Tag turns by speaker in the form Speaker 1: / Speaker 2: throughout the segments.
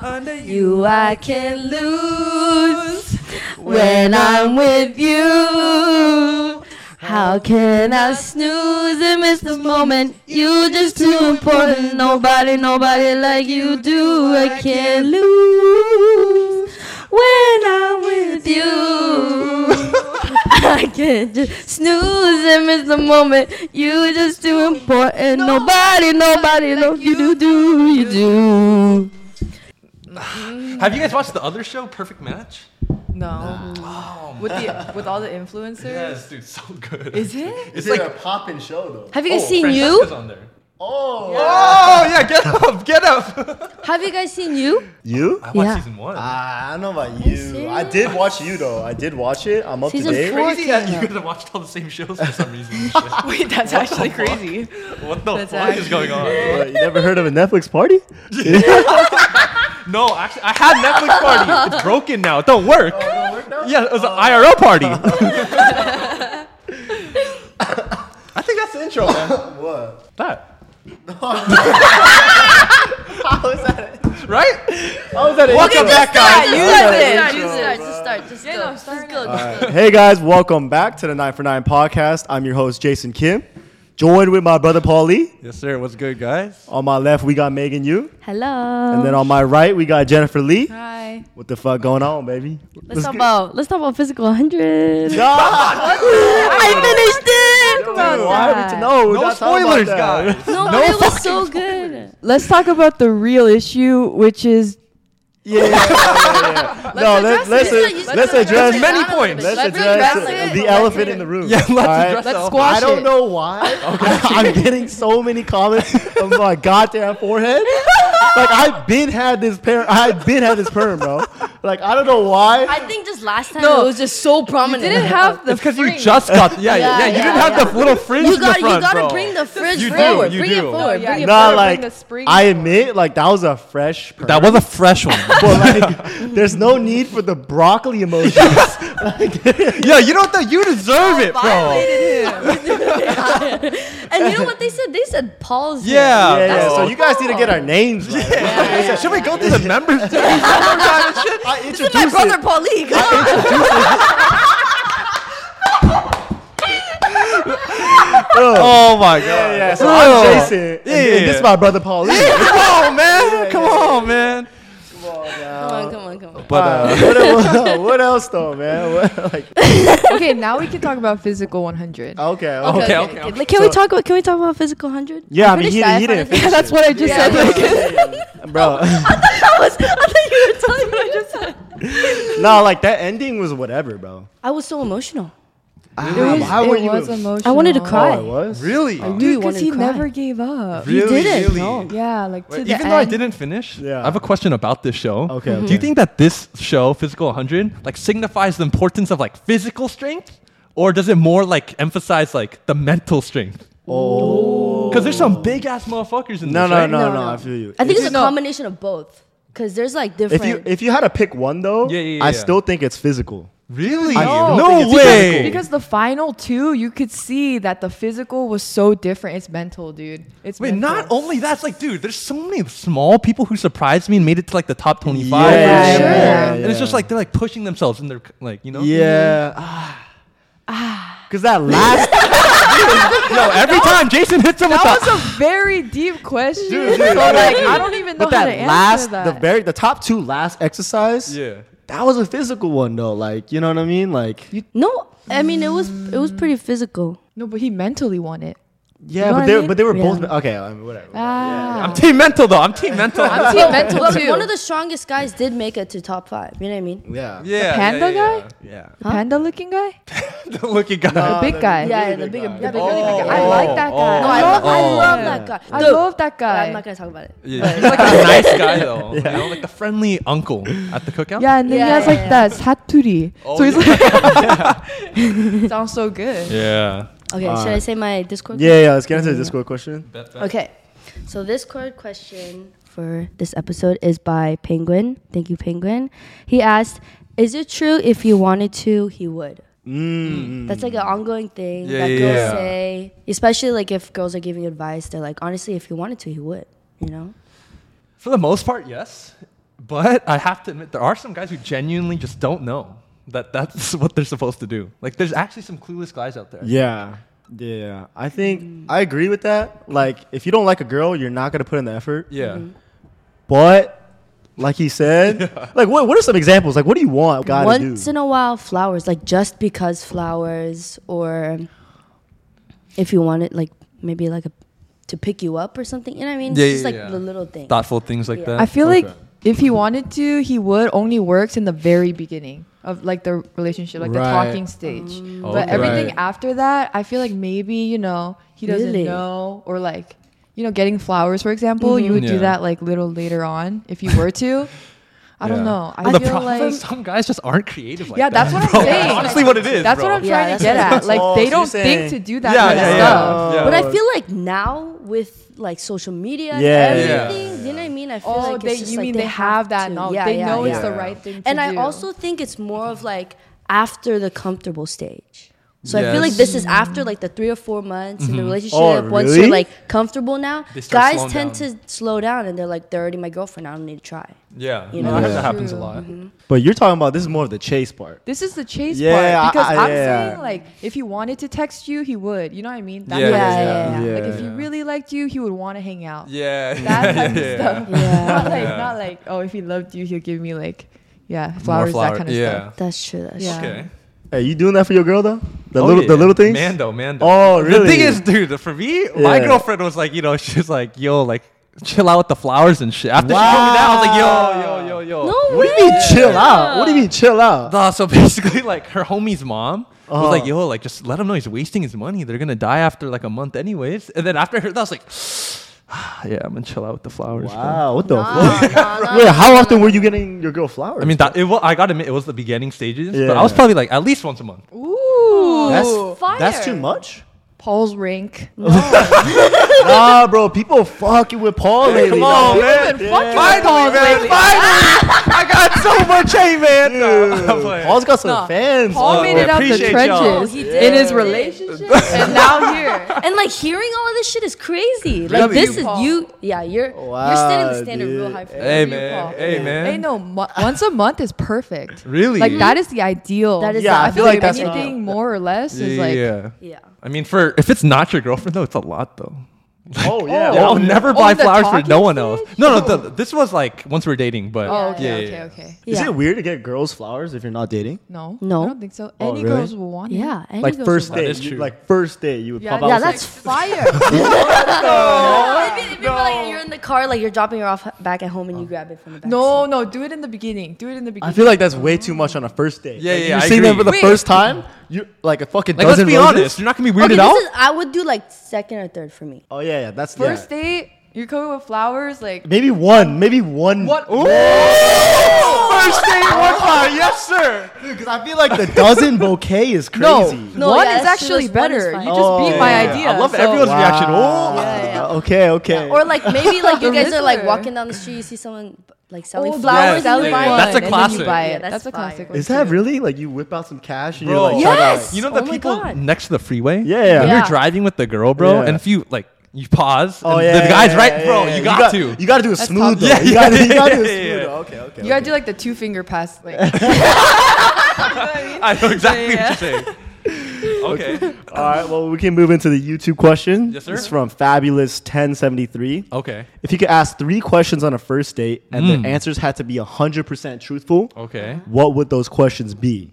Speaker 1: Under
Speaker 2: You I can lose when I'm with you. How can I snooze and miss the moment? You just too important. Nobody, nobody like you do. I can't lose when I'm with you. I can't just snooze and miss the moment. You just too important. Nobody, nobody like you do, do you do.
Speaker 3: Have you guys watched the other show, Perfect Match?
Speaker 1: No.
Speaker 3: Oh,
Speaker 1: With the with all the influencers.
Speaker 3: yes, dude, so good.
Speaker 1: Is it?
Speaker 3: It's
Speaker 4: It's
Speaker 3: like
Speaker 4: a poppin' show though.
Speaker 2: Have you guys
Speaker 3: oh,
Speaker 2: seen you?
Speaker 3: Francesca's on there.
Speaker 4: Oh,
Speaker 3: Oh yeah, get up, get up.
Speaker 2: Have you guys seen you?
Speaker 4: you?
Speaker 3: I watched
Speaker 2: Yeah.
Speaker 3: season one.
Speaker 4: I don't know about you. I
Speaker 2: serious?
Speaker 4: did watch you though. I did watch it. I'm up
Speaker 2: Season
Speaker 4: to date.
Speaker 2: four.
Speaker 3: Crazy that
Speaker 2: came
Speaker 3: you
Speaker 2: out.
Speaker 3: guys have watched all the same shows for some reason. Shit.
Speaker 1: Wait,
Speaker 3: What
Speaker 1: that's
Speaker 3: the
Speaker 1: actually
Speaker 3: fuck?
Speaker 1: crazy.
Speaker 3: what the
Speaker 1: That's
Speaker 3: fuck is going on?
Speaker 4: What, you never heard of a Netflix party?
Speaker 3: No, actually, I had Netflix party. It's broken now. It don't work. Yeah, it was an IRL party. I think that's the intro, man.
Speaker 4: What?
Speaker 3: That
Speaker 4: How is that?
Speaker 3: right?
Speaker 4: How is that?
Speaker 3: Welcome back, guys.
Speaker 1: You
Speaker 4: Start
Speaker 1: did it.
Speaker 4: it.
Speaker 2: Just start, just start, just
Speaker 1: Yeah,
Speaker 2: go.
Speaker 1: no, start
Speaker 2: just
Speaker 1: it.
Speaker 2: go.
Speaker 4: Hey guys, welcome back to the Nine for Nine podcast. I'm your host Jason Kim, joined with my brother Paul Lee.
Speaker 3: Yes, sir. What's good, guys?
Speaker 4: On my left, we got Megan Yu,
Speaker 2: Hello.
Speaker 4: and then on my right, we got Jennifer Lee.
Speaker 1: Hi.
Speaker 4: What the fuck going on, baby?
Speaker 2: let's talk about let's talk about physical hundred.
Speaker 4: God,
Speaker 2: I finished it. Talk about
Speaker 4: why are we to
Speaker 2: that.
Speaker 4: know?
Speaker 3: No spoilers, guys.
Speaker 2: No,
Speaker 3: No
Speaker 2: but it was
Speaker 3: fucking
Speaker 2: so good.
Speaker 1: Let's talk about the real issue, which is
Speaker 4: Yeah. yeah, yeah, yeah. no,
Speaker 1: address
Speaker 4: let's let's,
Speaker 1: it.
Speaker 4: let's,
Speaker 2: Let's
Speaker 4: let's
Speaker 2: address
Speaker 4: address
Speaker 2: it.
Speaker 3: Many
Speaker 2: Let's
Speaker 3: points.
Speaker 4: Let's,
Speaker 1: Let's
Speaker 4: address,
Speaker 1: address
Speaker 4: it.
Speaker 1: it.
Speaker 4: the
Speaker 1: Let's
Speaker 4: elephant
Speaker 1: address
Speaker 4: in the room.
Speaker 3: Yeah, let's
Speaker 4: all right?
Speaker 3: address
Speaker 1: Let's
Speaker 3: the-
Speaker 1: squash
Speaker 4: I don't
Speaker 1: it.
Speaker 4: know why I'm getting so many comments on my goddamn forehead. Like I've been had this perm. I've been had this perm, bro. Like I don't know why.
Speaker 2: I think just last time
Speaker 1: No,
Speaker 2: it was just so prominent.
Speaker 1: didn't have the
Speaker 3: It's because you
Speaker 1: fringe.
Speaker 3: just got yeah yeah,
Speaker 2: Yeah,
Speaker 3: yeah you
Speaker 2: yeah,
Speaker 3: didn't have
Speaker 2: yeah.
Speaker 3: the little fringe
Speaker 2: you
Speaker 3: in the
Speaker 2: got you
Speaker 3: front,
Speaker 2: gotta
Speaker 3: bro.
Speaker 2: bring the fridge
Speaker 3: You do,
Speaker 2: forward.
Speaker 3: you
Speaker 2: bring
Speaker 3: do.
Speaker 2: it
Speaker 3: No,
Speaker 2: forward.
Speaker 1: yeah,
Speaker 2: bring
Speaker 1: you
Speaker 2: it
Speaker 1: gotta
Speaker 4: Nah,
Speaker 1: bring
Speaker 2: forward.
Speaker 4: like
Speaker 1: the spring
Speaker 4: I
Speaker 1: forward.
Speaker 4: admit, like that was a fresh perm.
Speaker 3: That was a fresh one.
Speaker 4: but like, there's no need for the broccoli emotions.
Speaker 3: yeah, you know what? though? You
Speaker 2: Oh,
Speaker 3: deserve it, bro.
Speaker 2: and you know what they said? They said Paul's. name.
Speaker 3: Yeah.
Speaker 4: yeah, yeah.
Speaker 3: bro.
Speaker 4: So you guys need to get our names. Right.
Speaker 3: Yeah, Should we go through the members? too?
Speaker 4: I
Speaker 2: This is my
Speaker 4: introduced it.
Speaker 2: brother Paul Lee. Come on.
Speaker 3: oh my god.
Speaker 4: Yeah, yeah. So I'm
Speaker 3: Oh.
Speaker 4: Jason. and-
Speaker 3: Yeah,
Speaker 4: and
Speaker 3: yeah.
Speaker 4: this is my brother Paul. Lee.
Speaker 3: Come on, man. Come on, man. Uh,
Speaker 2: Come on, come on, come on.
Speaker 3: But uh,
Speaker 4: Uh, what, el- what else though, man? What, like,
Speaker 1: okay, now we can talk about physical 100.
Speaker 4: okay,
Speaker 3: Okay,
Speaker 4: okay.
Speaker 3: okay,
Speaker 2: Like, Can we talk about Can we talk about physical hundred?
Speaker 4: Yeah, I mean, he, he
Speaker 2: That
Speaker 4: didn't. Finish
Speaker 1: That's
Speaker 4: it.
Speaker 1: what I just
Speaker 2: Yeah.
Speaker 1: said.
Speaker 4: bro.
Speaker 2: was. I thought you were telling me what I just said.
Speaker 4: no, like that ending was whatever, bro.
Speaker 2: I was so emotional.
Speaker 4: How- how were you?
Speaker 1: was emotional.
Speaker 2: I wanted to cry.
Speaker 4: Oh, it was.
Speaker 3: really,
Speaker 2: really
Speaker 1: Dude, because
Speaker 2: wanted
Speaker 1: he
Speaker 2: to cry.
Speaker 1: never gave up.
Speaker 3: really,
Speaker 2: didn't.
Speaker 3: really.
Speaker 1: Yeah, like to
Speaker 3: Wait,
Speaker 1: the
Speaker 3: even though I
Speaker 1: end.
Speaker 3: didn't finish,
Speaker 4: Yeah.
Speaker 3: I have a question about this show.
Speaker 4: Okay,
Speaker 3: Do
Speaker 4: okay.
Speaker 3: you think that this show, Physical 100, like signifies the importance of like physical strength, or does it more like emphasize like the mental strength? Oh, because there's some big ass motherfuckers in
Speaker 4: No,
Speaker 3: this.
Speaker 4: no,
Speaker 3: right?
Speaker 4: no, no,
Speaker 1: No, no.
Speaker 4: I feel you.
Speaker 2: I think
Speaker 4: If-
Speaker 2: it's a
Speaker 1: No.
Speaker 2: combination of both. Cause there's like different.
Speaker 4: if you if you had to pick one though,
Speaker 3: Yeah, yeah,
Speaker 4: I
Speaker 3: yeah.
Speaker 4: still think it's physical.
Speaker 3: Really?
Speaker 4: I
Speaker 3: No,
Speaker 4: don't think it's
Speaker 3: way.
Speaker 1: Because the final two, you could see that the physical was so different. It's mental, dude. It's
Speaker 3: Wait,
Speaker 1: mental.
Speaker 3: not only that, it's like, dude, there's so many small people who surprised me and made it to like the top 25.
Speaker 4: Yeah,
Speaker 3: for
Speaker 1: yeah,
Speaker 3: sure.
Speaker 1: yeah,
Speaker 3: And it's
Speaker 4: yeah.
Speaker 3: just like they're like pushing themselves and they're like, you know?
Speaker 4: Yeah. Ah. Cause that last
Speaker 3: Yo, every time Jason hits him with
Speaker 1: That
Speaker 3: the.
Speaker 1: was a very deep question.
Speaker 4: Dude,
Speaker 1: so
Speaker 4: dude, dude,
Speaker 1: like,
Speaker 4: dude.
Speaker 1: I don't even know
Speaker 4: but
Speaker 1: how to
Speaker 4: that
Speaker 1: answer
Speaker 4: last
Speaker 1: that.
Speaker 4: the very the top two last exercise,
Speaker 3: yeah.
Speaker 4: that was a physical one though. Like, you know what I mean? Like
Speaker 2: no, I mean it was it was pretty physical.
Speaker 1: no, but he mentally won it.
Speaker 4: Yeah,
Speaker 2: know
Speaker 4: but
Speaker 2: what I
Speaker 4: they
Speaker 2: mean?
Speaker 4: but they were
Speaker 2: Yeah.
Speaker 4: both okay, I mean, whatever.
Speaker 1: Ah,
Speaker 3: I'm team mental though. I'm team mental. yeah.
Speaker 1: I'm team mental
Speaker 2: Well,
Speaker 1: too.
Speaker 2: one of the strongest guys did make it to top five. You know what I mean?
Speaker 4: Yeah.
Speaker 3: yeah,
Speaker 1: panda
Speaker 3: yeah,
Speaker 1: guy?
Speaker 3: Yeah.
Speaker 1: the panda-looking guy,
Speaker 3: yeah. Look at guy.
Speaker 1: the big guy.
Speaker 2: Yeah, Ah, the bigger, the bigger,
Speaker 3: Oh,
Speaker 2: bigger guy.
Speaker 1: I like that guy.
Speaker 3: oh,
Speaker 2: No, I, love, I
Speaker 3: Oh.
Speaker 2: love that guy.
Speaker 1: I
Speaker 2: Dude,
Speaker 1: love that guy.
Speaker 2: I'm not gonna talk about it.
Speaker 3: Yeah. He's like a nice guy though. You know, like a friendly uncle at the cookout.
Speaker 1: yeah, and then he
Speaker 2: Yeah,
Speaker 1: has
Speaker 2: yeah, Oh,
Speaker 1: like
Speaker 2: yeah.
Speaker 1: that satori. so he's like, sounds so good.
Speaker 3: Yeah.
Speaker 2: Okay, should I say my Discord?
Speaker 4: Uh, Yeah, yeah, let's get into the Discord question.
Speaker 2: Okay. So this card question for this episode is by Penguin. Thank you, Penguin. He asked, "Is it true if you wanted to, he would?"
Speaker 4: Mm.
Speaker 2: That's like an ongoing thing
Speaker 3: Hmm. Yeah,
Speaker 2: that
Speaker 3: yeah,
Speaker 2: girls
Speaker 3: yeah.
Speaker 2: say, especially like if girls are giving advice. They're like, "Honestly, if he wanted to, he would." You know?
Speaker 3: For the most part, yes. But I have to admit, there are some guys who genuinely just don't know that that's what they're supposed to do. Like, there's actually some clueless guys out there.
Speaker 4: Yeah. Yeah. I think I agree with that. Like, if you don't like a girl, you're not going to put in the effort.
Speaker 3: Yeah.
Speaker 1: Mm-hmm.
Speaker 4: But, like he said, like, what, what are some examples? Like, what do you want? Gotta
Speaker 2: Once
Speaker 4: do?
Speaker 2: in a while, flowers, like just because flowers, or if you want it, like maybe like a, to pick you up or something. You know what I mean?
Speaker 3: Yeah,
Speaker 2: it's just
Speaker 3: yeah,
Speaker 2: like
Speaker 3: yeah.
Speaker 2: the little thing.
Speaker 3: Thoughtful things like
Speaker 2: Yeah.
Speaker 3: that.
Speaker 1: I feel
Speaker 4: Okay.
Speaker 1: like if he wanted to, he would only works in the very beginning of like the relationship, like the
Speaker 4: Right.
Speaker 1: talking stage.
Speaker 3: Mm. Okay.
Speaker 1: But everything
Speaker 4: Right.
Speaker 1: after that, I feel like maybe you know he doesn't
Speaker 2: Really?
Speaker 1: know or like you know getting flowers for example, you would do
Speaker 3: Yeah.
Speaker 1: that like little later on if you were to. I don't
Speaker 3: Yeah.
Speaker 1: know. I
Speaker 3: But the
Speaker 1: feel
Speaker 3: problem
Speaker 1: like
Speaker 3: is some guys just aren't creative like
Speaker 1: yeah,
Speaker 3: that.
Speaker 1: that's what I'm
Speaker 3: bro.
Speaker 1: saying.
Speaker 3: Honestly, what it is.
Speaker 1: That's
Speaker 3: bro.
Speaker 1: what I'm
Speaker 2: Yeah,
Speaker 1: trying
Speaker 2: that's
Speaker 1: to get
Speaker 2: what-
Speaker 1: at. Like
Speaker 4: Oh,
Speaker 1: they
Speaker 4: she's
Speaker 1: don't think
Speaker 4: saying-
Speaker 1: to do that
Speaker 3: Yeah,
Speaker 1: kind of
Speaker 3: yeah, yeah.
Speaker 1: stuff.
Speaker 3: Yeah.
Speaker 2: But I
Speaker 4: Or-
Speaker 2: feel like now with like social media, and
Speaker 4: Yeah,
Speaker 3: yeah.
Speaker 2: everything. You know what I mean? I feel
Speaker 1: Oh,
Speaker 2: like
Speaker 1: they,
Speaker 2: it's just
Speaker 1: you
Speaker 2: like
Speaker 1: mean
Speaker 2: they,
Speaker 1: they have that
Speaker 2: to.
Speaker 1: knowledge?
Speaker 2: Yeah,
Speaker 1: they
Speaker 2: yeah,
Speaker 1: know
Speaker 2: yeah.
Speaker 1: it's the
Speaker 4: yeah.
Speaker 1: right thing to
Speaker 2: and I
Speaker 1: do.
Speaker 2: also think it's more of like after the comfortable stage. So I feel like
Speaker 3: Yes.
Speaker 2: this is after like the three or four months in the relationship.
Speaker 4: Oh,
Speaker 2: Once
Speaker 4: really?
Speaker 2: you're like comfortable now,
Speaker 3: They start
Speaker 2: guys
Speaker 3: slowing
Speaker 2: tend
Speaker 3: down.
Speaker 2: to slow down and they're like, they're already my girlfriend. I don't need to try.
Speaker 3: Yeah.
Speaker 2: You
Speaker 3: You
Speaker 2: know?
Speaker 3: know,
Speaker 4: Yeah.
Speaker 3: that happens a
Speaker 1: True. Mm-hmm.
Speaker 3: lot.
Speaker 4: but you're talking about this is more of the chase part.
Speaker 1: This is the chase
Speaker 4: Yeah, I-
Speaker 1: part because
Speaker 4: I-
Speaker 1: I, am
Speaker 4: yeah.
Speaker 1: saying like if he wanted to text you, he would. You know what I mean?
Speaker 3: Yeah,
Speaker 1: kind of
Speaker 2: yeah,
Speaker 1: stuff.
Speaker 2: yeah,
Speaker 4: yeah.
Speaker 1: Like if he
Speaker 3: Yeah.
Speaker 1: really liked you, he would want to hang out.
Speaker 3: Yeah.
Speaker 1: That type
Speaker 3: yeah,
Speaker 1: of stuff.
Speaker 2: Yeah.
Speaker 1: Not like
Speaker 3: Yeah.
Speaker 1: not like oh, if he loved you, he'll give me like yeah flowers, that kind of stuff.
Speaker 2: That's true. That's
Speaker 1: Yeah.
Speaker 2: true.
Speaker 3: Okay.
Speaker 4: Hey, you doing that for your girl though? The
Speaker 3: Oh,
Speaker 4: little, the
Speaker 3: yeah.
Speaker 4: little things.
Speaker 3: Mando, Mando.
Speaker 4: Oh,
Speaker 3: The
Speaker 4: really?
Speaker 3: thing is, dude, for me, my
Speaker 4: Yeah.
Speaker 3: girlfriend was like, you know, she was like, yo, like, chill out with the flowers and shit. After she told me that, I was like, yo, yo, yo, yo.
Speaker 2: No
Speaker 4: What do you mean
Speaker 2: way.
Speaker 4: chill out? What do you mean chill out?
Speaker 3: Nah, so basically, like, her homie's mom
Speaker 4: Uh-huh.
Speaker 3: was like, yo, like, just let him know he's wasting his money. They're going to die after, like, a month anyways. And then after her, that, I was like, yeah, I'm going to chill out with the flowers. bro."
Speaker 4: Wow, what the
Speaker 2: Nah,
Speaker 4: fuck?
Speaker 2: nah, nah.
Speaker 4: Wait, how often were you getting your girl flowers?
Speaker 3: I mean, that it was, I gotta admit, it was the beginning stages, but I was
Speaker 4: Yeah.
Speaker 3: probably like at least once a month.
Speaker 1: Ooh,
Speaker 4: that's
Speaker 2: fire.
Speaker 4: that's too much.
Speaker 1: Paul's rink.
Speaker 4: nah, bro, people fucking with Paul lately.
Speaker 3: come on,
Speaker 4: dog.
Speaker 3: man. Finally, man. Finally. I got so much hate, man.
Speaker 4: Dude,
Speaker 3: I'm playing.
Speaker 4: Paul's got some
Speaker 1: Nah,
Speaker 4: fans.
Speaker 1: Paul
Speaker 3: Oh,
Speaker 4: bro.
Speaker 1: made it out the
Speaker 3: appreciate y'all.
Speaker 1: trenches
Speaker 2: Oh, He
Speaker 1: in his
Speaker 2: did.
Speaker 1: relationship, and now here.
Speaker 2: And like hearing all of this shit is crazy. Like
Speaker 3: W,
Speaker 2: this is
Speaker 1: Paul.
Speaker 2: you. Yeah, you're you're
Speaker 4: Wow,
Speaker 2: setting the standard real
Speaker 4: dude.
Speaker 2: high for
Speaker 3: Hey,
Speaker 1: W, Paul.
Speaker 3: man. Hey, man.
Speaker 1: Ain't no mo- once a month is perfect.
Speaker 3: Really?
Speaker 1: Like that is the ideal.
Speaker 2: That is
Speaker 4: Yeah,
Speaker 2: the
Speaker 4: I feel like that's
Speaker 2: ideal.
Speaker 4: what-
Speaker 1: anything more or less is like
Speaker 3: yeah.
Speaker 2: Yeah.
Speaker 3: I mean, for if it's not your girlfriend though, it's a lot though.
Speaker 4: Oh yeah.
Speaker 3: I'll never buy
Speaker 1: the
Speaker 3: flowers for no
Speaker 1: talking
Speaker 3: one else. No, no. The, this was like once we were dating, but
Speaker 1: Oh,
Speaker 2: Yeah,
Speaker 1: okay,
Speaker 3: yeah,
Speaker 1: okay,
Speaker 3: yeah.
Speaker 1: okay.
Speaker 4: Is
Speaker 2: Yeah.
Speaker 4: it weird to get girls flowers if you're not dating?
Speaker 1: No,
Speaker 2: No.
Speaker 1: I don't think so.
Speaker 4: Oh,
Speaker 1: Any
Speaker 4: really?
Speaker 1: girls will want it.
Speaker 2: Yeah. any
Speaker 4: Like
Speaker 2: girls
Speaker 4: first
Speaker 2: would-
Speaker 3: That
Speaker 4: day,
Speaker 3: is
Speaker 4: you-
Speaker 3: true.
Speaker 4: like first day, you would
Speaker 1: Yeah,
Speaker 4: pop out.
Speaker 2: Yeah,
Speaker 4: with
Speaker 2: that's
Speaker 4: sex.
Speaker 2: fire. It'd Oh, be, it'd be like you're in the car, like you're dropping her off back at home, and you grab it from the back.
Speaker 1: Oh. No, no, do it in the beginning. Do it in the beginning.
Speaker 4: I feel like that's way too much on a first date.
Speaker 3: Yeah,
Speaker 4: Like,
Speaker 3: yeah,
Speaker 4: You
Speaker 3: I
Speaker 4: see them
Speaker 3: agree.
Speaker 4: for the
Speaker 1: Wait.
Speaker 4: first time, you like a fucking
Speaker 3: Like, let's
Speaker 4: dozen
Speaker 3: be
Speaker 4: roses?
Speaker 3: honest. You're not gonna be
Speaker 2: Okay,
Speaker 3: weirded
Speaker 2: this
Speaker 3: out.
Speaker 2: is, I would do like second or third for me.
Speaker 4: Oh yeah, yeah, that's yeah.
Speaker 1: First date, you're coming with flowers, like
Speaker 4: Maybe one, maybe one.
Speaker 1: What-
Speaker 4: Ooh.
Speaker 3: First date, one
Speaker 4: Uh,
Speaker 3: flower. Yes, sir.
Speaker 4: Because I feel like the dozen bouquet is crazy.
Speaker 1: no,
Speaker 2: No,
Speaker 1: one
Speaker 2: yeah,
Speaker 1: is
Speaker 2: that's true.
Speaker 1: actually
Speaker 2: This one is
Speaker 1: better.
Speaker 2: fine.
Speaker 1: You just
Speaker 4: Oh,
Speaker 1: beat
Speaker 4: yeah,
Speaker 1: my
Speaker 4: yeah, yeah.
Speaker 1: idea.
Speaker 3: I love
Speaker 1: so-
Speaker 3: everyone's
Speaker 4: Wow.
Speaker 3: reaction. Oh,
Speaker 2: Yeah, yeah.
Speaker 4: Okay, okay.
Speaker 2: Or like maybe like you
Speaker 1: The
Speaker 2: guys are like
Speaker 1: Riddler.
Speaker 2: walking down the street, you see someone like selling
Speaker 1: Oh,
Speaker 2: flowers,
Speaker 3: Yes,
Speaker 1: flowers, that
Speaker 2: you
Speaker 1: would
Speaker 3: yeah,
Speaker 2: buy
Speaker 1: buy
Speaker 3: yeah.
Speaker 2: one,
Speaker 1: one,
Speaker 3: That's a
Speaker 1: and then you
Speaker 3: classic.
Speaker 1: buy it.
Speaker 2: Yeah, that's
Speaker 1: that's, a
Speaker 2: fire.
Speaker 1: classic. one
Speaker 4: is that
Speaker 1: too.
Speaker 4: really like you whip out some cash and
Speaker 3: Bro.
Speaker 4: you're like, try to,
Speaker 2: Yes!
Speaker 4: like-
Speaker 3: You know the
Speaker 2: Oh my
Speaker 3: people
Speaker 2: God.
Speaker 3: next to the freeway?
Speaker 4: Yeah, yeah.
Speaker 3: When
Speaker 2: Yeah.
Speaker 3: you're driving with the girl, bro,
Speaker 4: Yeah.
Speaker 3: and if you like you pause,
Speaker 4: Oh
Speaker 3: and
Speaker 4: yeah,
Speaker 3: the guy's
Speaker 4: yeah,
Speaker 3: right,
Speaker 4: yeah,
Speaker 3: bro.
Speaker 4: yeah,
Speaker 3: you got
Speaker 4: got
Speaker 3: to.
Speaker 4: You got to do a
Speaker 1: That's tough.
Speaker 4: smooth though.
Speaker 3: Yeah,
Speaker 4: you got to
Speaker 3: yeah,
Speaker 4: do a
Speaker 3: yeah, yeah,
Speaker 4: smooth.
Speaker 3: yeah.
Speaker 4: though. Okay, okay.
Speaker 1: You gotta do like the two finger pass. Like,
Speaker 3: I know exactly what you're saying. Okay.
Speaker 4: All right, well, we can move into the YouTube question.
Speaker 3: Yes, sir.
Speaker 4: It's from Fabulous 1073.
Speaker 3: Okay. Hmm.
Speaker 4: If you could ask three questions on a first date and the answers had to be 100% truthful,
Speaker 3: Okay.
Speaker 4: what would those questions be?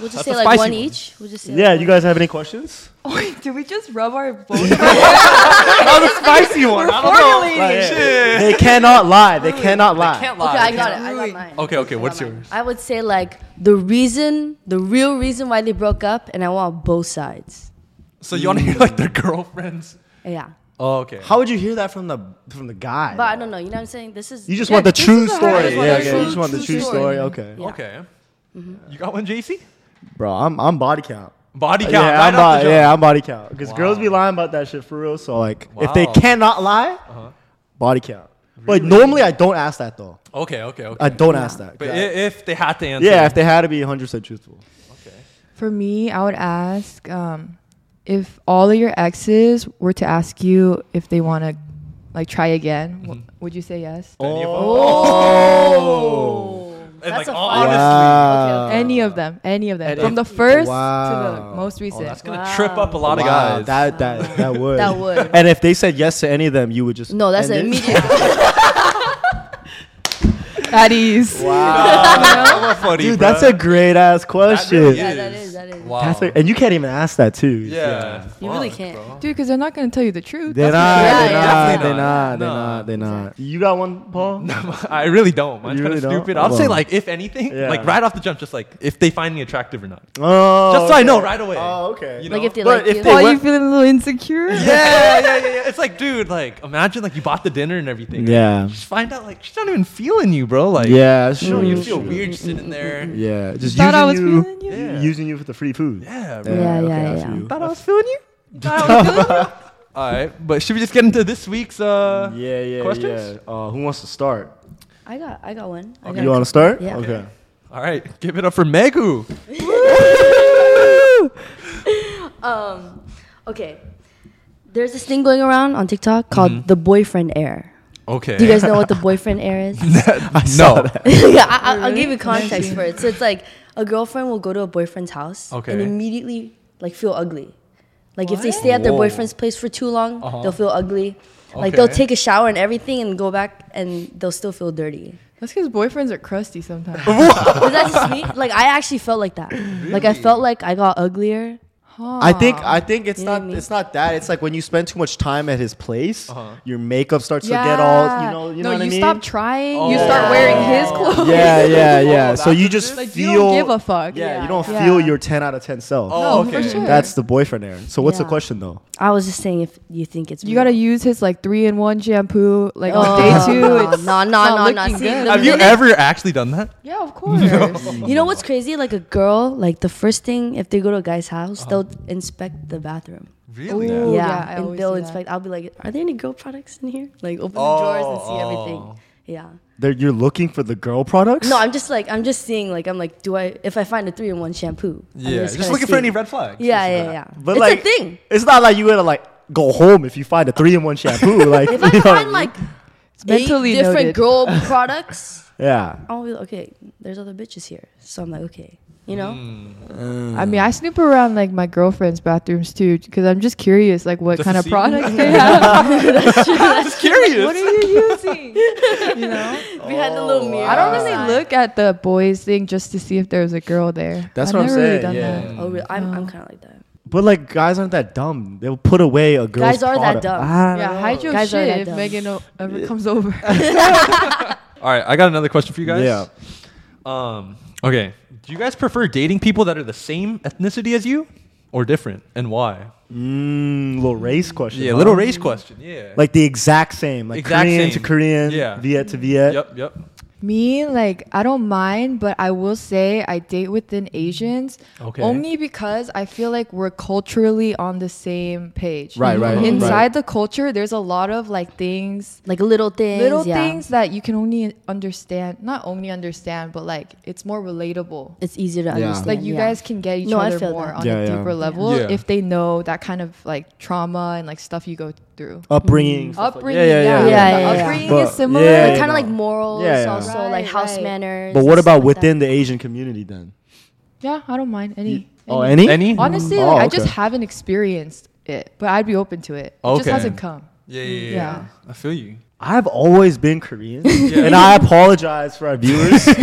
Speaker 2: We'll just
Speaker 3: That's a
Speaker 2: say like
Speaker 3: spicy
Speaker 2: one
Speaker 3: one.
Speaker 2: each. We'll just say
Speaker 4: Yeah,
Speaker 2: like,
Speaker 4: you guys have any questions?
Speaker 1: oh, wait, did we just rub our bones?
Speaker 3: That was a spicy one. I don't know.
Speaker 1: formulating.
Speaker 4: Like, They cannot lie. They cannot lie.
Speaker 3: Can't
Speaker 2: Okay,
Speaker 3: lie.
Speaker 2: I got it. I got
Speaker 1: Ruined.
Speaker 2: mine.
Speaker 3: Okay, okay,
Speaker 2: I got
Speaker 3: what's
Speaker 2: mine.
Speaker 3: yours?
Speaker 2: I would say like the reason, the real reason why they broke up, and I want both sides.
Speaker 3: So you want to hear like their girlfriends?
Speaker 2: Yeah,
Speaker 3: Oh, okay.
Speaker 4: How would you hear that from the from the guy?
Speaker 2: but I don't know. You know what I'm saying? This is
Speaker 4: You just
Speaker 1: Yeah,
Speaker 4: want the
Speaker 1: this is
Speaker 4: true
Speaker 1: a hard- this
Speaker 4: story.
Speaker 1: one
Speaker 4: Yeah,
Speaker 1: is
Speaker 4: yeah,
Speaker 1: true-
Speaker 4: you just want the
Speaker 1: true
Speaker 4: true
Speaker 1: story.
Speaker 4: story. Okay.
Speaker 2: Yeah. Mm-hmm.
Speaker 3: Okay. You got one, JC?
Speaker 4: Bro, I'm I'm body count.
Speaker 3: Body count.
Speaker 4: Yeah,
Speaker 3: right off
Speaker 4: I'm
Speaker 3: the
Speaker 4: body,
Speaker 3: jump.
Speaker 4: yeah, I'm body count. Because
Speaker 3: Wow.
Speaker 4: girls be lying about that shit for real. So like, if they
Speaker 3: Wow. Uh-huh.
Speaker 4: cannot lie, body count. Like normally I don't ask that though.
Speaker 3: Okay, okay, okay.
Speaker 4: I don't ask that.
Speaker 3: but
Speaker 4: Yeah.
Speaker 3: i if they had to answer.
Speaker 4: yeah, if they had to be 100 percent truthful.
Speaker 3: okay.
Speaker 1: For me, I would ask um, if all of your exes were to ask you if they want to like try again,
Speaker 4: Mm-hmm.
Speaker 1: w- would you say yes?
Speaker 4: Oh.
Speaker 3: And
Speaker 2: That's
Speaker 3: like,
Speaker 2: a
Speaker 3: all
Speaker 2: fire.
Speaker 3: honestly,
Speaker 4: Wow.
Speaker 1: Any of them, any of them,
Speaker 3: And
Speaker 1: from
Speaker 3: if-
Speaker 1: the first to
Speaker 4: Wow. Oh,
Speaker 1: the most recent.
Speaker 3: oh, that's gonna
Speaker 2: Wow.
Speaker 3: trip up a lot of
Speaker 4: Wow,
Speaker 3: guys.
Speaker 4: That that that would.
Speaker 2: That would.
Speaker 4: And if they said yes to any of them, you would just.
Speaker 2: No, that's an
Speaker 4: end it?
Speaker 2: immediate.
Speaker 1: At ease.
Speaker 3: Wow. That's funny,
Speaker 4: Dude,
Speaker 3: bro.
Speaker 4: that's a great ass question.
Speaker 3: really
Speaker 2: yeah, that is. That is.
Speaker 3: Wow.
Speaker 4: That's a- and you can't even ask that too.
Speaker 3: yeah.
Speaker 2: You really
Speaker 3: Fuck,
Speaker 2: can't.
Speaker 3: bro.
Speaker 1: Dude, because they're not gonna tell you the truth.
Speaker 4: They're
Speaker 1: That's
Speaker 4: not,
Speaker 1: what-
Speaker 2: Yeah,
Speaker 4: they're,
Speaker 2: yeah.
Speaker 4: not, they're
Speaker 3: Definitely
Speaker 4: not. They're
Speaker 3: not.
Speaker 4: not. They're not. You got one, Paul?
Speaker 3: I really don't. Mine's
Speaker 4: You
Speaker 3: kind of
Speaker 4: really don't?
Speaker 3: stupid. I'll say
Speaker 4: Well.
Speaker 3: like, if anything,
Speaker 4: Yeah.
Speaker 3: like right off the jump, just like if they find me attractive or not.
Speaker 4: Oh,
Speaker 3: Just so I
Speaker 4: okay.
Speaker 3: know right away.
Speaker 4: Oh, okay.
Speaker 3: You
Speaker 2: Like
Speaker 3: know?
Speaker 2: if they
Speaker 4: But
Speaker 2: like
Speaker 4: if
Speaker 2: you. Oh,
Speaker 4: they-
Speaker 1: Why are you
Speaker 4: what-
Speaker 1: feeling a little insecure?
Speaker 3: yeah, yeah, yeah, yeah. It's like, dude, like imagine like you bought the dinner and everything.
Speaker 4: Yeah.
Speaker 3: Just find out like she's not even feeling you, bro. Like,
Speaker 4: yeah. Sure.
Speaker 3: you know, you
Speaker 4: sure.
Speaker 3: feel weird sitting there.
Speaker 4: Yeah. Just
Speaker 1: thought
Speaker 4: using
Speaker 1: I was
Speaker 4: you,
Speaker 1: feeling you?
Speaker 3: Yeah.
Speaker 4: using you for the free food.
Speaker 3: Yeah, bro.
Speaker 2: Yeah,
Speaker 4: okay,
Speaker 2: yeah,
Speaker 4: I
Speaker 2: yeah.
Speaker 4: feel you.
Speaker 3: Thought I was feeling you. Thought I was feeling you? All right, but should we just get into this week's? uh
Speaker 4: Yeah, yeah,
Speaker 3: Questions?
Speaker 4: yeah. Uh, who wants to start?
Speaker 2: I got. I got one. I
Speaker 4: You
Speaker 2: got
Speaker 4: want to start?
Speaker 2: Yeah.
Speaker 4: Okay.
Speaker 3: All right, give it up for Megu.
Speaker 2: Um, okay. There's this thing going around on TikTok called
Speaker 4: Mm-hmm.
Speaker 2: the boyfriend air.
Speaker 3: Okay.
Speaker 2: Do you guys know what the boyfriend air is?
Speaker 4: I
Speaker 3: no.
Speaker 2: yeah, I, I, I'll give you context for it. So it's like a girlfriend will go to a boyfriend's house and
Speaker 3: Okay.
Speaker 2: immediately like feel ugly. Like if they stay at their
Speaker 3: Whoa.
Speaker 2: boyfriend's place for too long,
Speaker 3: Uh-huh.
Speaker 2: they'll feel ugly. Like they'll
Speaker 3: Okay.
Speaker 2: take a shower and everything and go back and they'll still feel dirty.
Speaker 1: That's because boyfriends are crusty sometimes.
Speaker 2: Is that just me? Like I actually felt like that. Like I felt like I got uglier.
Speaker 4: I think I think it's
Speaker 2: You know what
Speaker 4: not
Speaker 2: I mean?
Speaker 4: it's not that. It's like when you spend too much time at his place,
Speaker 3: Uh-huh.
Speaker 4: your makeup starts to get all you know. You
Speaker 1: no,
Speaker 4: know what
Speaker 1: you
Speaker 4: I mean?
Speaker 1: stop trying. You
Speaker 3: Oh.
Speaker 1: start wearing his clothes.
Speaker 4: yeah, yeah, yeah.
Speaker 3: Oh,
Speaker 4: so
Speaker 3: that's
Speaker 4: you
Speaker 3: what it
Speaker 4: just
Speaker 3: is?
Speaker 1: Like
Speaker 4: feel
Speaker 1: you don't give a fuck.
Speaker 4: Yeah,
Speaker 2: Yeah,
Speaker 4: you don't
Speaker 1: yeah.
Speaker 4: feel your ten out of ten self.
Speaker 3: Oh,
Speaker 1: No, for
Speaker 3: okay.
Speaker 1: sure.
Speaker 4: That's the boyfriend Aaron. So what's the
Speaker 2: Yeah.
Speaker 4: question though?
Speaker 2: I was just saying if you think it's
Speaker 1: You gotta
Speaker 2: real.
Speaker 1: use his like three in one shampoo. Like
Speaker 2: Oh,
Speaker 1: on day two,
Speaker 2: no,
Speaker 1: it's
Speaker 2: no, no, no,
Speaker 1: not
Speaker 2: no.
Speaker 1: looking
Speaker 2: See,
Speaker 1: good.
Speaker 2: the-
Speaker 3: Have you ever actually done that?
Speaker 1: yeah, of course.
Speaker 2: You know what's crazy? Like a girl, like the first thing if they go to a guy's house,
Speaker 3: Uh-huh.
Speaker 2: they'll inspect the bathroom.
Speaker 3: Really?
Speaker 1: Ooh.
Speaker 2: Oh, yeah,
Speaker 1: yeah, I
Speaker 2: and
Speaker 1: always
Speaker 2: they'll
Speaker 1: do that.
Speaker 2: inspect. I'll be like, "Are there any girl products in here?" Like, open
Speaker 3: Oh,
Speaker 2: the drawers and see
Speaker 3: oh.
Speaker 2: everything. Yeah.
Speaker 4: They're, you're looking for the girl products?
Speaker 2: No, I'm just like, I'm just seeing. Like, I'm like, do I? If I find a three-in-one shampoo, I'm
Speaker 3: Yeah. Just
Speaker 2: kinda
Speaker 3: looking for any
Speaker 2: seeing.
Speaker 3: red flags.
Speaker 2: Yeah, yeah, yeah.
Speaker 4: But
Speaker 2: it's
Speaker 4: like,
Speaker 2: a thing.
Speaker 4: It's not like you gotta like go home if you find a three in one shampoo. like,
Speaker 2: If I
Speaker 4: you know what I
Speaker 2: find
Speaker 4: mean?
Speaker 2: like eight
Speaker 1: mentally
Speaker 2: different
Speaker 1: noted.
Speaker 2: girl products,
Speaker 4: yeah,
Speaker 2: I'll be like, okay, there's other bitches here. So I'm like, okay, you know,
Speaker 3: Mm.
Speaker 1: I mean, I snoop around like my girlfriend's bathrooms too because I'm just curious, like what
Speaker 3: Just
Speaker 1: kind
Speaker 3: to
Speaker 1: of
Speaker 3: see.
Speaker 1: products they have.
Speaker 3: Just curious.
Speaker 1: what are you using? You know,
Speaker 2: behind the
Speaker 3: Oh,
Speaker 2: little mirror.
Speaker 1: I don't really look at the boys thing just to see if there was a girl there.
Speaker 4: That's
Speaker 1: I've
Speaker 4: what I'm
Speaker 1: never
Speaker 4: saying,
Speaker 1: Really done
Speaker 4: yeah.
Speaker 1: that.
Speaker 2: Oh, really? I'm, I'm kind of like that.
Speaker 4: but like guys aren't that dumb. They'll put away a girl's
Speaker 2: Guys are that
Speaker 4: product. Ah.
Speaker 2: dumb.
Speaker 4: I
Speaker 1: Yeah, hide your
Speaker 2: Guys are that
Speaker 1: shit if
Speaker 2: dumb.
Speaker 1: Megan o- ever comes over.
Speaker 3: All right, I got another question for you guys.
Speaker 4: Yeah.
Speaker 3: Um. Okay. Do you guys prefer dating people that are the same ethnicity as you, or different, and why?
Speaker 4: Mm, little race question.
Speaker 3: Yeah.
Speaker 4: huh?
Speaker 3: Little race question. Yeah.
Speaker 4: Like the exact same, like
Speaker 3: Exact
Speaker 4: Korean to
Speaker 3: same.
Speaker 4: Korean,
Speaker 3: Yeah.
Speaker 4: Viet to Viet.
Speaker 3: Yep. Yep.
Speaker 1: Me, like, I don't mind, but I will say I date within Asians
Speaker 3: Okay.
Speaker 1: only because I feel like we're culturally on the same page.
Speaker 4: Right, right, right.
Speaker 1: Inside the culture, there's a lot of like things,
Speaker 2: Like little things.
Speaker 1: little
Speaker 2: yeah.
Speaker 1: things that you can only understand, not only understand, but like it's more relatable.
Speaker 2: It's easier to understand.
Speaker 1: Like you
Speaker 2: yeah.
Speaker 1: guys can get each
Speaker 2: No, I
Speaker 1: other
Speaker 2: feel
Speaker 1: more
Speaker 2: that.
Speaker 1: on
Speaker 4: Yeah,
Speaker 1: a
Speaker 4: yeah.
Speaker 1: deeper level
Speaker 3: Yeah.
Speaker 1: if they know that kind of like trauma and like stuff you go through.
Speaker 4: Upbringing.
Speaker 2: Mm-hmm.
Speaker 4: stuff like-
Speaker 1: Upbringing,
Speaker 4: yeah, yeah,
Speaker 2: yeah.
Speaker 1: The
Speaker 2: Yeah, yeah, yeah.
Speaker 1: upbringing
Speaker 4: But-
Speaker 1: is similar.
Speaker 4: yeah,
Speaker 2: like,
Speaker 4: yeah.
Speaker 2: kind of like morals,
Speaker 4: Yeah, yeah.
Speaker 2: also
Speaker 1: Right,
Speaker 2: like house
Speaker 1: right.
Speaker 2: manners.
Speaker 4: But what
Speaker 2: and
Speaker 4: about
Speaker 2: stuff like
Speaker 4: within the Asian community then?
Speaker 1: Yeah, I don't mind any.
Speaker 4: Oh, any?
Speaker 3: Any?
Speaker 1: Honestly,
Speaker 4: Oh,
Speaker 1: like, I
Speaker 4: okay.
Speaker 1: just haven't experienced it, but I'd be open to it. It just
Speaker 3: Okay.
Speaker 1: hasn't come.
Speaker 3: Yeah. Yeah. Yeah.
Speaker 1: Yeah.
Speaker 3: I feel you.
Speaker 4: I've always been Korean, and I apologize for our viewers. like,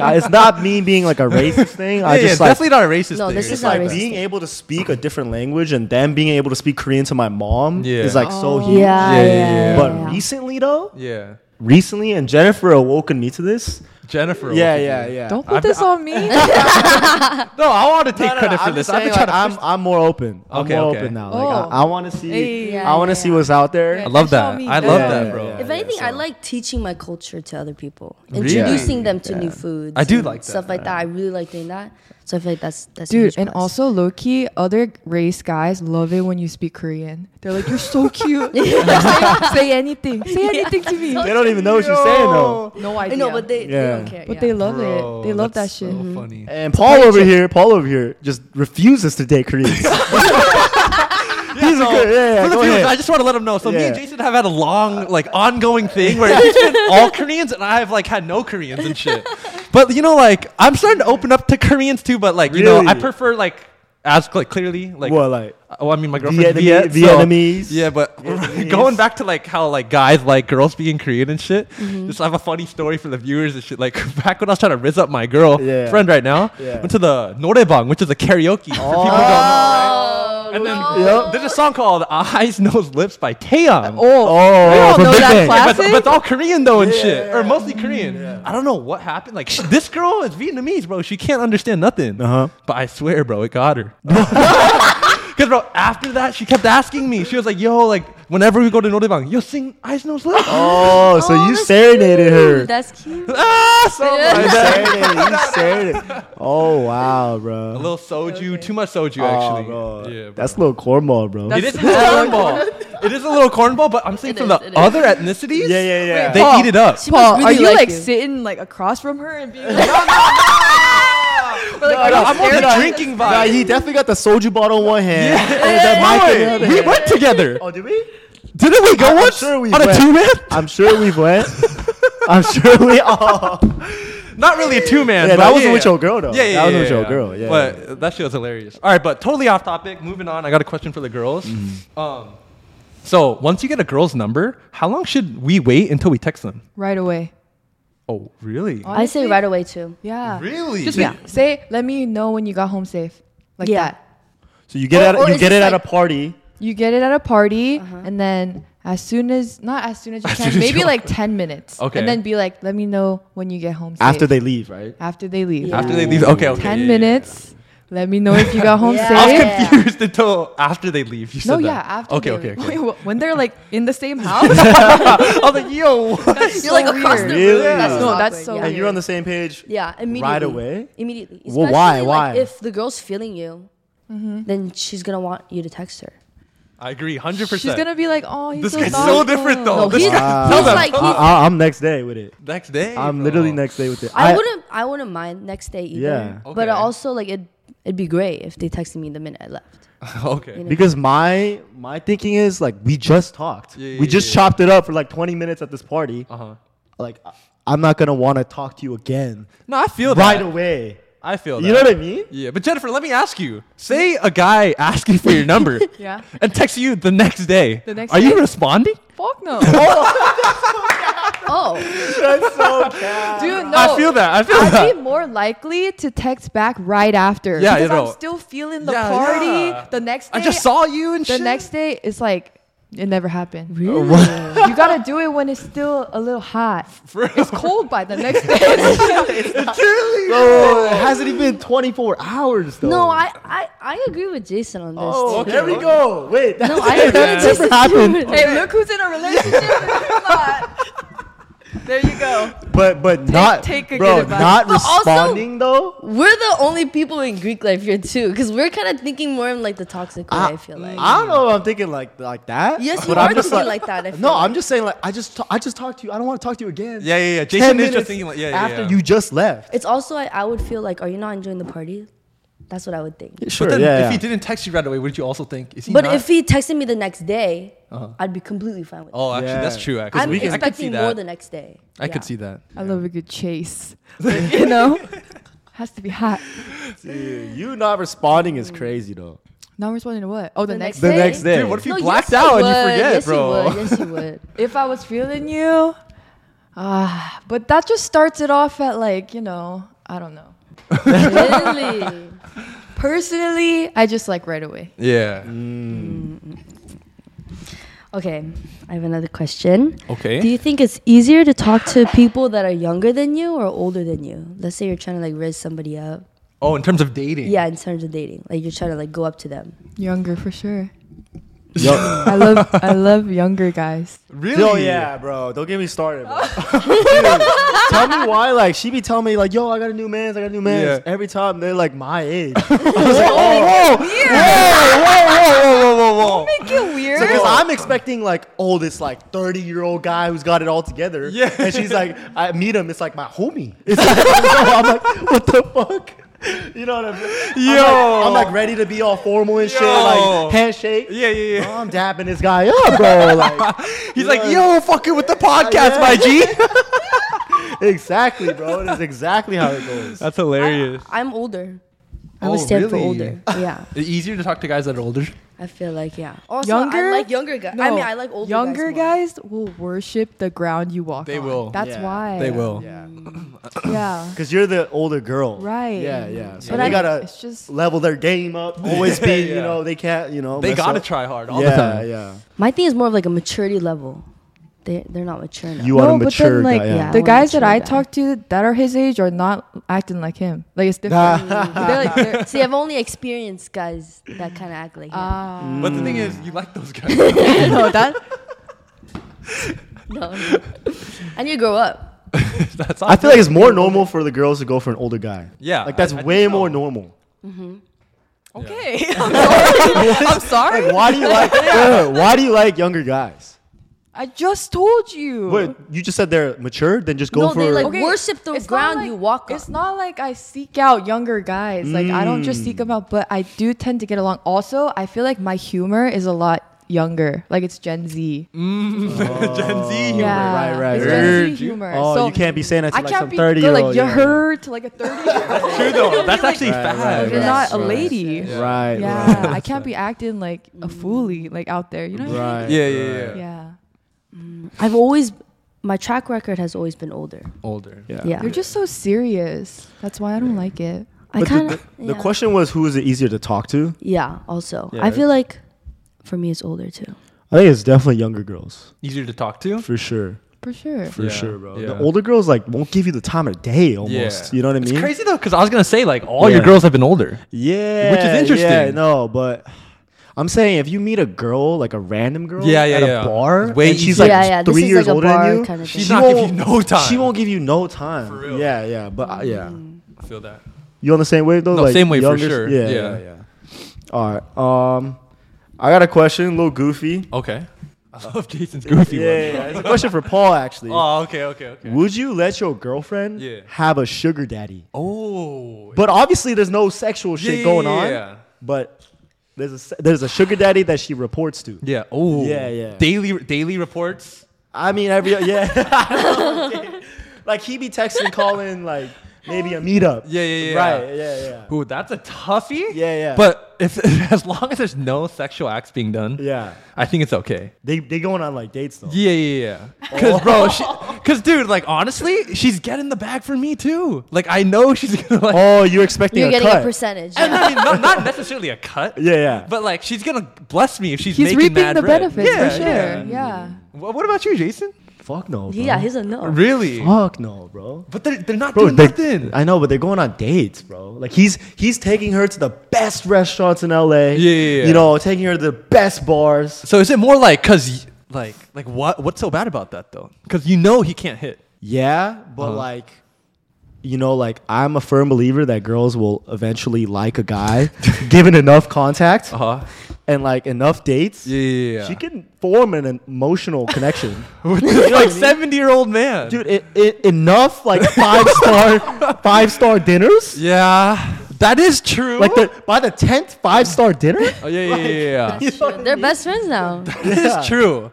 Speaker 4: I, it's not me being like a racist thing. I
Speaker 3: yeah,
Speaker 4: just
Speaker 3: yeah,
Speaker 4: like
Speaker 3: definitely not a racist.
Speaker 2: No,
Speaker 3: thing.
Speaker 2: this
Speaker 3: It's
Speaker 2: is
Speaker 3: like-
Speaker 2: not
Speaker 4: like
Speaker 2: racist.
Speaker 4: being able to speak a different language and then being able to speak Korean to my mom
Speaker 3: Yeah.
Speaker 4: is like so
Speaker 2: that.
Speaker 4: huge.
Speaker 2: Yeah,
Speaker 3: Yeah,
Speaker 2: yeah,
Speaker 3: yeah,
Speaker 2: yeah.
Speaker 4: But
Speaker 2: yeah.
Speaker 4: recently though,
Speaker 3: Yeah.
Speaker 4: recently, and Jennifer awoken me to this.
Speaker 3: Jennifer.
Speaker 4: yeah,
Speaker 3: okay.
Speaker 4: yeah, yeah.
Speaker 1: Don't put
Speaker 3: I've-
Speaker 1: this on me.
Speaker 3: No, I want to take credit for
Speaker 4: I'm
Speaker 3: this.
Speaker 4: just
Speaker 3: I've been
Speaker 4: saying,
Speaker 3: trying
Speaker 4: like,
Speaker 3: to.
Speaker 4: I'm, I'm more open. I'm
Speaker 3: Okay,
Speaker 4: more
Speaker 3: okay.
Speaker 4: open now.
Speaker 1: Oh.
Speaker 4: Like I, I want to see.
Speaker 1: Hey.
Speaker 2: Yeah,
Speaker 4: I want to
Speaker 2: yeah,
Speaker 4: see
Speaker 2: yeah.
Speaker 4: what's out there.
Speaker 1: Yeah.
Speaker 3: I love
Speaker 1: Show
Speaker 3: that.
Speaker 1: me.
Speaker 3: I love
Speaker 4: Yeah,
Speaker 3: that,
Speaker 4: yeah,
Speaker 3: bro.
Speaker 4: yeah.
Speaker 2: If anything, I like teaching my culture to other people,
Speaker 3: Really?
Speaker 2: introducing them to new foods.
Speaker 3: I do
Speaker 2: and
Speaker 3: like that.
Speaker 2: stuff like that. I really like doing that. So I feel like that's that's a
Speaker 1: Dude,
Speaker 2: huge
Speaker 1: and
Speaker 2: plus.
Speaker 1: also low key, other race guys love it when you speak Korean. They're like, you're so cute. Like, say, say anything. Say anything to me.
Speaker 4: They don't even know what you're saying though.
Speaker 1: No
Speaker 2: I
Speaker 1: idea.
Speaker 2: know, but they, they
Speaker 4: Yeah.
Speaker 2: don't care.
Speaker 1: But
Speaker 2: yeah.
Speaker 1: they love
Speaker 3: Bro,
Speaker 1: it. They love that
Speaker 3: that's
Speaker 1: shit.
Speaker 3: So funny.
Speaker 4: And Paul over here, Paul over here, just refuses to date Koreans. He's the
Speaker 3: so,
Speaker 4: good- yeah, yeah,
Speaker 3: for the
Speaker 4: go
Speaker 3: viewers,
Speaker 4: ahead.
Speaker 3: I just want to let them know. So me and
Speaker 4: Yeah.
Speaker 3: Jason have had a long, like, ongoing thing where it's been all Koreans, and I've like had no Koreans and shit. But you know, like, I'm starting to open up to Koreans too. But like, you know, I
Speaker 4: Really?
Speaker 3: prefer like ask like clearly like
Speaker 4: What, like?
Speaker 3: oh I mean my girlfriend's
Speaker 4: Vietnamese-
Speaker 3: Viet, so-
Speaker 4: Vietnamese?
Speaker 3: yeah but
Speaker 4: Vietnamese.
Speaker 3: going back to like how like guys like girls being Korean and shit just I have a funny story for the viewers and shit like back when I was trying to rizz up my girl
Speaker 4: Yeah.
Speaker 3: friend right now
Speaker 4: Yeah.
Speaker 3: went to the norebang which is a karaoke for people who don't know right?
Speaker 2: Oh,
Speaker 3: And then
Speaker 4: Yep.
Speaker 3: there's a song called Eyes, Nose, Lips by Taeyang.
Speaker 4: Oh,
Speaker 1: all
Speaker 4: from
Speaker 1: know
Speaker 4: Big
Speaker 1: that
Speaker 4: Bang.
Speaker 1: class.
Speaker 3: but, but it's all Korean though and shit,
Speaker 4: Yeah.
Speaker 3: or mostly Korean. I don't know what happened. Like sh- this girl is Vietnamese, bro. She can't understand nothing.
Speaker 4: Uh-huh.
Speaker 3: But I swear, bro, it got her. Cause bro, after that, she kept asking me. She was like, "Yo, like whenever we go to Norebang, yo, sing Eyes, Nose, Lips."
Speaker 4: Oh, so you
Speaker 2: that's
Speaker 4: serenaded
Speaker 2: cute.
Speaker 4: her.
Speaker 2: That's cute.
Speaker 3: Ah, so
Speaker 4: You
Speaker 3: like,
Speaker 4: serenaded. You serenaded. Oh wow, bro.
Speaker 3: a little soju, too much soju actually. Yeah, bro.
Speaker 4: Oh, That's a little cornball, bro.
Speaker 3: it is a little cornball. It is a little cornball, but I'm saying
Speaker 2: It
Speaker 3: from
Speaker 2: is,
Speaker 3: the
Speaker 2: it is.
Speaker 3: other ethnicities,
Speaker 4: yeah, yeah, yeah.
Speaker 3: they
Speaker 1: Paul.
Speaker 3: eat it up.
Speaker 2: She
Speaker 1: Paul,
Speaker 2: must
Speaker 1: are
Speaker 2: really
Speaker 1: you like
Speaker 2: you.
Speaker 1: sitting like across from her and being like, no, no, no, Or,
Speaker 4: No,
Speaker 1: like,
Speaker 4: no,
Speaker 1: are
Speaker 3: I'm
Speaker 1: you
Speaker 3: more of
Speaker 1: staring
Speaker 3: a
Speaker 1: at
Speaker 3: drinking
Speaker 4: Nah,
Speaker 3: vibe.
Speaker 4: he definitely got the soju bottle in one hand.
Speaker 3: Yeah.
Speaker 4: and that mic in the
Speaker 3: Wait,
Speaker 4: other
Speaker 3: we
Speaker 4: hand.
Speaker 3: went together.
Speaker 4: Oh, did we?
Speaker 3: Didn't we go
Speaker 4: I'm
Speaker 3: once
Speaker 4: sure we
Speaker 3: on a
Speaker 4: went.
Speaker 3: two man?
Speaker 4: I'm sure we've went. I'm sure we all.
Speaker 3: Not really a two man.
Speaker 4: Yeah, that wasn't with your girl, though.
Speaker 3: Yeah, yeah,
Speaker 4: That wasn't
Speaker 3: yeah,
Speaker 4: with your
Speaker 3: yeah.
Speaker 4: girl, yeah.
Speaker 3: But uh, that shit was hilarious. All right, but totally off topic. Moving on, I got a question for the girls.
Speaker 4: Mm-hmm.
Speaker 3: Um, so once you get a girl's number, how long should we wait until we text them?
Speaker 1: Right away.
Speaker 3: Oh, really?
Speaker 2: I say right away too.
Speaker 1: Yeah.
Speaker 3: Really?
Speaker 1: Just
Speaker 3: Yeah.
Speaker 1: say, let me know when you got home safe. Like
Speaker 2: Yeah.
Speaker 1: that.
Speaker 4: So you get
Speaker 2: Or-
Speaker 4: at
Speaker 2: or
Speaker 4: you
Speaker 2: is
Speaker 4: get
Speaker 2: this
Speaker 4: it at a
Speaker 2: like-
Speaker 4: party.
Speaker 1: You get it at a party, and then as soon as, not as soon as you
Speaker 3: As
Speaker 1: can,
Speaker 3: soon as
Speaker 1: maybe
Speaker 3: you-
Speaker 1: like 10 minutes.
Speaker 3: Okay.
Speaker 1: And then be like, let me know when you get home safe.
Speaker 4: After they leave, right?
Speaker 1: After they leave.
Speaker 2: Yeah.
Speaker 3: After they leave? Okay, okay.
Speaker 1: 10
Speaker 3: yeah, yeah,
Speaker 1: minutes. Let me know if you got home
Speaker 2: Yeah.
Speaker 1: safe.
Speaker 3: yeah. I was
Speaker 2: Yeah.
Speaker 3: confused until after they leave. You said
Speaker 1: No,
Speaker 3: that.
Speaker 1: yeah, after
Speaker 3: Okay,
Speaker 1: they
Speaker 3: okay,
Speaker 1: leave.
Speaker 3: okay.
Speaker 1: Wait, wh- when they're like in the same house,
Speaker 3: I was like, yo, what?
Speaker 1: that's
Speaker 2: You're like
Speaker 1: so
Speaker 2: across
Speaker 1: weird.
Speaker 2: the
Speaker 4: Really?
Speaker 2: room. That's
Speaker 1: No,
Speaker 2: so
Speaker 1: that's
Speaker 2: awkward,
Speaker 1: so
Speaker 2: yeah.
Speaker 1: weird.
Speaker 4: And you're on the same page.
Speaker 2: Yeah, immediately.
Speaker 4: away?
Speaker 2: Immediately.
Speaker 4: Well,
Speaker 2: Especially,
Speaker 4: why?
Speaker 2: like,
Speaker 4: Why?
Speaker 2: if the girl's feeling you,
Speaker 1: Mm-hmm.
Speaker 2: then she's gonna want you to text her.
Speaker 3: I agree, hundred percent.
Speaker 1: she's gonna be like, "Oh, he's
Speaker 3: This
Speaker 1: so
Speaker 3: guy's
Speaker 1: thoughtful.
Speaker 3: so different though.
Speaker 2: No,
Speaker 3: this
Speaker 2: he's-
Speaker 3: guy,
Speaker 2: he's
Speaker 3: tell them.
Speaker 2: like-
Speaker 4: I, I, I'm next day with it.
Speaker 3: next day.
Speaker 4: I'm
Speaker 3: bro.
Speaker 4: literally next day with it.
Speaker 2: I, wouldn't. I wouldn't mind next day either.
Speaker 4: Yeah.
Speaker 2: But
Speaker 3: Okay.
Speaker 2: also, like it, it'd be great if they texted me the minute I left.
Speaker 3: okay.
Speaker 4: because my my thinking is like we just talked.
Speaker 3: Yeah,
Speaker 4: we
Speaker 3: yeah,
Speaker 4: just
Speaker 3: yeah.
Speaker 4: chopped it up for like 20 minutes at this party.
Speaker 3: Uh-huh.
Speaker 4: Like I- I'm not gonna want to talk to you again
Speaker 3: No, I feel that.
Speaker 4: right away.
Speaker 3: I feel that.
Speaker 4: You know what I mean?
Speaker 3: yeah, but Jennifer, let me ask you. Say a guy asks you for your number
Speaker 1: Yeah.
Speaker 3: and texts you the next day.
Speaker 1: The next
Speaker 3: Are you
Speaker 1: day?
Speaker 3: responding?
Speaker 1: Fuck no, dude.
Speaker 2: Oh,
Speaker 4: That's so bad.
Speaker 1: No,
Speaker 3: I feel that. I feel
Speaker 1: I'd
Speaker 3: that.
Speaker 1: be more likely to text back right after.
Speaker 3: Yeah,
Speaker 1: because
Speaker 3: you know.
Speaker 1: I'm still feeling the
Speaker 3: Yeah,
Speaker 1: party.
Speaker 3: yeah.
Speaker 1: The next day,
Speaker 3: I just saw you and
Speaker 1: the
Speaker 3: shit.
Speaker 1: next day. It's like it never happened. you gotta do it when it's still a little hot. It's cold by the next day.
Speaker 4: Bro, it hasn't even been 24 hours though.
Speaker 2: no, I, I, I agree with Jason on this.
Speaker 4: Oh,
Speaker 2: too.
Speaker 4: there we go. Wait, that's
Speaker 2: No, I agree with
Speaker 4: never
Speaker 2: Jason.
Speaker 4: happened.
Speaker 1: hey, look who's in a relationship. and who's not. There you go.
Speaker 4: But but not
Speaker 1: take a
Speaker 4: bro,
Speaker 1: good advice.
Speaker 4: not
Speaker 2: But also-
Speaker 4: responding though.
Speaker 2: We're the only people in Greek life here too, because we're kind of thinking more in like the toxic way.
Speaker 3: Ah.
Speaker 2: I, feel like.
Speaker 4: I don't know. if I'm thinking like like that.
Speaker 2: Yes, you
Speaker 4: but
Speaker 2: are
Speaker 4: I'm just
Speaker 2: thinking like that, I feel
Speaker 4: no,
Speaker 2: like.
Speaker 4: I'm just saying like I just ta- I just talked to you. I don't want to talk to you again.
Speaker 3: Yeah, yeah, yeah.
Speaker 4: 10
Speaker 3: Jason is
Speaker 4: minutes
Speaker 3: just thinking like, yeah, yeah.
Speaker 4: after
Speaker 3: yeah.
Speaker 4: you just left.
Speaker 2: it's also I, I would feel like, are you not enjoying the party? That's what I would think.
Speaker 4: Sure.
Speaker 3: But then,
Speaker 4: yeah,
Speaker 3: if he
Speaker 4: yeah.
Speaker 3: didn't text you right away, wouldn't you also think? Is he
Speaker 2: But
Speaker 3: not- Uh-huh.
Speaker 2: if he texted me the next day, I'd be completely fine with it.
Speaker 3: oh, actually,
Speaker 4: Yeah.
Speaker 3: that's true. Actually,
Speaker 2: I'm
Speaker 3: I could see
Speaker 2: expecting
Speaker 3: that.
Speaker 2: more the next day.
Speaker 3: I
Speaker 2: Yeah.
Speaker 3: could see that.
Speaker 1: I love a good chase. you know, has to be hot.
Speaker 4: Dude, you not responding is crazy though.
Speaker 1: Not responding to what? Oh, the,
Speaker 2: The next-
Speaker 1: next,
Speaker 4: The
Speaker 2: Hey.
Speaker 4: next day.
Speaker 3: Dude, what if you
Speaker 2: No,
Speaker 3: blacked
Speaker 2: yes,
Speaker 3: out and
Speaker 2: would.
Speaker 3: you forget,
Speaker 2: yes,
Speaker 3: bro?
Speaker 2: You would. Yes, you would.
Speaker 1: If I was feeling you, ah, but that just starts it off at like you know, I don't know.
Speaker 2: really?
Speaker 1: Personally, I just like right away.
Speaker 3: yeah.
Speaker 2: Okay, I have another question.
Speaker 3: Okay.
Speaker 2: Do you think it's easier to talk to people that are younger than you or older than you? Let's say you're trying to like raise somebody up.
Speaker 3: Oh, in terms of dating.
Speaker 2: Yeah, in terms of dating, like you're trying to like go up to them.
Speaker 1: Younger for sure.
Speaker 4: Yo,
Speaker 1: I love I love younger guys.
Speaker 3: Really?
Speaker 4: yo, Oh, yeah, bro. Don't get me started. Bro. Dude, tell me why. Like she be telling me like, yo, I got a new man's. I got a new man's.
Speaker 3: Yeah.
Speaker 4: Every time they're like my age. I was like, oh, whoa, whoa, whoa, whoa, whoa, whoa, whoa.
Speaker 1: Make it weird.
Speaker 4: Because I'm expecting like, oh, this like 30 year old guy who's got it all together.
Speaker 3: Yeah.
Speaker 4: And she's like, I meet him. It's like my homie. It's like, I'm like, what the fuck? You know what I mean?
Speaker 3: Yo.
Speaker 4: I'm like, I'm like ready to be all formal and shit,
Speaker 3: Yo.
Speaker 4: like handshake.
Speaker 3: Yeah, yeah, yeah.
Speaker 4: I'm dapping this guy up, bro. Like,
Speaker 3: He's like, yo, fucking with the podcast, my G.
Speaker 4: exactly, bro. It is exactly how it goes.
Speaker 3: That's hilarious.
Speaker 2: I'm older. I
Speaker 3: Oh,
Speaker 2: was stand for
Speaker 3: really?
Speaker 2: older. Yeah,
Speaker 3: It's easier to talk to guys that are older.
Speaker 2: I feel like yeah. Also,
Speaker 1: Younger?
Speaker 2: I like younger guys. I mean, I like older
Speaker 1: younger
Speaker 2: guys.
Speaker 1: guys, will worship the ground you walk
Speaker 3: They
Speaker 1: on.
Speaker 3: will.
Speaker 1: That's
Speaker 4: Yeah.
Speaker 1: why.
Speaker 3: They will.
Speaker 4: Yeah.
Speaker 1: Yeah.
Speaker 4: Because you're the older girl.
Speaker 1: Right.
Speaker 4: Yeah, yeah. So
Speaker 1: But
Speaker 4: they
Speaker 1: I-
Speaker 4: gotta
Speaker 1: it's just-
Speaker 4: level their game up. Always be,
Speaker 3: Yeah.
Speaker 4: you know, they can't, you know.
Speaker 3: They
Speaker 4: mess
Speaker 3: gotta
Speaker 4: up.
Speaker 3: try hard all
Speaker 4: yeah,
Speaker 3: the time.
Speaker 4: Yeah,
Speaker 2: My thing is more of like a maturity level. They they're not mature enough.
Speaker 4: You are a
Speaker 1: but then,
Speaker 4: mature
Speaker 1: like,
Speaker 4: guy. Yeah.
Speaker 2: yeah.
Speaker 1: The
Speaker 2: I want a
Speaker 1: guys that
Speaker 2: mature
Speaker 1: I
Speaker 2: guy.
Speaker 1: talk to that are his age are not acting like him. Like it's different.
Speaker 4: Nah.
Speaker 1: they're like, they're,
Speaker 2: See, I've only experienced guys that kind of act like. him.
Speaker 1: ah,
Speaker 4: Mm.
Speaker 3: But the thing is, you like those guys.
Speaker 1: no, that
Speaker 2: no, no. I need to grow up.
Speaker 3: That's
Speaker 4: I feel like it's more normal for the girls to go for an older guy.
Speaker 3: Yeah,
Speaker 4: Like that's
Speaker 3: I- I
Speaker 4: way
Speaker 3: think so.
Speaker 4: more normal.
Speaker 1: okay. I'm sorry. I'm sorry.
Speaker 4: Like, why do you like? Wait, wait, why do you like younger guys?
Speaker 1: I just told you.
Speaker 4: Wait, you just said they're mature. Then just go
Speaker 2: no,
Speaker 4: for.
Speaker 2: they like
Speaker 1: Okay,
Speaker 2: worship the
Speaker 1: it's not
Speaker 2: ground
Speaker 1: like-
Speaker 2: you walk on.
Speaker 1: It's not like I seek out younger guys. Like I don't just
Speaker 4: Mm.
Speaker 1: seek them out, but I do tend to get along. Also, I feel like my humor is a lot younger. Like it's Gen Z.
Speaker 3: Gen Z humor.
Speaker 1: yeah,
Speaker 4: Mm. right, right,
Speaker 1: It's
Speaker 4: right.
Speaker 1: Gen
Speaker 3: Heard
Speaker 1: Z
Speaker 3: you.
Speaker 1: humor.
Speaker 4: oh,
Speaker 1: so
Speaker 4: you can't be saying that to
Speaker 1: I
Speaker 4: like
Speaker 1: can't
Speaker 4: some
Speaker 1: be
Speaker 4: thirty
Speaker 1: go
Speaker 4: year
Speaker 1: like
Speaker 4: old.
Speaker 1: you heard to like a thirty year old.
Speaker 3: True though. That's actually
Speaker 4: Right,
Speaker 3: fast.
Speaker 4: right,
Speaker 1: You're
Speaker 4: right.
Speaker 1: not a
Speaker 4: right.
Speaker 1: lady.
Speaker 4: Right.
Speaker 1: Yeah, I can't be acting like a foolie like out there. You know?
Speaker 4: Right.
Speaker 1: what I
Speaker 4: right.
Speaker 3: Yeah, yeah, yeah.
Speaker 1: mean? Yeah.
Speaker 2: I've always, my track record has always been older.
Speaker 3: Older.
Speaker 4: Yeah.
Speaker 2: Yeah,
Speaker 1: They're just so serious. That's why I don't like it.
Speaker 2: I
Speaker 4: But the-
Speaker 2: kind
Speaker 4: the,
Speaker 2: of.
Speaker 4: the question was, who is it easier to talk to?
Speaker 2: Yeah. Also,
Speaker 4: Yeah.
Speaker 2: I feel like, for me, it's older too.
Speaker 4: I think it's definitely younger girls
Speaker 3: Easier to talk to.
Speaker 4: for sure.
Speaker 1: For sure.
Speaker 4: For
Speaker 3: Yeah,
Speaker 4: sure, bro.
Speaker 3: yeah.
Speaker 4: The older girls like won't give you the time of day almost. You know what I mean?
Speaker 3: It's crazy though, because I was gonna say like all your
Speaker 4: Yeah.
Speaker 3: girls have been older.
Speaker 4: Yeah.
Speaker 3: Which is
Speaker 4: Yeah,
Speaker 3: interesting.
Speaker 4: no, but I'm saying if you meet a girl, like a random girl
Speaker 3: Yeah, yeah,
Speaker 4: at
Speaker 3: yeah.
Speaker 4: a bar,
Speaker 3: It's way
Speaker 4: and she's
Speaker 3: easier.
Speaker 4: like
Speaker 2: Yeah, yeah, this
Speaker 4: three
Speaker 2: is like
Speaker 4: years
Speaker 2: a
Speaker 4: older
Speaker 2: bar
Speaker 4: than you,
Speaker 2: kind of
Speaker 3: She's
Speaker 4: she
Speaker 3: not give
Speaker 4: won't-
Speaker 3: you no time.
Speaker 4: She won't give you no time. For
Speaker 3: real.
Speaker 4: Yeah, yeah. But I- yeah.
Speaker 2: Mm-hmm.
Speaker 3: I feel that.
Speaker 4: You on the same wave though?
Speaker 3: No,
Speaker 4: like,
Speaker 3: same wave for
Speaker 4: younger-
Speaker 3: sure.
Speaker 4: Yeah,
Speaker 3: Yeah.
Speaker 4: yeah, yeah. All right. Um, I got a question, a little goofy.
Speaker 3: Okay. I love Jason's goofy
Speaker 4: Yeah, yeah, yeah. it's a question for Paul actually.
Speaker 3: Oh, okay, okay, okay.
Speaker 4: Would you let your girlfriend
Speaker 3: Yeah.
Speaker 4: have a sugar daddy?
Speaker 3: Oh.
Speaker 4: But obviously, there's no sexual shit
Speaker 3: Yeah,
Speaker 4: going
Speaker 3: yeah,
Speaker 4: on.
Speaker 3: yeah.
Speaker 4: But there's a se- there's a sugar daddy that she reports to.
Speaker 3: Yeah. Oh.
Speaker 4: Yeah, yeah.
Speaker 3: Daily daily reports.
Speaker 4: I mean, every yeah, like he be texting, calling, like maybe a meetup.
Speaker 3: Yeah, yeah, yeah.
Speaker 4: Right. Yeah, yeah.
Speaker 3: Ooh, that's a toughie.
Speaker 4: Yeah, yeah.
Speaker 3: But if as long as there's no sexual acts being done,
Speaker 4: Yeah.
Speaker 3: I think it's okay.
Speaker 4: They they going on like dates though.
Speaker 3: Yeah, yeah, yeah. Cause
Speaker 4: Oh.
Speaker 3: bro, she, cause dude, like honestly, she's getting the bag for me too. Like I know she's gonna like.
Speaker 4: Oh, you're expecting
Speaker 2: You're
Speaker 4: a
Speaker 2: getting
Speaker 4: cut?
Speaker 2: a percentage.
Speaker 3: I mean, not, not necessarily a cut.
Speaker 4: Oh. Yeah, yeah.
Speaker 3: But like, she's gonna bless me if she's
Speaker 1: He's
Speaker 3: making
Speaker 1: reaping
Speaker 3: mad
Speaker 1: the
Speaker 3: bread.
Speaker 1: benefits
Speaker 3: Yeah,
Speaker 1: for sure.
Speaker 3: yeah.
Speaker 1: yeah.
Speaker 3: Wha- What about you, Jason?
Speaker 4: fuck no. Bro.
Speaker 2: yeah, he's a no.
Speaker 3: Really?
Speaker 4: Oh. fuck no, bro.
Speaker 3: But they're, they're not
Speaker 4: Bro,
Speaker 3: doing
Speaker 4: they-
Speaker 3: nothing.
Speaker 4: I know, but they're going on dates, bro. Like he's he's taking her to the best restaurants in LA.
Speaker 3: Yeah, yeah, yeah.
Speaker 4: You know, taking her to the best bars.
Speaker 3: so is it more like cause y- like like what what's so bad about that though? Cause you know he can't hit.
Speaker 4: Yeah, but
Speaker 3: Uh-huh.
Speaker 4: like, you know, like I'm a firm believer that girls will eventually like a guy given enough contact
Speaker 3: Uh huh.
Speaker 4: and like enough dates.
Speaker 3: Yeah, yeah, yeah.
Speaker 4: Uh-huh. She can form an emotional connection.
Speaker 3: With this, like seventy year old man.
Speaker 4: Dude, it, it, enough like five star five star dinners.
Speaker 3: Yeah, that is true.
Speaker 4: Like the by the tenth five star dinner.
Speaker 3: oh, yeah, yeah, yeah, yeah.
Speaker 4: You know what I
Speaker 2: They're
Speaker 4: mean?
Speaker 2: best friends now.
Speaker 3: This
Speaker 4: Yeah.
Speaker 3: is true.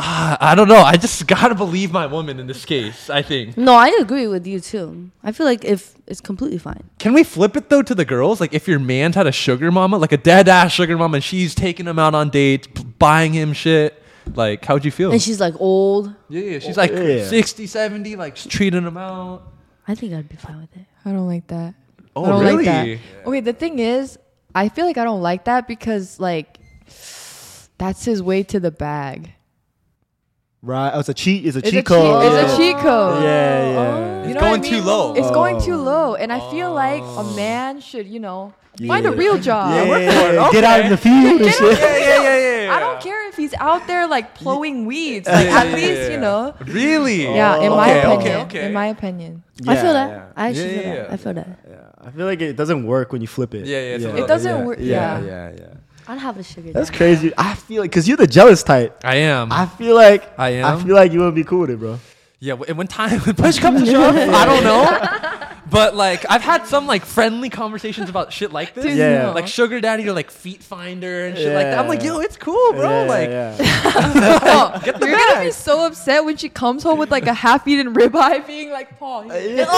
Speaker 3: Ah, I don't know. I just gotta believe my woman in this case. I think.
Speaker 2: No, I agree with you too. I feel like if it's completely fine.
Speaker 3: Can we flip it though to the girls? Like, if your man's had a sugar mama, like a dead ass sugar mama, and she's taking him out on dates, b- buying him shit. Like, how'd you
Speaker 4: Oh.
Speaker 3: feel?
Speaker 2: And she's like old.
Speaker 3: yeah, yeah, she's like
Speaker 4: Yeah.
Speaker 3: sixty, seventy, 60, 70, like just treating him out.
Speaker 2: I think I'd be fine with it.
Speaker 1: I don't like that.
Speaker 3: Oh,
Speaker 1: I don't
Speaker 3: really?
Speaker 1: Like that. Okay, the thing is, I feel like I don't like that because like that's his way to the bag.
Speaker 4: Right. Oh, it's a cheat. It's a
Speaker 1: It's
Speaker 4: cheat
Speaker 1: a
Speaker 4: code.
Speaker 1: cheat. It's
Speaker 4: yeah.
Speaker 1: a cheat code.
Speaker 4: Yeah, yeah.
Speaker 1: You
Speaker 3: It's
Speaker 1: know what I
Speaker 3: going too
Speaker 1: mean?
Speaker 3: low. Oh.
Speaker 1: It's going too low, and I feel like a man should, you know, find a
Speaker 4: Yeah.
Speaker 1: real job.
Speaker 4: Yeah,
Speaker 3: work for it.
Speaker 4: Get out
Speaker 3: Okay.
Speaker 4: in the field and shit.
Speaker 3: Oh. yeah, yeah, yeah, yeah, yeah.
Speaker 1: I don't care if he's out there like plowing weeds. Like
Speaker 3: Yeah,
Speaker 1: at
Speaker 3: yeah,
Speaker 1: least,
Speaker 3: yeah.
Speaker 1: you know.
Speaker 3: Really?
Speaker 1: Yeah, in my
Speaker 3: okay,
Speaker 1: opinion.
Speaker 3: okay, okay.
Speaker 1: In my opinion.
Speaker 2: I feel that.
Speaker 4: yeah.
Speaker 2: I actually
Speaker 3: Yeah,
Speaker 2: feel
Speaker 3: yeah,
Speaker 2: that.
Speaker 3: yeah.
Speaker 2: I feel that.
Speaker 4: Yeah, I feel like it doesn't work when you flip it.
Speaker 3: Yeah, yeah, it's a little
Speaker 1: It doesn't work- yeah.
Speaker 4: yeah, yeah.
Speaker 2: I'd have a sugar.
Speaker 4: That's
Speaker 2: daddy.
Speaker 4: crazy. I feel like because you're the jealous type.
Speaker 3: I am.
Speaker 4: I feel like
Speaker 3: I am?
Speaker 4: I feel like you would be cool with it, bro.
Speaker 3: yeah, w- and when time when push comes to shove, I don't know. But like I've had some like friendly conversations about shit like this.
Speaker 1: Dude,
Speaker 4: Yeah.
Speaker 1: no.
Speaker 3: Like sugar daddy to like feet finder and shit like that. I'm like,
Speaker 4: Yeah.
Speaker 3: yo, it's cool, bro.
Speaker 4: Yeah,
Speaker 3: like
Speaker 4: yeah.
Speaker 1: Paul, you're gonna be so upset when she comes home with like a half-eaten ribeye, being like, "Paul, here's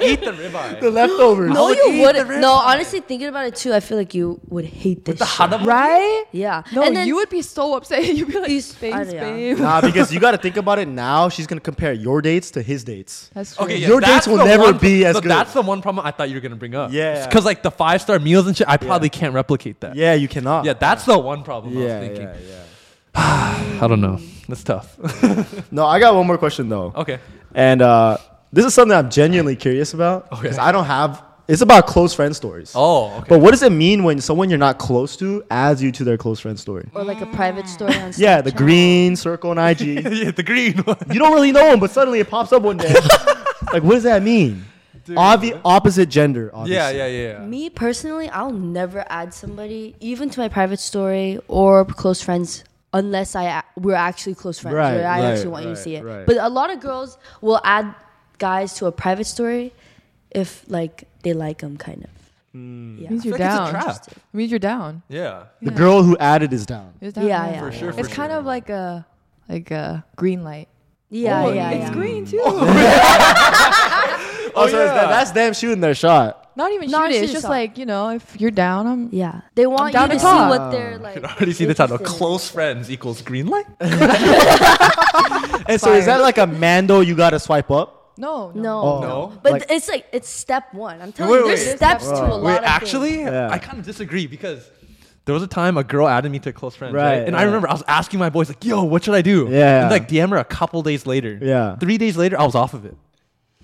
Speaker 3: eat the ribeye.
Speaker 4: the leftovers.
Speaker 2: No,
Speaker 3: would eat
Speaker 2: you
Speaker 3: the
Speaker 2: wouldn't.
Speaker 3: rib
Speaker 2: No,
Speaker 3: eye.
Speaker 2: honestly, thinking about it too, I feel like you would hate this.
Speaker 3: the
Speaker 2: shit.
Speaker 3: hadamari.
Speaker 1: right."
Speaker 2: Yeah.
Speaker 1: No,
Speaker 2: and then,
Speaker 1: you would be so upset. You'd be like,
Speaker 2: He's-
Speaker 1: "Thanks,
Speaker 2: yeah.
Speaker 1: babe."
Speaker 4: Nah, because you got to think about it now. She's gonna compare your dates to his dates.
Speaker 1: That's true.
Speaker 3: Okay, yeah,
Speaker 4: Your dates
Speaker 3: that's
Speaker 4: will
Speaker 3: the
Speaker 4: never
Speaker 3: one-
Speaker 4: be as
Speaker 3: so
Speaker 4: good.
Speaker 3: That's the one problem I thought you were gonna bring up.
Speaker 4: Yeah.
Speaker 3: because like the five star meals and shit, I probably can't replicate that.
Speaker 4: Yeah, you cannot.
Speaker 3: yeah, that's the one problem I was
Speaker 4: yeah,
Speaker 3: thinking.
Speaker 4: yeah, yeah.
Speaker 3: I don't know. That's tough.
Speaker 4: No, I got one more question though,
Speaker 3: okay.
Speaker 4: and uh, this is something I'm genuinely curious about
Speaker 3: Okay.
Speaker 4: because I don't have. It's about close friend stories.
Speaker 3: Oh, okay.
Speaker 4: But what does it mean when someone you're not close to adds you to their close friend story?
Speaker 2: or like a private story on
Speaker 4: Yeah, the
Speaker 2: Snapchat.
Speaker 4: green circle on IG.
Speaker 3: yeah, the green one.
Speaker 4: you don't really know them, but suddenly it pops up one day. like, what does that mean? Obvi- opposite gender. Obviously.
Speaker 3: Yeah, yeah, yeah.
Speaker 2: Me personally, I'll never add somebody even to my private story or close friends unless I a- we're actually close friends
Speaker 4: Right,
Speaker 2: or I
Speaker 4: right,
Speaker 2: actually want you to
Speaker 4: right,
Speaker 2: see it.
Speaker 4: right.
Speaker 2: But a lot of girls will add guys to a private story if like they like them kind of.
Speaker 1: means
Speaker 2: Yeah.
Speaker 1: you're
Speaker 3: I feel like it's a
Speaker 1: down.
Speaker 3: trap.
Speaker 1: means you're down.
Speaker 3: Yeah,
Speaker 4: The girl who added is down.
Speaker 3: Oh,
Speaker 1: You're down.
Speaker 2: Yeah, yeah.
Speaker 3: for
Speaker 2: yeah.
Speaker 3: sure. For
Speaker 1: It's
Speaker 3: sure.
Speaker 1: kind of like a like a green light.
Speaker 3: Oh,
Speaker 2: Yeah, yeah,
Speaker 1: Oh, it's
Speaker 2: yeah.
Speaker 1: green too.
Speaker 4: Oh, so it's that- that's them shooting their shot.
Speaker 1: Not even
Speaker 2: Not
Speaker 1: shoot it.
Speaker 2: shoot
Speaker 1: It's just
Speaker 2: yourself.
Speaker 1: like you know, if you're down, I'm.
Speaker 2: Yeah. They want you
Speaker 1: down
Speaker 2: to
Speaker 1: to
Speaker 2: see
Speaker 1: talk.
Speaker 2: what they're like.
Speaker 3: I already see the title.
Speaker 2: interested in.
Speaker 3: Close friends equals green light.
Speaker 4: And so is that like a Mando you gotta swipe up?
Speaker 1: No, no.
Speaker 2: No.
Speaker 4: Oh.
Speaker 3: No.
Speaker 2: But
Speaker 4: Like-
Speaker 2: it's like it's step one. I'm telling
Speaker 3: Wait,
Speaker 2: you, there's
Speaker 3: wait.
Speaker 2: steps to a lot
Speaker 3: Wait,
Speaker 2: of
Speaker 3: actually,
Speaker 4: Yeah.
Speaker 3: I kind of disagree because there was a time a girl added me to close friends, right?
Speaker 4: Right,
Speaker 3: And I
Speaker 4: yeah.
Speaker 3: remember I was asking my boys like, "Yo, what should I do?"
Speaker 4: Yeah.
Speaker 3: and like DM her a couple days later.
Speaker 4: Yeah.
Speaker 3: three days later, I was off of it.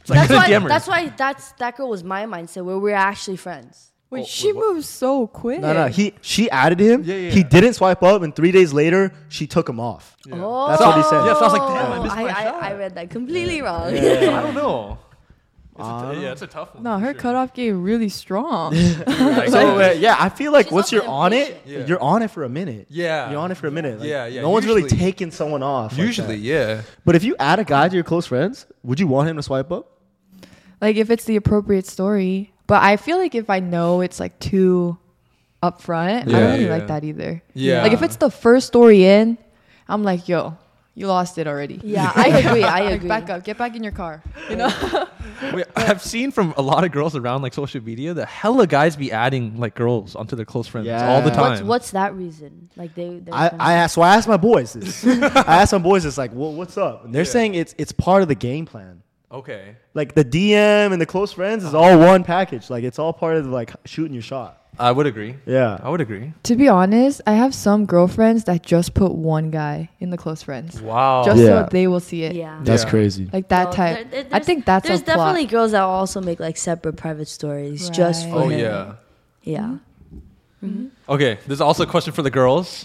Speaker 3: So I
Speaker 2: things.
Speaker 3: couldn't
Speaker 2: That's
Speaker 3: DM her.
Speaker 2: why, that's why that's that girl was my mindset where we're actually friends.
Speaker 3: Oh,
Speaker 1: Wait, she moves so quick.
Speaker 4: No, no. He she added him.
Speaker 3: Yeah, yeah,
Speaker 4: He
Speaker 3: yeah.
Speaker 4: didn't swipe up, and three days later she took him off.
Speaker 2: Oh,
Speaker 4: That's what he said.
Speaker 3: Yeah, so I was like, damn, I missed
Speaker 2: I,
Speaker 3: my shot.
Speaker 2: I read that completely wrong.
Speaker 3: I don't know. It's a t- yeah, it's a tough one.
Speaker 1: No,
Speaker 3: for
Speaker 1: her
Speaker 3: sure.
Speaker 1: cutoff game really strong.
Speaker 3: Like,
Speaker 4: So
Speaker 3: yeah.
Speaker 4: uh, yeah, I feel like
Speaker 2: She's
Speaker 4: once
Speaker 2: also
Speaker 4: you're on it,
Speaker 2: impatient.
Speaker 3: Yeah.
Speaker 4: you're on it for a minute.
Speaker 3: Yeah.
Speaker 4: you're on it for a minute. Like,
Speaker 3: Yeah, yeah,
Speaker 4: No one's really
Speaker 3: usually-
Speaker 4: taking someone off. like
Speaker 3: usually,
Speaker 4: that.
Speaker 3: yeah.
Speaker 4: but if you add a guy to your close friends, would you want him to swipe up?
Speaker 1: like if it's the appropriate story. But I feel like if I know it's like too upfront, I
Speaker 3: Yeah,
Speaker 1: don't really
Speaker 3: yeah.
Speaker 1: like that either.
Speaker 3: Yeah.
Speaker 1: Like if it's the first story in, I'm like, yo, you lost it already.
Speaker 2: Yeah, I agree. I
Speaker 1: Like,
Speaker 2: agree.
Speaker 1: back up, get back in your car. You know?
Speaker 3: Wait, I've seen from a lot of girls around like social media that hella guys be adding like girls onto their close friends
Speaker 4: Yeah.
Speaker 3: all the time.
Speaker 2: What's, what's that reason? Like they. they're
Speaker 4: I,
Speaker 2: friends.
Speaker 4: I asked, so I asked my boys this. I asked my boys this, like, well, what's up? And they're
Speaker 3: Yeah.
Speaker 4: saying it's it's part of the game plan.
Speaker 3: okay.
Speaker 4: Like the DM and the close friends is all one package. Like it's all part of like shooting your shot.
Speaker 3: I would agree.
Speaker 4: Yeah.
Speaker 3: I would agree.
Speaker 1: to be honest, I have some girlfriends that just put one guy in the close friends.
Speaker 3: Wow.
Speaker 1: Just
Speaker 4: Yeah.
Speaker 1: so they will see it.
Speaker 2: yeah.
Speaker 3: That's Yeah.
Speaker 4: crazy.
Speaker 1: Like that
Speaker 2: No, there-
Speaker 1: type.
Speaker 2: there-
Speaker 1: I
Speaker 2: there's-
Speaker 1: think that's
Speaker 2: there's
Speaker 1: a plot.
Speaker 2: definitely girls that also make like separate private stories just
Speaker 1: Right.
Speaker 2: for
Speaker 3: oh
Speaker 2: him.
Speaker 3: yeah.
Speaker 2: yeah.
Speaker 3: Okay, this is also a question for the girls.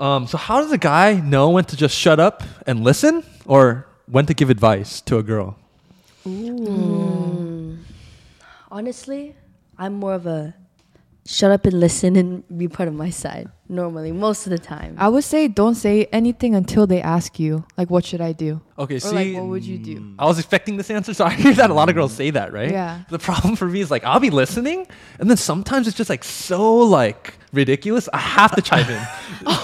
Speaker 3: Um, so, how does a guy know when to just shut up and listen, or when to give advice to a girl?
Speaker 1: Mm-hmm.
Speaker 2: Mm. Honestly, I'm more of a shut up and listen and be part of my side normally most of the time.
Speaker 1: I would say don't say anything until they ask you, like, what should I do?
Speaker 3: Okay,
Speaker 1: Or
Speaker 3: see,
Speaker 1: like, what would you do?
Speaker 3: I was expecting this answer, so I hear that a lot of girls say that, right?
Speaker 1: Yeah.
Speaker 3: The problem for me is like I'll be listening, and then sometimes it's just like so like ridiculous. I have to chime in.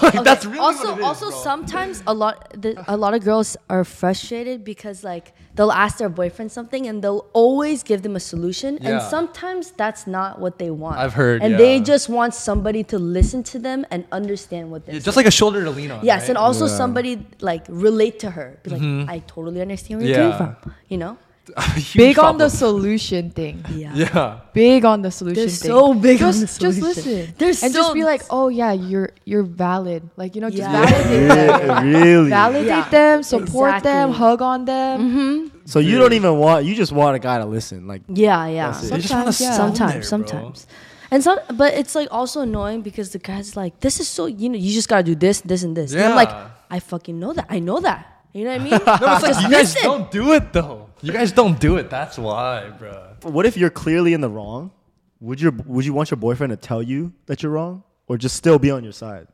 Speaker 3: Like, That's really
Speaker 2: also
Speaker 3: what it is,
Speaker 2: also
Speaker 3: bro.
Speaker 2: sometimes a lot the, a lot of girls are frustrated because like they'll ask their boyfriend something and they'll always give them a solution and
Speaker 3: Yeah.
Speaker 2: sometimes that's not what they want.
Speaker 3: I've heard,
Speaker 2: and they
Speaker 3: yeah.
Speaker 2: just want somebody to listen to them and understand what they're
Speaker 3: Yeah, just like a shoulder to lean on. right?
Speaker 2: Yes,
Speaker 3: Mm-hmm.
Speaker 2: and also somebody like relate to her. Be like, I totally understand where you're coming
Speaker 3: Yeah.
Speaker 2: from. You know?
Speaker 3: A huge
Speaker 1: Big on the
Speaker 3: problem.
Speaker 1: solution thing.
Speaker 2: Yeah.
Speaker 3: yeah.
Speaker 1: big on the solution.
Speaker 2: They're
Speaker 1: thing.
Speaker 2: so big on
Speaker 1: just,
Speaker 2: the solution.
Speaker 1: Just listen.
Speaker 2: They're
Speaker 1: and
Speaker 2: so-
Speaker 1: just be like, oh yeah, you're you're valid. Like you know, just
Speaker 2: Yeah.
Speaker 1: validate them.
Speaker 4: really?
Speaker 1: Validate
Speaker 2: Yeah.
Speaker 1: them, support them,
Speaker 2: Exactly. Mm-hmm.
Speaker 1: hug on them.
Speaker 4: So you don't even want you just want a guy to listen. Like
Speaker 2: Yeah, yeah.
Speaker 3: They just wanna
Speaker 1: Sometimes, yeah.
Speaker 3: stay in
Speaker 2: Sometimes,
Speaker 3: Oh. there, bro.
Speaker 2: sometimes. And some, but it's like also annoying because the guy's like, this is so, you know, you just gotta do this, this, and this. And I'm like,
Speaker 3: Yeah.
Speaker 2: I fucking know that. I know that. You know what I mean?
Speaker 3: No, it's like
Speaker 2: Just
Speaker 3: you guys
Speaker 2: listen.
Speaker 3: don't do it though. You guys don't do it. That's why, bro.
Speaker 4: what if you're clearly in the wrong? Would your would you want your boyfriend to tell you that you're wrong? Or just still be on your side?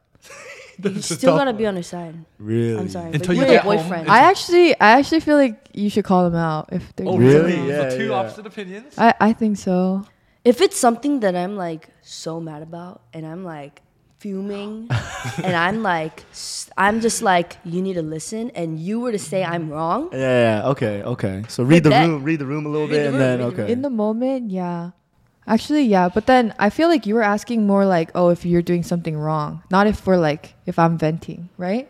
Speaker 3: You
Speaker 2: Still gotta be on his side.
Speaker 4: Really?
Speaker 2: I'm sorry.
Speaker 3: Until
Speaker 2: but
Speaker 3: you
Speaker 2: you're
Speaker 3: get
Speaker 2: the
Speaker 3: home.
Speaker 2: boyfriend.
Speaker 3: Until-
Speaker 1: I actually, I actually feel like you should call them out if they're.
Speaker 3: Oh,
Speaker 1: doing
Speaker 3: really?
Speaker 4: Really?
Speaker 1: something wrong.
Speaker 4: Yeah,
Speaker 3: so two
Speaker 4: yeah.
Speaker 3: opposite opinions.
Speaker 1: I, I think so.
Speaker 2: if it's something that I'm like so mad about and I'm like fuming and I'm like, s- I'm just like, you need to listen and you were to say I'm wrong,
Speaker 4: Yeah, yeah, okay, okay. So read the
Speaker 2: that-
Speaker 4: room, read the room a little
Speaker 2: Read the
Speaker 4: bit, and
Speaker 2: room,
Speaker 4: then
Speaker 2: read the
Speaker 4: okay.
Speaker 1: In the moment, yeah. Actually, yeah. But then I feel like you were asking more like, oh, if you're doing something wrong, not if we're like, if I'm venting, right?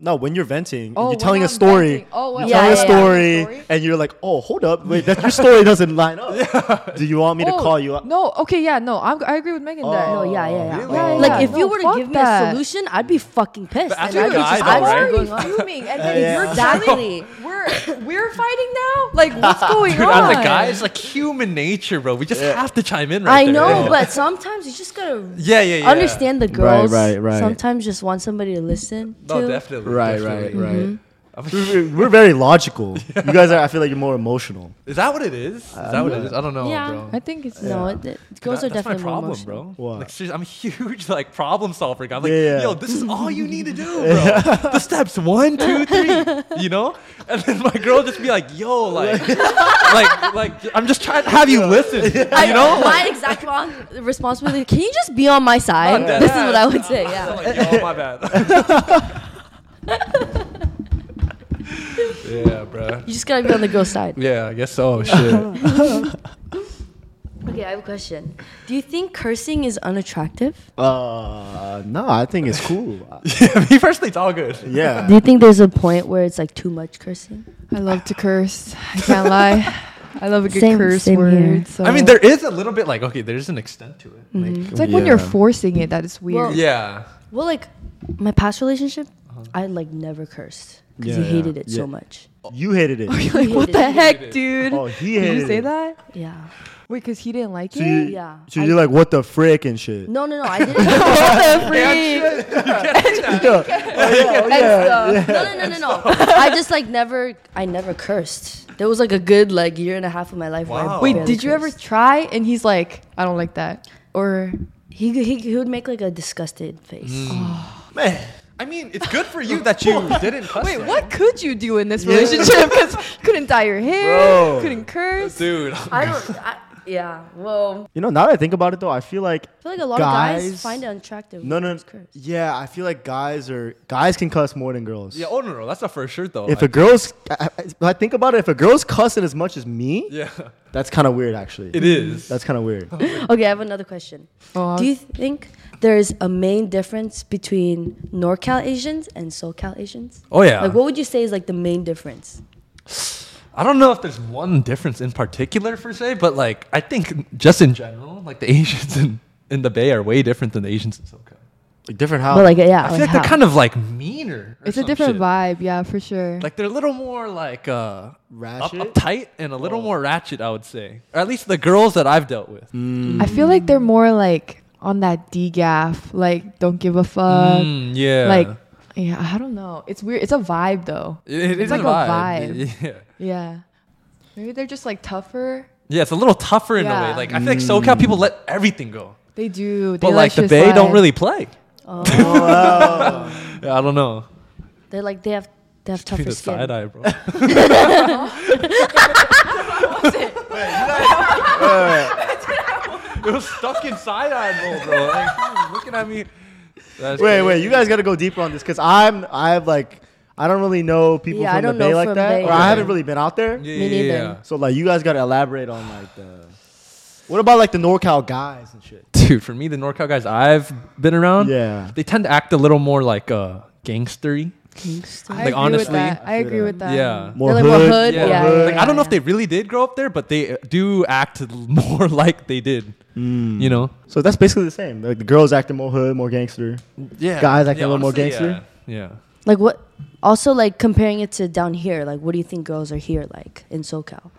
Speaker 4: no, when you're venting, and
Speaker 1: Oh,
Speaker 4: you're
Speaker 1: when
Speaker 4: telling a
Speaker 1: I'm
Speaker 4: story,
Speaker 1: venting. Oh, when
Speaker 4: you're
Speaker 2: I'm
Speaker 4: telling
Speaker 2: venting.
Speaker 4: a
Speaker 2: Yeah,
Speaker 4: story,
Speaker 1: yeah, yeah.
Speaker 4: and you're like, oh, hold up, wait, that your story doesn't line up. Do you want me to
Speaker 1: Oh,
Speaker 4: call you up? Oh.
Speaker 1: No. Okay. Yeah. No. I'm, I agree with Megan. that
Speaker 2: No, yeah, yeah, yeah.
Speaker 4: really?
Speaker 1: Yeah,
Speaker 2: Like,
Speaker 1: yeah.
Speaker 2: if you
Speaker 1: No,
Speaker 2: were to
Speaker 1: fuck
Speaker 2: give me a
Speaker 1: that.
Speaker 2: solution, I'd be fucking pissed.
Speaker 3: But
Speaker 2: and
Speaker 3: after
Speaker 2: I'd
Speaker 3: you
Speaker 2: be
Speaker 3: guys,
Speaker 2: just,
Speaker 3: though,
Speaker 1: I'm
Speaker 2: I'm
Speaker 3: right?
Speaker 2: sorry,
Speaker 1: already
Speaker 2: going on.
Speaker 1: fuming, and then
Speaker 4: Yeah,
Speaker 1: you're
Speaker 4: yeah.
Speaker 2: Exactly.
Speaker 1: telling me we're we're fighting now. Like what's going
Speaker 3: Dude,
Speaker 1: on?
Speaker 3: as a guy, it's like human nature, bro. We just have to chime in right
Speaker 2: I
Speaker 3: there.
Speaker 2: know,
Speaker 3: Yeah.
Speaker 2: but sometimes you just gotta
Speaker 3: Yeah, yeah, yeah.
Speaker 2: understand the girls.
Speaker 4: right, right.
Speaker 2: Sometimes just want somebody to listen
Speaker 3: No,
Speaker 2: to.
Speaker 3: definitely.
Speaker 4: Right, right,
Speaker 3: definitely.
Speaker 4: right.
Speaker 3: I'm-
Speaker 4: We're- We're very logical. You guys are. I feel like you're more emotional.
Speaker 3: Is that what it is? Is that what it is? I don't know,
Speaker 2: Uh, yeah.
Speaker 3: bro.
Speaker 1: I think it's
Speaker 2: No, it, it- girls
Speaker 3: That-
Speaker 2: are
Speaker 3: that's
Speaker 2: definitely
Speaker 3: my problem,
Speaker 2: more emotional.
Speaker 3: bro.
Speaker 4: What?
Speaker 3: Like, seriously, I'm a huge like problem solver. guy. I'm like,
Speaker 4: Yeah.
Speaker 3: yo, this is all you need to do, bro. the steps one, two, three. You know, and then my girl just be like, yo, like, like, like, I'm just trying to have you listen. You know, like,
Speaker 2: my exact wrong responsibility. Can you just be on my side?
Speaker 3: I'm dead
Speaker 2: This is
Speaker 3: ass.
Speaker 2: what I would say.
Speaker 3: I'm
Speaker 2: Yeah.
Speaker 3: like, yo, my bad. yeah, bro.
Speaker 2: You just gotta be on the girl's side.
Speaker 3: Yeah, I guess so. Shit.
Speaker 2: Okay, I have a question. Do you think cursing is unattractive?
Speaker 4: Uh, no, I think it's cool.
Speaker 3: yeah, me personally, it's all good.
Speaker 2: Do
Speaker 4: yeah.
Speaker 2: you think there's a point where it's like too much cursing?
Speaker 1: I love to curse. I can't lie. I love a good
Speaker 2: Same-
Speaker 1: curse
Speaker 2: same
Speaker 1: word.
Speaker 2: here.
Speaker 1: So.
Speaker 3: I mean, there is a little bit like okay, there's an extent to it. Like,
Speaker 4: Mm-hmm.
Speaker 1: It's like when you're
Speaker 4: Yeah.
Speaker 1: forcing it that it's weird.
Speaker 2: Well-
Speaker 3: yeah.
Speaker 2: Well, like my past relationship, I like never cursed because
Speaker 4: Yeah,
Speaker 2: he hated
Speaker 4: yeah,
Speaker 2: it
Speaker 4: yeah.
Speaker 2: so much.
Speaker 4: You hated it.
Speaker 1: like what
Speaker 2: hated
Speaker 1: the
Speaker 2: it.
Speaker 1: heck, dude?
Speaker 4: Oh, he
Speaker 1: Did
Speaker 4: hated
Speaker 1: you say
Speaker 4: it.
Speaker 1: that?
Speaker 2: Yeah.
Speaker 1: Wait, because he didn't like
Speaker 4: So
Speaker 1: it.
Speaker 4: you,
Speaker 2: Yeah.
Speaker 4: so you're like, what the frick and shit.
Speaker 2: No, no, no. I didn't. no,
Speaker 1: Oh,
Speaker 2: no, no, no, no. I just like never. I never cursed. There was like a good like year and a half of my life. Where I
Speaker 3: Wow.
Speaker 1: Wait,
Speaker 2: barely
Speaker 1: did you ever
Speaker 2: cursed.
Speaker 1: try? And he's like, I don't like that. Or
Speaker 2: He, he he would make like a disgusted face.
Speaker 3: Mm.
Speaker 4: Man,
Speaker 3: I mean, it's good for you that you didn't cuss.
Speaker 1: wait,
Speaker 3: there.
Speaker 1: what could you do in this
Speaker 4: Yeah.
Speaker 1: relationship? Because you couldn't dye your hair,
Speaker 4: Bro.
Speaker 1: couldn't curse.
Speaker 3: dude?
Speaker 2: I don't. I, yeah. Whoa.
Speaker 4: you know, now that I think about it though, I feel like
Speaker 2: I feel like a lot of guys
Speaker 4: Guys-
Speaker 2: find it unattractive.
Speaker 4: no,
Speaker 2: when
Speaker 4: no,
Speaker 2: it's cursed.
Speaker 4: yeah, I feel like guys are guys can cuss more than girls.
Speaker 3: Yeah, oh no, no, that's not for sure though.
Speaker 4: If
Speaker 3: I-
Speaker 4: a girl's, I, I- I think about it. If a girl's cussing as much as me,
Speaker 3: yeah,
Speaker 4: that's kind of weird, actually.
Speaker 3: it is.
Speaker 4: That's kind of weird.
Speaker 2: Okay, I have another question.
Speaker 1: Oh,
Speaker 2: Do you think there's a main difference between NorCal Asians and SoCal Asians?
Speaker 3: Oh yeah.
Speaker 2: Like, what would you say is like the main difference?
Speaker 3: I don't know if there's one difference in particular per se, but like I think just in general, like the Asians in, in the Bay are way different than the Asians in SoCal.
Speaker 4: Like different how?
Speaker 2: But like, yeah,
Speaker 3: I feel like they're kind of like meaner. or
Speaker 1: it's a
Speaker 3: some
Speaker 1: different
Speaker 3: shit.
Speaker 1: vibe, yeah, for sure.
Speaker 3: Like they're a little more like uh, up,
Speaker 4: Ratchet?
Speaker 3: uptight and a little more ratchet, I would say. Or at least the girls that I've dealt with.
Speaker 1: I feel like they're more like on that degaff, like don't give a fuck,
Speaker 3: Mm, yeah,
Speaker 1: like yeah, I don't know. It's weird. It's a vibe though.
Speaker 3: It- it
Speaker 1: it's
Speaker 3: is
Speaker 1: like a
Speaker 3: Yeah.
Speaker 1: Yeah, maybe they're just like tougher.
Speaker 3: yeah, it's a little tougher in a
Speaker 1: Yeah.
Speaker 3: way. Like I feel like SoCal people let everything go.
Speaker 1: They do. They
Speaker 3: But like the
Speaker 1: just,
Speaker 3: Bay don't
Speaker 1: like-
Speaker 3: really play.
Speaker 2: Oh,
Speaker 3: Yeah, I don't know.
Speaker 2: they're like they have they have
Speaker 3: Be
Speaker 2: tougher
Speaker 3: the side
Speaker 2: skin.
Speaker 3: eye, bro. it was stuck in side eye mode, bro. Like, he was looking at me. That's
Speaker 4: wait,
Speaker 3: crazy.
Speaker 4: wait, you guys got to go deeper on this because I'm, I have like, I don't really know people
Speaker 2: Yeah, I
Speaker 4: from the
Speaker 2: don't know
Speaker 4: Bay like
Speaker 2: from
Speaker 4: that,
Speaker 2: Bay.
Speaker 4: or I haven't
Speaker 3: Okay.
Speaker 4: really been out there.
Speaker 3: Yeah,
Speaker 2: Me
Speaker 3: yeah,
Speaker 2: neither.
Speaker 3: yeah.
Speaker 4: So like, you guys got to elaborate on like the. What about like the NorCal guys and shit?
Speaker 3: Dude, for me, the NorCal guys I've been around,
Speaker 4: Yeah.
Speaker 3: they tend to act a little more like uh, gangstery.
Speaker 1: I
Speaker 3: Like,
Speaker 1: agree
Speaker 3: honestly.
Speaker 1: with that. I
Speaker 4: I feel
Speaker 1: agree
Speaker 4: that.
Speaker 1: with that.
Speaker 3: Yeah.
Speaker 4: More
Speaker 1: They're like, well,
Speaker 4: hood,
Speaker 1: hood,
Speaker 4: more
Speaker 1: yeah,
Speaker 4: hood.
Speaker 3: like I don't know if they really did grow up there, but they do act more like they did. You know?
Speaker 4: So that's basically the same. Like the girls acting more hood, more gangster.
Speaker 3: Yeah.
Speaker 4: Guys acting a little more gangster?
Speaker 3: Yeah. yeah.
Speaker 2: Like what? Also, like comparing it to down here. Like, what do you think girls are here like in SoCal?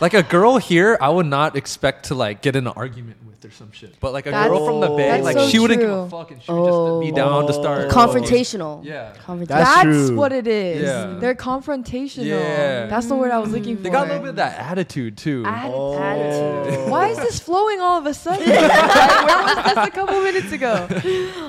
Speaker 3: Like a girl here, I would not expect to like get in an argument with or some shit. But like a
Speaker 1: That's-
Speaker 3: girl from the bay,
Speaker 4: that's
Speaker 3: like
Speaker 4: so
Speaker 3: she wouldn't give a
Speaker 1: true.
Speaker 3: fuck and she would just be down to start
Speaker 2: Confrontational.
Speaker 3: Yeah.
Speaker 2: Confrontational.
Speaker 4: That's
Speaker 1: That's,
Speaker 4: true.
Speaker 1: what it is.
Speaker 3: Yeah.
Speaker 1: They're confrontational.
Speaker 3: Yeah.
Speaker 1: That's the word I was looking for.
Speaker 3: They got a little bit of that attitude too. Oh,
Speaker 1: Atti-
Speaker 4: Oh.
Speaker 2: Attitude.
Speaker 1: Why is this flowing all of a sudden? Like, where was this a couple minutes ago?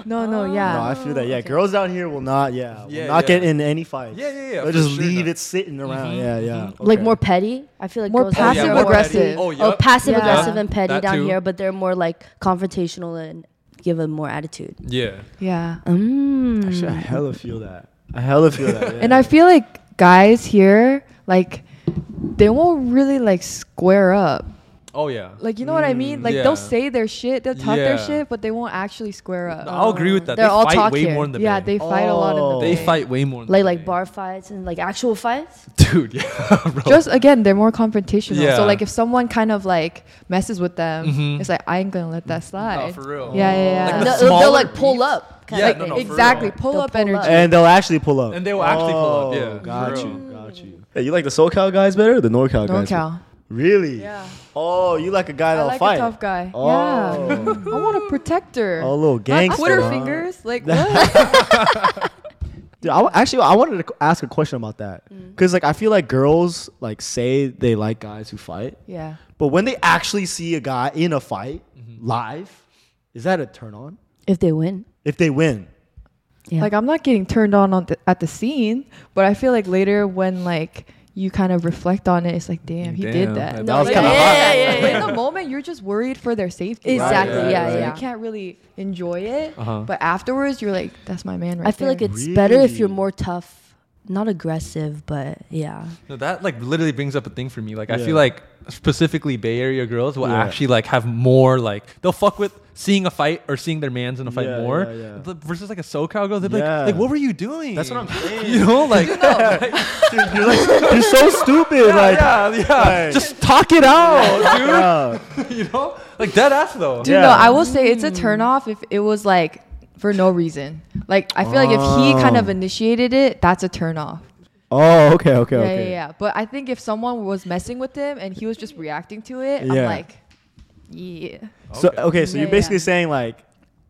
Speaker 1: No, no,
Speaker 4: No, I
Speaker 1: yeah.
Speaker 4: feel that. Yeah, girls down here will not. Yeah, will
Speaker 3: Yeah,
Speaker 4: not
Speaker 3: yeah.
Speaker 4: get in any fights.
Speaker 3: Yeah, yeah, yeah,
Speaker 4: They'll
Speaker 3: for
Speaker 4: just
Speaker 3: sure
Speaker 4: leave
Speaker 3: not.
Speaker 4: it sitting
Speaker 1: Mm-hmm,
Speaker 4: around. Yeah, yeah.
Speaker 2: Like
Speaker 4: Okay.
Speaker 2: more petty. I feel like
Speaker 1: More
Speaker 2: girls down here
Speaker 1: passive
Speaker 2: are more
Speaker 1: aggressive.
Speaker 2: petty.
Speaker 3: Oh,
Speaker 2: Oh,
Speaker 3: yup.
Speaker 2: passive
Speaker 1: Yeah.
Speaker 2: aggressive and petty
Speaker 3: That
Speaker 2: down
Speaker 3: too.
Speaker 2: here, but they're more like confrontational and give a more attitude.
Speaker 3: Yeah.
Speaker 1: Yeah.
Speaker 2: Mm.
Speaker 4: Actually, I hella feel that. I hella feel that. Yeah.
Speaker 1: And I feel like guys here, like, they won't really like square up.
Speaker 3: Oh yeah.
Speaker 1: Like, you know what I mean? Like,
Speaker 3: yeah.
Speaker 1: they'll say their shit, they'll talk their
Speaker 3: Mm, Yeah.
Speaker 1: shit, but they won't actually square up.
Speaker 3: No, I'll agree with that.
Speaker 1: They're
Speaker 3: they
Speaker 1: all
Speaker 3: fight
Speaker 1: talk
Speaker 3: way
Speaker 1: here.
Speaker 3: more in the
Speaker 1: yeah,
Speaker 3: Bay.
Speaker 1: they fight a lot in
Speaker 4: Oh.
Speaker 1: the
Speaker 3: They
Speaker 1: Bay.
Speaker 3: fight way more. In
Speaker 2: Like
Speaker 3: the
Speaker 2: like
Speaker 3: Bay.
Speaker 2: bar fights and like actual fights.
Speaker 3: dude. Yeah, bro.
Speaker 1: Just again, they're more confrontational.
Speaker 3: Yeah.
Speaker 1: So like, if someone kind of like messes with them,
Speaker 3: Mhm.
Speaker 1: it's like I ain't gonna let that slide.
Speaker 3: for real.
Speaker 1: Yeah, yeah, yeah.
Speaker 3: Like the
Speaker 2: they'll, they'll,
Speaker 3: smaller
Speaker 2: like pull
Speaker 3: beefs.
Speaker 2: up. kinda
Speaker 3: Yeah,
Speaker 2: like
Speaker 3: no, no,
Speaker 2: thing.
Speaker 3: for
Speaker 1: exactly.
Speaker 3: real.
Speaker 1: Pull
Speaker 2: They'll
Speaker 1: up
Speaker 2: pull
Speaker 1: energy.
Speaker 2: up.
Speaker 4: And they'll actually pull up.
Speaker 3: And they will actually pull up,
Speaker 4: Oh,
Speaker 3: yeah,
Speaker 4: got
Speaker 3: for real.
Speaker 4: you, got you. Hey, you like the SoCal guys better, or the NorCal guys?
Speaker 1: NorCal.
Speaker 4: Really?
Speaker 1: Yeah.
Speaker 4: Oh, you like a guy
Speaker 1: I
Speaker 4: that'll
Speaker 1: like
Speaker 4: fight?
Speaker 1: a tough guy. Yeah.
Speaker 4: Oh.
Speaker 1: I want a protector.
Speaker 4: Oh, little
Speaker 1: Not
Speaker 4: gangster,
Speaker 1: Twitter
Speaker 4: huh?
Speaker 1: fingers. Like what?
Speaker 4: Dude, I, wa- actually, I wanted to c- ask a question about that
Speaker 1: Mm.
Speaker 4: because, like, I feel like girls like say they like guys who fight,
Speaker 1: yeah.
Speaker 4: but when they actually see a guy in a fight live, is that a turn on?
Speaker 2: If they win.
Speaker 4: If they win,
Speaker 2: Yeah.
Speaker 1: Like I'm not getting turned on, on the, at the scene, but I feel like later when like you kind of reflect on it, it's like, damn, he
Speaker 3: Damn,
Speaker 1: did that.
Speaker 3: that
Speaker 1: No,
Speaker 4: was
Speaker 1: like,
Speaker 4: kinda
Speaker 1: I
Speaker 4: hot.
Speaker 1: get that.
Speaker 2: Yeah, yeah,
Speaker 1: But
Speaker 2: yeah.
Speaker 1: in the moment, you're just worried for their safety.
Speaker 2: Exactly,
Speaker 1: Right,
Speaker 2: yeah,
Speaker 1: right,
Speaker 2: yeah.
Speaker 1: You can't really enjoy it,
Speaker 3: Uh-huh.
Speaker 1: but afterwards, you're like, that's my man right
Speaker 2: I feel
Speaker 1: there.
Speaker 2: like it's better if you're
Speaker 4: Really?
Speaker 2: more tough, not aggressive, but yeah.
Speaker 3: No, that like literally brings up a thing for me. Like I
Speaker 4: Yeah.
Speaker 3: feel like specifically Bay Area girls will
Speaker 4: Yeah.
Speaker 3: actually like have more like they'll fuck with seeing a fight or seeing their man's in a fight
Speaker 4: Yeah,
Speaker 3: more
Speaker 4: yeah, yeah.
Speaker 3: But versus like a SoCal girl. They're
Speaker 4: Yeah.
Speaker 3: like, like what were you doing?
Speaker 4: That's what I'm saying.
Speaker 3: You know, like
Speaker 4: Dude, you're like, you're so stupid. like,
Speaker 3: yeah, yeah.
Speaker 4: like-
Speaker 3: just talk it out,
Speaker 4: yeah.
Speaker 3: dude. you know, like dead ass though.
Speaker 1: Dude,
Speaker 4: Yeah.
Speaker 1: no, I will say it's a
Speaker 2: Hmm.
Speaker 1: turn off if it was like for no reason. Like I feel like if he kind of
Speaker 4: Oh.
Speaker 1: initiated it, that's a turn off.
Speaker 4: Oh, okay, okay,
Speaker 1: Yeah,
Speaker 4: okay.
Speaker 1: yeah, yeah. But I think if someone was messing with him and he was just reacting to it,
Speaker 4: Yeah.
Speaker 1: I'm like, yeah.
Speaker 4: So okay, so
Speaker 1: Yeah,
Speaker 4: you're basically
Speaker 1: yeah.
Speaker 4: saying like,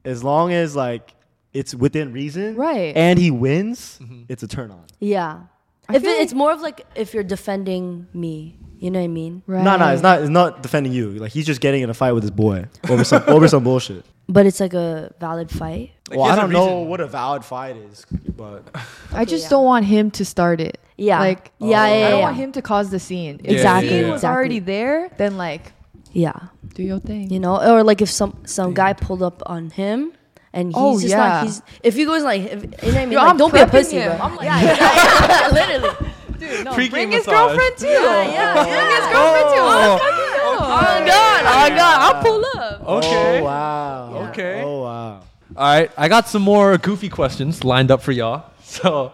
Speaker 4: as long as like it's within reason,
Speaker 1: Right.
Speaker 4: And he wins, it's a turn on.
Speaker 2: Yeah.
Speaker 1: I
Speaker 2: if it,
Speaker 1: feel
Speaker 2: it's more of like if you're defending me, you know what I mean?
Speaker 1: Right.
Speaker 4: No, no, it's not. It's not defending you. Like he's just getting in a fight with his boy over some over some bullshit.
Speaker 2: But it's like a valid fight.
Speaker 3: Like,
Speaker 4: well,
Speaker 3: he
Speaker 4: I
Speaker 3: has a
Speaker 4: don't know
Speaker 3: reason.
Speaker 4: what a valid fight is, but
Speaker 1: I just
Speaker 2: yeah.
Speaker 1: don't want him to start it.
Speaker 2: Yeah.
Speaker 1: Like
Speaker 2: yeah, yeah, yeah.
Speaker 1: I don't
Speaker 2: yeah.
Speaker 1: want him to cause the scene. If
Speaker 3: Exactly,
Speaker 1: the scene
Speaker 3: yeah.
Speaker 1: was
Speaker 2: exactly.
Speaker 1: already there, then like
Speaker 2: Yeah.
Speaker 1: do your thing.
Speaker 2: You know, or like if some some guy pulled up on him and he's
Speaker 1: Oh,
Speaker 2: just
Speaker 1: yeah.
Speaker 2: like he's if he goes like if, you know what I mean?
Speaker 1: Yo,
Speaker 2: like,
Speaker 1: I'm
Speaker 2: don't be a
Speaker 1: prepping
Speaker 2: pussy,
Speaker 1: him.
Speaker 2: bro.
Speaker 1: I'm like-
Speaker 2: yeah, yeah, yeah, literally.
Speaker 1: Dude, no,
Speaker 3: Pre-game
Speaker 1: bring his
Speaker 3: massage.
Speaker 1: girlfriend too.
Speaker 2: Yeah, yeah,
Speaker 1: Bring
Speaker 2: yeah.
Speaker 1: his girlfriend too.
Speaker 3: Oh.
Speaker 1: Oh,
Speaker 2: God, oh God, I'll pull up.
Speaker 3: Okay.
Speaker 4: Oh wow.
Speaker 3: Okay.
Speaker 4: Oh wow.
Speaker 3: All right, I got some more goofy questions lined up for y'all. So,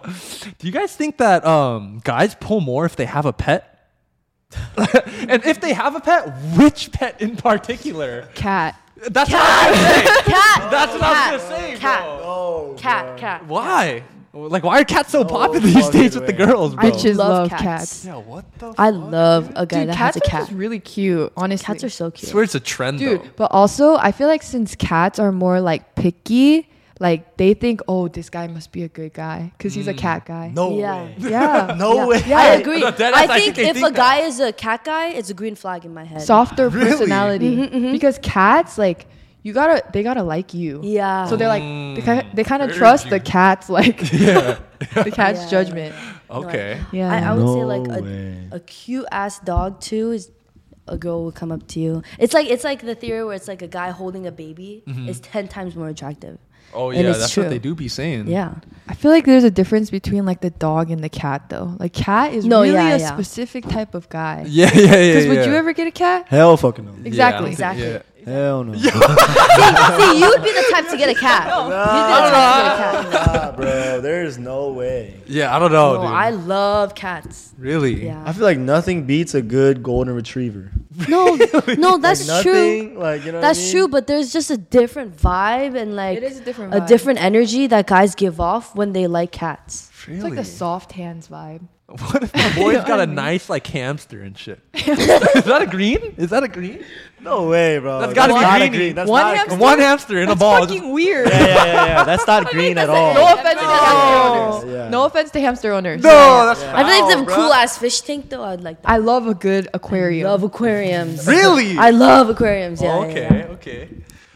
Speaker 3: do you guys think that um, guys pull more if they have a pet? and if they have a pet, which pet in particular?
Speaker 1: Cat.
Speaker 3: That's what I was gonna say.
Speaker 2: Cat.
Speaker 3: That's what I was
Speaker 2: Cat.
Speaker 3: gonna say,
Speaker 2: Cat.
Speaker 3: bro.
Speaker 4: Oh.
Speaker 2: Cat, cat.
Speaker 3: Why? Like, why are cats so popular these
Speaker 4: fucking
Speaker 3: days with the
Speaker 4: way.
Speaker 3: girls, bro?
Speaker 1: I just love,
Speaker 2: Love
Speaker 1: cats.
Speaker 2: cats.
Speaker 3: Oh, yeah, what the?
Speaker 2: I
Speaker 3: fuck?
Speaker 2: love a guy
Speaker 1: Dude,
Speaker 2: that has
Speaker 1: cats
Speaker 2: a
Speaker 1: are
Speaker 2: cat.
Speaker 1: just really cute. Honestly,
Speaker 2: Cats are so
Speaker 3: I
Speaker 2: cute.
Speaker 3: swear it's a trend,
Speaker 1: Dude,
Speaker 3: though.
Speaker 1: but also I feel like since cats are more like picky, like they think, oh, this guy must be a good guy because he's a cat guy.
Speaker 4: No
Speaker 2: Yeah.
Speaker 4: way.
Speaker 1: Yeah.
Speaker 4: No
Speaker 2: yeah.
Speaker 4: way.
Speaker 2: I agree.
Speaker 3: No, dead
Speaker 2: I
Speaker 3: ass, I think
Speaker 2: think
Speaker 3: they
Speaker 2: if a
Speaker 3: think
Speaker 2: guy is a cat guy, it's a green flag in my head.
Speaker 1: Softer personality
Speaker 2: Mm-hmm,
Speaker 1: because cats like you gotta they gotta like you.
Speaker 2: Yeah.
Speaker 1: So they're like they, ki-
Speaker 3: Mm.
Speaker 1: they kind of trust the
Speaker 3: Urging.
Speaker 1: cat's like the cat's
Speaker 2: Yeah.
Speaker 1: judgment.
Speaker 3: Okay.
Speaker 1: Yeah.
Speaker 2: I, I would say
Speaker 4: No
Speaker 2: like
Speaker 4: way.
Speaker 2: a, a cute ass dog too is a girl will come up to you. It's like it's like the theory where it's like a guy holding a baby
Speaker 3: Mm-hmm.
Speaker 2: is ten times more attractive.
Speaker 3: Oh
Speaker 2: And
Speaker 3: yeah,
Speaker 2: it's
Speaker 3: that's
Speaker 2: true.
Speaker 3: what they do be saying.
Speaker 2: Yeah.
Speaker 1: I feel like there's a difference between like the dog and the cat though. Like cat is
Speaker 2: No,
Speaker 1: really
Speaker 2: yeah,
Speaker 1: a
Speaker 2: yeah.
Speaker 1: specific type of guy.
Speaker 3: Yeah, yeah, yeah.
Speaker 1: Because would
Speaker 3: yeah.
Speaker 1: you ever get a cat?
Speaker 4: Hell fucking no.
Speaker 3: Yeah,
Speaker 1: Exactly.
Speaker 3: I don't think-
Speaker 2: Exactly.
Speaker 3: yeah.
Speaker 4: Hell no.
Speaker 2: See, you would be the type to get a cat. You'd be the type to get a cat.
Speaker 4: Nah, bro. There's no way.
Speaker 3: Yeah, I don't know,
Speaker 2: No,
Speaker 3: dude.
Speaker 2: I love cats.
Speaker 3: really?
Speaker 4: I
Speaker 2: Yeah.
Speaker 4: feel like nothing beats a good golden retriever.
Speaker 2: No, no, that's
Speaker 4: like
Speaker 2: true.
Speaker 4: nothing, Like you know. what I
Speaker 2: That's
Speaker 4: mean?
Speaker 2: true, but there's just a different vibe and like
Speaker 1: It is a different vibe.
Speaker 2: different energy that guys give off when they like cats.
Speaker 1: It's
Speaker 3: Really?
Speaker 1: like the soft hands vibe.
Speaker 3: What if my boy's got a nice like hamster and shit? Is that a green? Is that a green?
Speaker 4: No way, bro.
Speaker 3: That's gotta be
Speaker 4: not a
Speaker 3: greenie.
Speaker 4: green. That's
Speaker 1: One
Speaker 4: not a
Speaker 1: hamster?
Speaker 4: green.
Speaker 3: One hamster in a ball.
Speaker 1: weird.
Speaker 4: Yeah, yeah, yeah, yeah. That's not green at all.
Speaker 1: No offense to hamster owners.
Speaker 4: Yeah.
Speaker 1: No offense to hamster owners.
Speaker 3: no, that's
Speaker 2: I feel like
Speaker 3: foul,
Speaker 2: them
Speaker 3: bruh.
Speaker 2: cool ass fish tank though. I'd like that.
Speaker 1: I love a good aquarium.
Speaker 2: love aquariums.
Speaker 3: Really? Oh,
Speaker 2: I love aquariums. Yeah.
Speaker 3: okay,
Speaker 2: yeah, yeah.
Speaker 3: okay.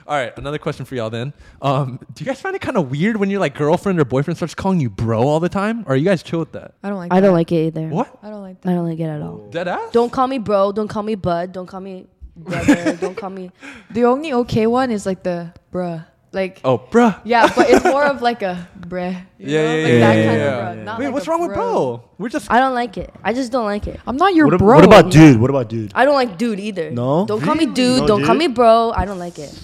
Speaker 3: All right, another question for y'all then. Um, do you guys find it kind of weird when your like girlfriend or boyfriend starts calling you bro all the time? Or are you guys chill with that?
Speaker 1: I don't like.
Speaker 2: I
Speaker 1: that.
Speaker 2: don't like it either.
Speaker 3: What?
Speaker 1: I don't like that.
Speaker 2: I don't like it at all.
Speaker 3: Dead ass?
Speaker 2: Don't call me bro. Don't call me bud. Don't call me brother. don't call me.
Speaker 1: The only okay one is like the bruh, like
Speaker 3: Oh, bruh.
Speaker 1: yeah, but it's more of like a bruh. you
Speaker 3: Yeah,
Speaker 1: know?
Speaker 3: yeah,
Speaker 1: like
Speaker 3: yeah,
Speaker 1: that
Speaker 3: yeah,
Speaker 1: kind
Speaker 3: yeah.
Speaker 1: of bruh. Not
Speaker 3: Wait,
Speaker 1: like
Speaker 3: what's
Speaker 1: a
Speaker 3: wrong with bro? We're just.
Speaker 2: I don't like it. I just don't like it.
Speaker 1: I'm not your
Speaker 4: What, ab-
Speaker 1: bro.
Speaker 4: what about dude? What about dude?
Speaker 2: I don't like dude either.
Speaker 4: No?
Speaker 2: Don't call me
Speaker 4: Really?
Speaker 2: dude.
Speaker 4: No
Speaker 2: don't call
Speaker 4: dude?
Speaker 2: me bro. I don't like it.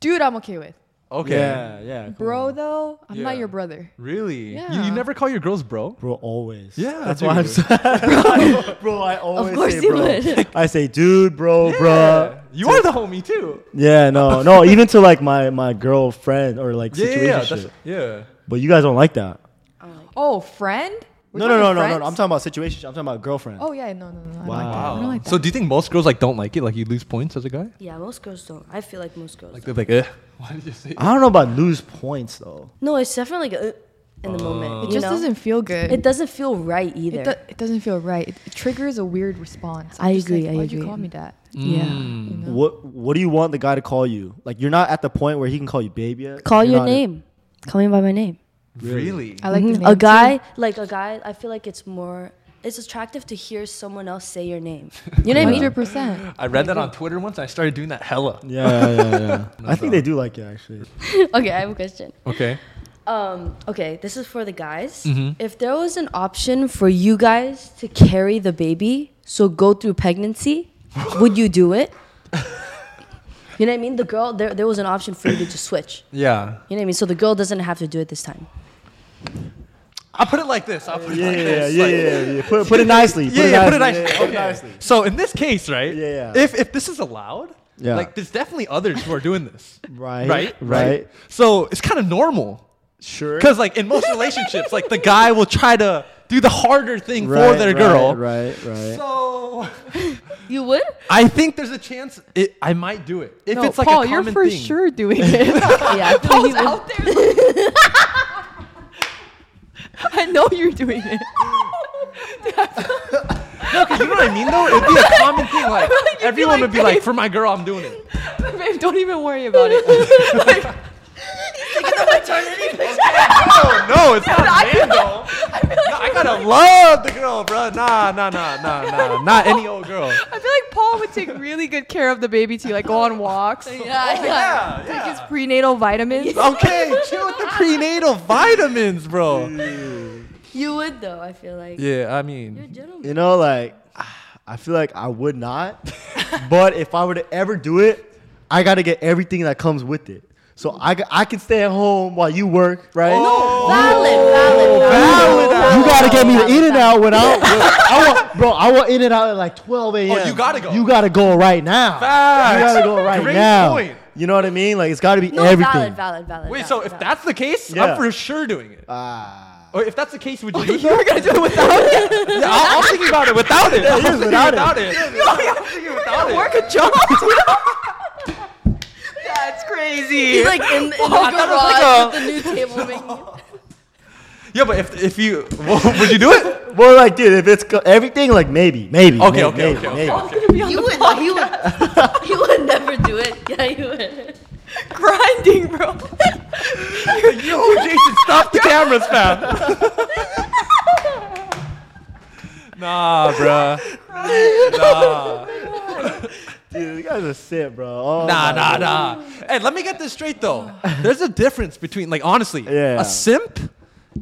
Speaker 1: dude? I'm okay with
Speaker 3: Okay.
Speaker 4: Yeah, yeah. come
Speaker 1: bro
Speaker 4: on.
Speaker 1: though. I'm
Speaker 3: Yeah.
Speaker 1: not your brother.
Speaker 3: Really? You,
Speaker 1: Yeah.
Speaker 3: you never call your girls bro?
Speaker 4: Bro, always.
Speaker 3: Yeah,
Speaker 4: that's why I'm
Speaker 3: dude.
Speaker 4: saying. bro, I always
Speaker 2: course
Speaker 4: say
Speaker 2: you
Speaker 4: bro.
Speaker 2: would.
Speaker 4: I say dude, bro,
Speaker 3: Yeah.
Speaker 4: bro.
Speaker 3: You are the homie too.
Speaker 4: Yeah, no, no. Even to like my my girlfriend or like
Speaker 3: Yeah, yeah, yeah.
Speaker 4: situation.
Speaker 3: that's- yeah.
Speaker 4: But you guys don't like that.
Speaker 1: Oh, friend? We're
Speaker 4: No, no, no,
Speaker 1: talking
Speaker 4: no, no, no. I'm
Speaker 1: friends?
Speaker 4: talking about situation. I'm talking about girlfriend.
Speaker 1: Oh yeah, no, no, no. I don't like that. I
Speaker 4: Wow.
Speaker 1: don't like that.
Speaker 3: So do you think most girls like don't like it? Like you lose points as a guy?
Speaker 2: Yeah, most girls don't. I feel like most girls.
Speaker 3: Like they're like, eh. Why did you say?
Speaker 4: I don't know about lose points though.
Speaker 2: no, it's definitely like, uh, in the
Speaker 4: Uh.
Speaker 2: moment.
Speaker 1: it
Speaker 2: you
Speaker 1: just
Speaker 2: know?
Speaker 1: doesn't feel good.
Speaker 2: It doesn't feel right either.
Speaker 1: It, do- it doesn't feel right. It, it triggers a weird response.
Speaker 2: I
Speaker 1: just
Speaker 2: agree,
Speaker 1: Like,
Speaker 2: I
Speaker 1: Why'd you
Speaker 2: agree.
Speaker 1: call me that?
Speaker 3: Hmm.
Speaker 4: Mm.
Speaker 2: yeah.
Speaker 1: You know?
Speaker 4: What What do you want the guy to call you? Like you're not at the point where he can call you babe yet.
Speaker 2: Call
Speaker 4: You're
Speaker 2: your
Speaker 4: not-
Speaker 2: name. Call me by my name.
Speaker 3: Really?
Speaker 1: I like the
Speaker 2: Mhm.
Speaker 1: name
Speaker 2: a
Speaker 1: too.
Speaker 2: guy like a guy i feel like it's more it's attractive to hear someone else say your name you know what i mean
Speaker 1: Hundred percent.
Speaker 3: I read that on Twitter once. And I started doing that hella.
Speaker 4: Yeah, yeah, yeah. yeah. I think they do like it actually.
Speaker 2: okay i have a question
Speaker 3: Okay.
Speaker 2: um okay this is for the guys
Speaker 4: Mm-hmm.
Speaker 2: if there was an option for you guys to carry the baby so go through pregnancy would you do it you know what i mean the girl there, there was an option for you to just switch
Speaker 3: Yeah.
Speaker 2: you know what i mean so the girl doesn't have to do it this time
Speaker 3: I'll put it like this. I'll put it
Speaker 4: Yeah,
Speaker 3: like
Speaker 4: yeah,
Speaker 3: this.
Speaker 4: yeah,
Speaker 3: like-
Speaker 4: yeah, yeah. Put, put it nicely.
Speaker 3: Yeah, yeah, put it nicely.
Speaker 4: yeah, yeah, put it
Speaker 3: Okay.
Speaker 4: nicely.
Speaker 3: So in this case, right?
Speaker 4: Yeah, yeah.
Speaker 3: If if this is allowed,
Speaker 4: Yeah.
Speaker 3: like there's definitely others who are doing this.
Speaker 4: Right,
Speaker 3: Right.
Speaker 4: right.
Speaker 3: So it's kind of normal.
Speaker 4: Sure.
Speaker 3: Because like in most relationships, like the guy will try to do the harder thing for
Speaker 4: Right,
Speaker 3: their
Speaker 4: right,
Speaker 3: girl.
Speaker 4: Right, right.
Speaker 3: So
Speaker 2: you would
Speaker 3: I think there's a chance it, I might do it if
Speaker 1: No,
Speaker 3: it's like
Speaker 1: Paul,
Speaker 3: a
Speaker 1: you're
Speaker 3: common
Speaker 1: for
Speaker 3: thing.
Speaker 1: sure doing it.
Speaker 2: yeah I feel like
Speaker 1: Paul's
Speaker 2: you would.
Speaker 1: out there. I know you're doing it.
Speaker 3: No, 'cause you know what I mean though. It'd be a common thing. Like
Speaker 1: You'd be
Speaker 3: everyone
Speaker 1: like,
Speaker 3: would be like,
Speaker 1: "Babe."
Speaker 3: "For my girl, I'm doing it."
Speaker 1: Babe, don't even worry about it.
Speaker 3: No, no, it's not man though. No, I gotta love the girl, bro. Nah, nah, nah, nah, nah. Not any old girl.
Speaker 1: I feel like Paul would take really good care of the baby too, like go on walks,
Speaker 2: yeah, yeah.
Speaker 3: Yeah, yeah.
Speaker 1: his prenatal vitamins.
Speaker 3: Okay, chill with the prenatal vitamins, bro.
Speaker 2: you would though i feel like
Speaker 3: Yeah, I mean,
Speaker 2: Gentlemen.
Speaker 4: You know, like I feel like I would not, but if I were to ever do it, I gotta get everything that comes with it. So I, g- I can stay at home while you work, right?
Speaker 2: Valid, valid, valid.
Speaker 4: You gotta get me the in and out when I, I want, bro. I want in and out at like 12 a.m.
Speaker 3: Oh, you gotta go.
Speaker 4: You gotta go right now.
Speaker 3: Facts.
Speaker 4: You gotta go right
Speaker 3: Great
Speaker 4: now.
Speaker 3: point.
Speaker 4: You know what I mean? Like it's gotta be
Speaker 2: No,
Speaker 4: everything.
Speaker 2: valid, valid, valid.
Speaker 3: wait. So
Speaker 2: valid,
Speaker 3: if
Speaker 2: valid.
Speaker 3: that's the case,
Speaker 4: Yeah.
Speaker 3: I'm for sure doing it.
Speaker 4: Ah.
Speaker 3: Or Oh, if that's the case, would you? do it? You're gonna do it without it. Yeah, I'll, I'll think about it without it. I'll
Speaker 4: it is
Speaker 3: think
Speaker 4: without it.
Speaker 3: it. I'll think without it.
Speaker 1: Work a job. That's crazy. uh,
Speaker 2: he's like in the, in the
Speaker 3: Oh, thought it was like
Speaker 2: garage with the new table making.
Speaker 3: Yeah, but if if you would you do it?
Speaker 4: Well, like, dude, if it's co- everything, like maybe, maybe.
Speaker 3: Okay,
Speaker 4: maybe,
Speaker 3: okay,
Speaker 4: maybe,
Speaker 3: okay, okay.
Speaker 4: maybe.
Speaker 2: You would, not- you would, you would never do it. Yeah, you would.
Speaker 1: grinding, bro.
Speaker 3: Yo, Jason, stop the cameras, fam. nah, bruh.
Speaker 4: Dude, you guys are sick, bro. Oh
Speaker 3: Nah,
Speaker 4: my
Speaker 3: nah,
Speaker 4: God.
Speaker 3: nah. Hey, let me get this straight though. There's a difference between like honestly,
Speaker 4: Yeah.
Speaker 3: a simp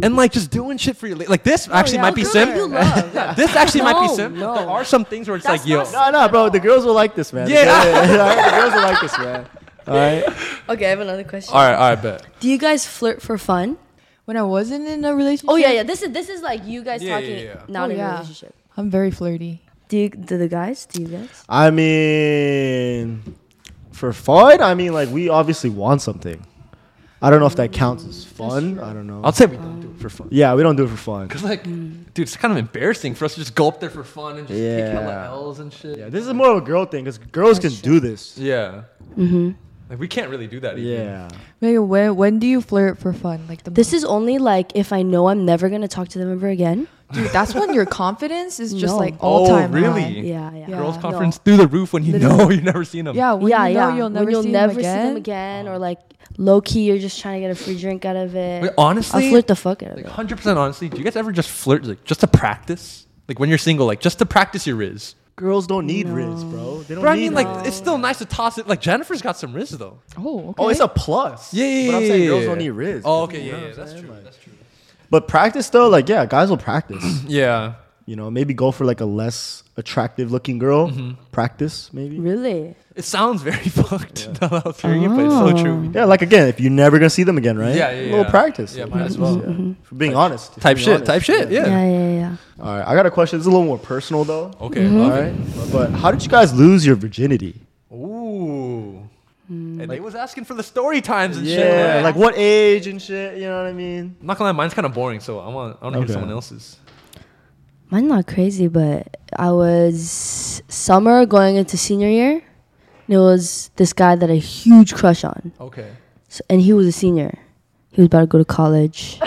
Speaker 3: and like just doing shit for your la- like this actually
Speaker 1: yeah,
Speaker 3: might be
Speaker 1: good.
Speaker 3: simp.
Speaker 1: You
Speaker 2: love.
Speaker 3: this actually might be
Speaker 2: No,
Speaker 3: simp.
Speaker 2: no.
Speaker 3: There are some things where it's
Speaker 2: That's
Speaker 3: like, yo,
Speaker 2: not
Speaker 4: No, no, bro. The girls will like this, man. The
Speaker 3: Yeah.
Speaker 4: girls- the girls will like this, man. All right.
Speaker 2: Okay, I have another question.
Speaker 3: all right, all right, bet.
Speaker 2: Do you guys flirt for fun?
Speaker 1: When I wasn't in a relationship,
Speaker 2: Oh yeah, yeah. This is this is like you guys
Speaker 3: Yeah,
Speaker 2: talking,
Speaker 3: yeah, yeah.
Speaker 2: not
Speaker 1: Oh,
Speaker 2: in a
Speaker 1: yeah.
Speaker 2: relationship.
Speaker 1: I'm very flirty.
Speaker 2: Do you, do the guys? Do you guys?
Speaker 4: I mean, for fun, I mean, like we obviously want something. I don't know if that counts as fun. I don't know.
Speaker 3: I'll say we don't do it for fun.
Speaker 4: yeah, we don't do it for fun.
Speaker 3: Cause like, dude, it's kind of embarrassing for us to just go up there for fun and just take hella
Speaker 4: Yeah.
Speaker 3: L's and shit.
Speaker 4: Yeah, this is more of a girl thing because girls can do this.
Speaker 3: Yeah. Mm-hmm. Like we can't really do that. Either.
Speaker 4: Yeah.
Speaker 1: Megan, when when do you flirt for fun? Like the
Speaker 2: This is only like if I know I'm never gonna talk to them ever again.
Speaker 1: Dude, that's when your confidence is just
Speaker 2: No.
Speaker 1: like all time
Speaker 3: Oh, really?
Speaker 1: high.
Speaker 2: Yeah, yeah.
Speaker 1: Yeah.
Speaker 3: Girls'
Speaker 1: No.
Speaker 3: conference through the roof when you know you never seen them.
Speaker 1: Yeah, when
Speaker 2: yeah,
Speaker 1: you know
Speaker 2: yeah.
Speaker 1: you'll
Speaker 2: When
Speaker 1: never,
Speaker 2: you'll
Speaker 1: see,
Speaker 2: never
Speaker 1: them again,
Speaker 2: see them again, or like low key, you're just trying to get a free drink out of it.
Speaker 3: Oh. Wait,
Speaker 2: I'll
Speaker 3: honestly,
Speaker 2: flirt the fuck out of
Speaker 3: like
Speaker 2: it.
Speaker 3: 100% honestly, do you guys ever just flirt like just to practice? Like when you're single, like just to practice your riz.
Speaker 4: Girls don't need riz, bro. They don't
Speaker 3: But I
Speaker 4: need
Speaker 3: mean, like,
Speaker 4: riz.
Speaker 3: it's still nice to toss it. Like, Jennifer's got some riz, though.
Speaker 1: Oh, okay.
Speaker 4: Oh, it's a plus.
Speaker 3: Yeah, yeah,
Speaker 4: But I'm
Speaker 3: yeah,
Speaker 4: saying
Speaker 3: yeah,
Speaker 4: girls
Speaker 3: yeah.
Speaker 4: don't need riz.
Speaker 3: Oh, okay, yeah, yeah,
Speaker 4: what I'm
Speaker 3: that's
Speaker 4: saying?
Speaker 3: true.
Speaker 4: Like-
Speaker 3: That's true.
Speaker 4: But practice though, like yeah, guys will practice.
Speaker 3: Yeah.
Speaker 4: you know, maybe go for like a less attractive looking girl.
Speaker 3: Mm-hmm.
Speaker 4: Practice maybe.
Speaker 2: Really?
Speaker 3: It sounds very fucked now that I was hearing it, but it's so true.
Speaker 4: Yeah, like again, if you're never gonna see them again, right?
Speaker 3: Yeah, yeah,
Speaker 4: A little
Speaker 3: yeah.
Speaker 4: practice.
Speaker 3: Yeah, might as well.
Speaker 4: For being honest. if
Speaker 3: Type
Speaker 4: being
Speaker 3: shit,
Speaker 4: honest,
Speaker 3: type shit, yeah.
Speaker 2: Yeah, yeah, yeah.
Speaker 4: All right, I got a question. It's a little more personal though.
Speaker 3: Okay.
Speaker 4: All
Speaker 3: love
Speaker 4: right, but how did you guys lose your virginity?
Speaker 3: it. Ooh. And they was asking for the story times and shit.
Speaker 4: Mm-hmm. Yeah,
Speaker 3: man.
Speaker 4: like what age and shit. You know what I mean?
Speaker 3: I'm not gonna lie, mine's kind of boring, so I want I want to
Speaker 4: Okay.
Speaker 3: hear someone else's.
Speaker 2: Mine's not crazy, but I was summer going into senior year. And it was this guy that I had a huge crush on.
Speaker 3: Okay.
Speaker 2: So, and he was a senior. He was about to go to college.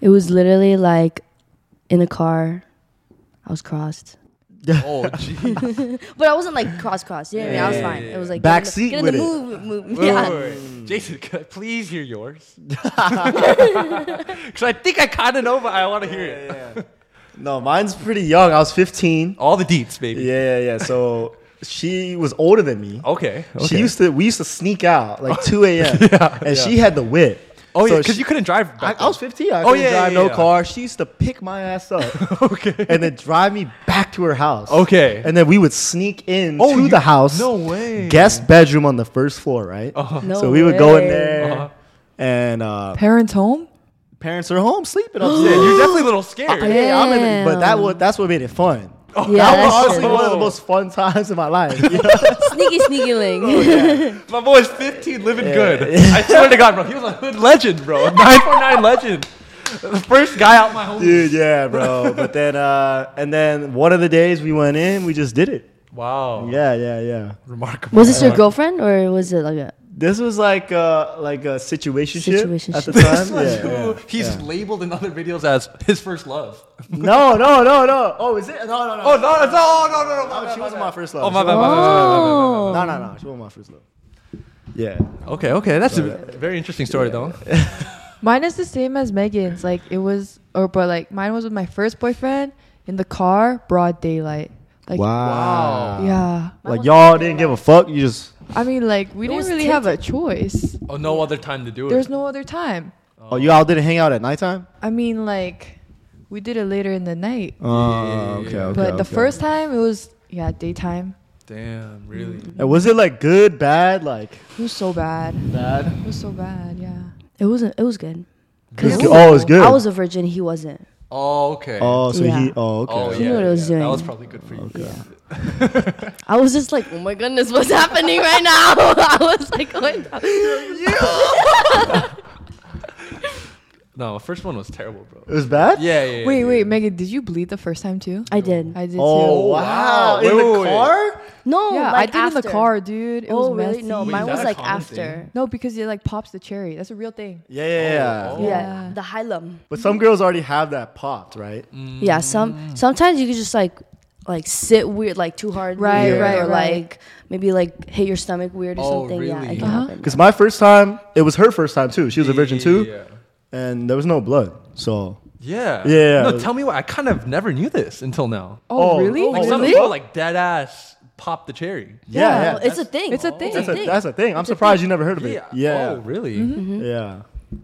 Speaker 2: it was literally like in the car. I was crossed.
Speaker 3: Oh, gee.
Speaker 2: But I wasn't like cross cross. Yeah, yeah, I was
Speaker 3: Yeah,
Speaker 2: fine.
Speaker 3: yeah,
Speaker 2: It was like
Speaker 4: Backseat
Speaker 2: get in the, get in
Speaker 4: with
Speaker 2: the move, move.
Speaker 3: Wait,
Speaker 2: Yeah.
Speaker 3: wait, wait,
Speaker 4: Mm.
Speaker 3: wait. Jason, could I please hear yours? Because I think I kind of know, but I want to hear it.
Speaker 4: No, mine's pretty young. I was 15.
Speaker 3: All the deets, baby.
Speaker 4: Yeah, yeah, yeah. So she was older than me.
Speaker 3: Okay. Oh, okay.
Speaker 4: She used to. We used to sneak out like 2 a.m. and she had the whip.
Speaker 3: oh, yeah,
Speaker 4: So
Speaker 3: because
Speaker 4: she-
Speaker 3: you couldn't drive.
Speaker 4: I,
Speaker 3: Back
Speaker 4: I was 15. I
Speaker 3: Oh,
Speaker 4: couldn't
Speaker 3: yeah,
Speaker 4: drive
Speaker 3: yeah,
Speaker 4: no
Speaker 3: yeah.
Speaker 4: car. She used to pick my ass up
Speaker 3: Okay.
Speaker 4: and then drive me back to her house.
Speaker 3: Okay.
Speaker 4: And then we would sneak in
Speaker 3: Oh,
Speaker 4: to
Speaker 3: you-
Speaker 4: the house.
Speaker 3: no way.
Speaker 4: Guest bedroom on the first floor, right? Uh-huh.
Speaker 2: No
Speaker 4: so we would go in
Speaker 2: way.
Speaker 4: there
Speaker 3: Uh-huh.
Speaker 4: and uh,
Speaker 1: Parents home?
Speaker 4: parents are home sleeping
Speaker 3: Yeah,
Speaker 4: upstairs.
Speaker 3: you're definitely a little scared.
Speaker 2: I-
Speaker 4: Yeah, I'm in
Speaker 2: Damn.
Speaker 4: the, but that was that's what made it fun.
Speaker 2: Yeah,
Speaker 4: that was
Speaker 2: that's
Speaker 4: honestly
Speaker 3: Oh, true.
Speaker 4: one of the most fun times in my life. you know?
Speaker 2: sneaky sneaky link.
Speaker 3: My boy's 15, living good. I swear to God, bro. He was a hood legend, bro. 949 legend. The first guy out my home.
Speaker 4: Dude, yeah, bro. But then uh and then one of the days we went in, we just did it.
Speaker 3: Wow.
Speaker 4: Yeah, yeah, yeah.
Speaker 3: Remarkable.
Speaker 2: Was this
Speaker 4: Uh,
Speaker 2: your girlfriend or was it like a
Speaker 4: This was like uh like a situation at the
Speaker 2: Situationship.
Speaker 4: time.
Speaker 3: This
Speaker 4: yeah,
Speaker 3: was
Speaker 4: yeah.
Speaker 3: who he's labeled in other videos as his first love.
Speaker 4: No, no, no, no. Oh, is it? No, no, no.
Speaker 3: Oh, no, no, no, no, no. my
Speaker 4: No,
Speaker 3: bad,
Speaker 4: she wasn't
Speaker 3: bad.
Speaker 4: my first love.
Speaker 3: Oh, my
Speaker 4: She
Speaker 3: bad, my bad, my
Speaker 4: No, no, no. She wasn't my first love. Yeah.
Speaker 3: bad. Okay, okay. That's a very interesting story, though.
Speaker 1: Mine is the same as Megan's. Like it was, or but like mine was with my first boyfriend in the car, broad daylight. Like
Speaker 3: Wow.
Speaker 1: yeah.
Speaker 4: Like y'all didn't give a fuck. You just
Speaker 1: I mean, like we
Speaker 2: was
Speaker 1: didn't really have a choice.
Speaker 3: Oh, no other time to do it.
Speaker 1: There's no other time.
Speaker 4: oh, you all didn't hang out at nighttime.
Speaker 1: I mean, like we did it later in the night,
Speaker 4: Oh, okay, okay.
Speaker 1: but the
Speaker 4: okay.
Speaker 1: first time it was yeah daytime.
Speaker 3: Damn, really?
Speaker 4: And was it like good, bad, like
Speaker 1: It was so bad.
Speaker 4: bad?
Speaker 1: It was so bad. Yeah.
Speaker 2: It wasn't it was good.
Speaker 4: It was
Speaker 1: Ooh.
Speaker 4: good. Oh, it was good.
Speaker 2: I was a virgin, he wasn't.
Speaker 3: Oh, okay.
Speaker 4: oh, so
Speaker 2: Yeah.
Speaker 4: he. Oh, okay.
Speaker 3: Oh,
Speaker 2: You
Speaker 3: yeah,
Speaker 2: knew what I was
Speaker 3: yeah. That
Speaker 2: doing.
Speaker 3: was probably good for you.
Speaker 2: I was just like, oh my goodness, what's happening right now? I was like going down.
Speaker 3: No, first one was terrible, bro.
Speaker 4: It was bad.
Speaker 3: Yeah, yeah. yeah,
Speaker 1: Wait,
Speaker 3: yeah.
Speaker 1: wait, Megan, did you bleed the first time too?
Speaker 2: I did.
Speaker 1: I did
Speaker 4: Oh
Speaker 1: too.
Speaker 4: wow!
Speaker 3: wow.
Speaker 4: In
Speaker 3: Wait,
Speaker 4: the
Speaker 3: wait, wait.
Speaker 4: car?
Speaker 3: Oh,
Speaker 2: No,
Speaker 1: Yeah,
Speaker 2: like
Speaker 1: I did in
Speaker 2: after.
Speaker 1: the car, dude. It
Speaker 2: oh
Speaker 1: was
Speaker 2: really?
Speaker 1: messy.
Speaker 2: No,
Speaker 3: Wait,
Speaker 2: mine
Speaker 3: is
Speaker 2: was
Speaker 3: that a
Speaker 2: like
Speaker 3: common
Speaker 2: after.
Speaker 1: No, because it like pops the cherry. That's a real thing.
Speaker 4: Yeah, yeah, yeah.
Speaker 3: Oh,
Speaker 2: Yeah.
Speaker 1: Yeah.
Speaker 2: the hilum.
Speaker 4: But some girls already have that popped, right?
Speaker 3: Mm.
Speaker 2: Yeah, some sometimes you could just like like sit weird, like too hard,
Speaker 1: Right,
Speaker 2: weird,
Speaker 1: right,
Speaker 2: or
Speaker 1: right.
Speaker 2: like maybe like hit your stomach weird or
Speaker 3: Oh,
Speaker 2: something. Yeah,
Speaker 3: really?
Speaker 2: it can
Speaker 3: Uh-huh.
Speaker 2: happen.
Speaker 4: Because my first time, it was her first time too. She was a virgin too,
Speaker 3: Yeah.
Speaker 4: and there was no blood. So
Speaker 3: Yeah.
Speaker 4: Yeah.
Speaker 3: No, tell me what. I kind of never knew this until now.
Speaker 1: Oh,
Speaker 4: Oh,
Speaker 1: really?
Speaker 4: oh,
Speaker 3: Like some
Speaker 1: Really?
Speaker 3: people like dead ass pop the cherry.
Speaker 4: yeah, yeah,
Speaker 2: it's a thing.
Speaker 1: It's a thing.
Speaker 4: that's, a, that's a thing. I'm surprised you never heard of it. Yeah,
Speaker 3: Oh,
Speaker 2: Mm-hmm.
Speaker 3: really? Mm-hmm.
Speaker 4: yeah.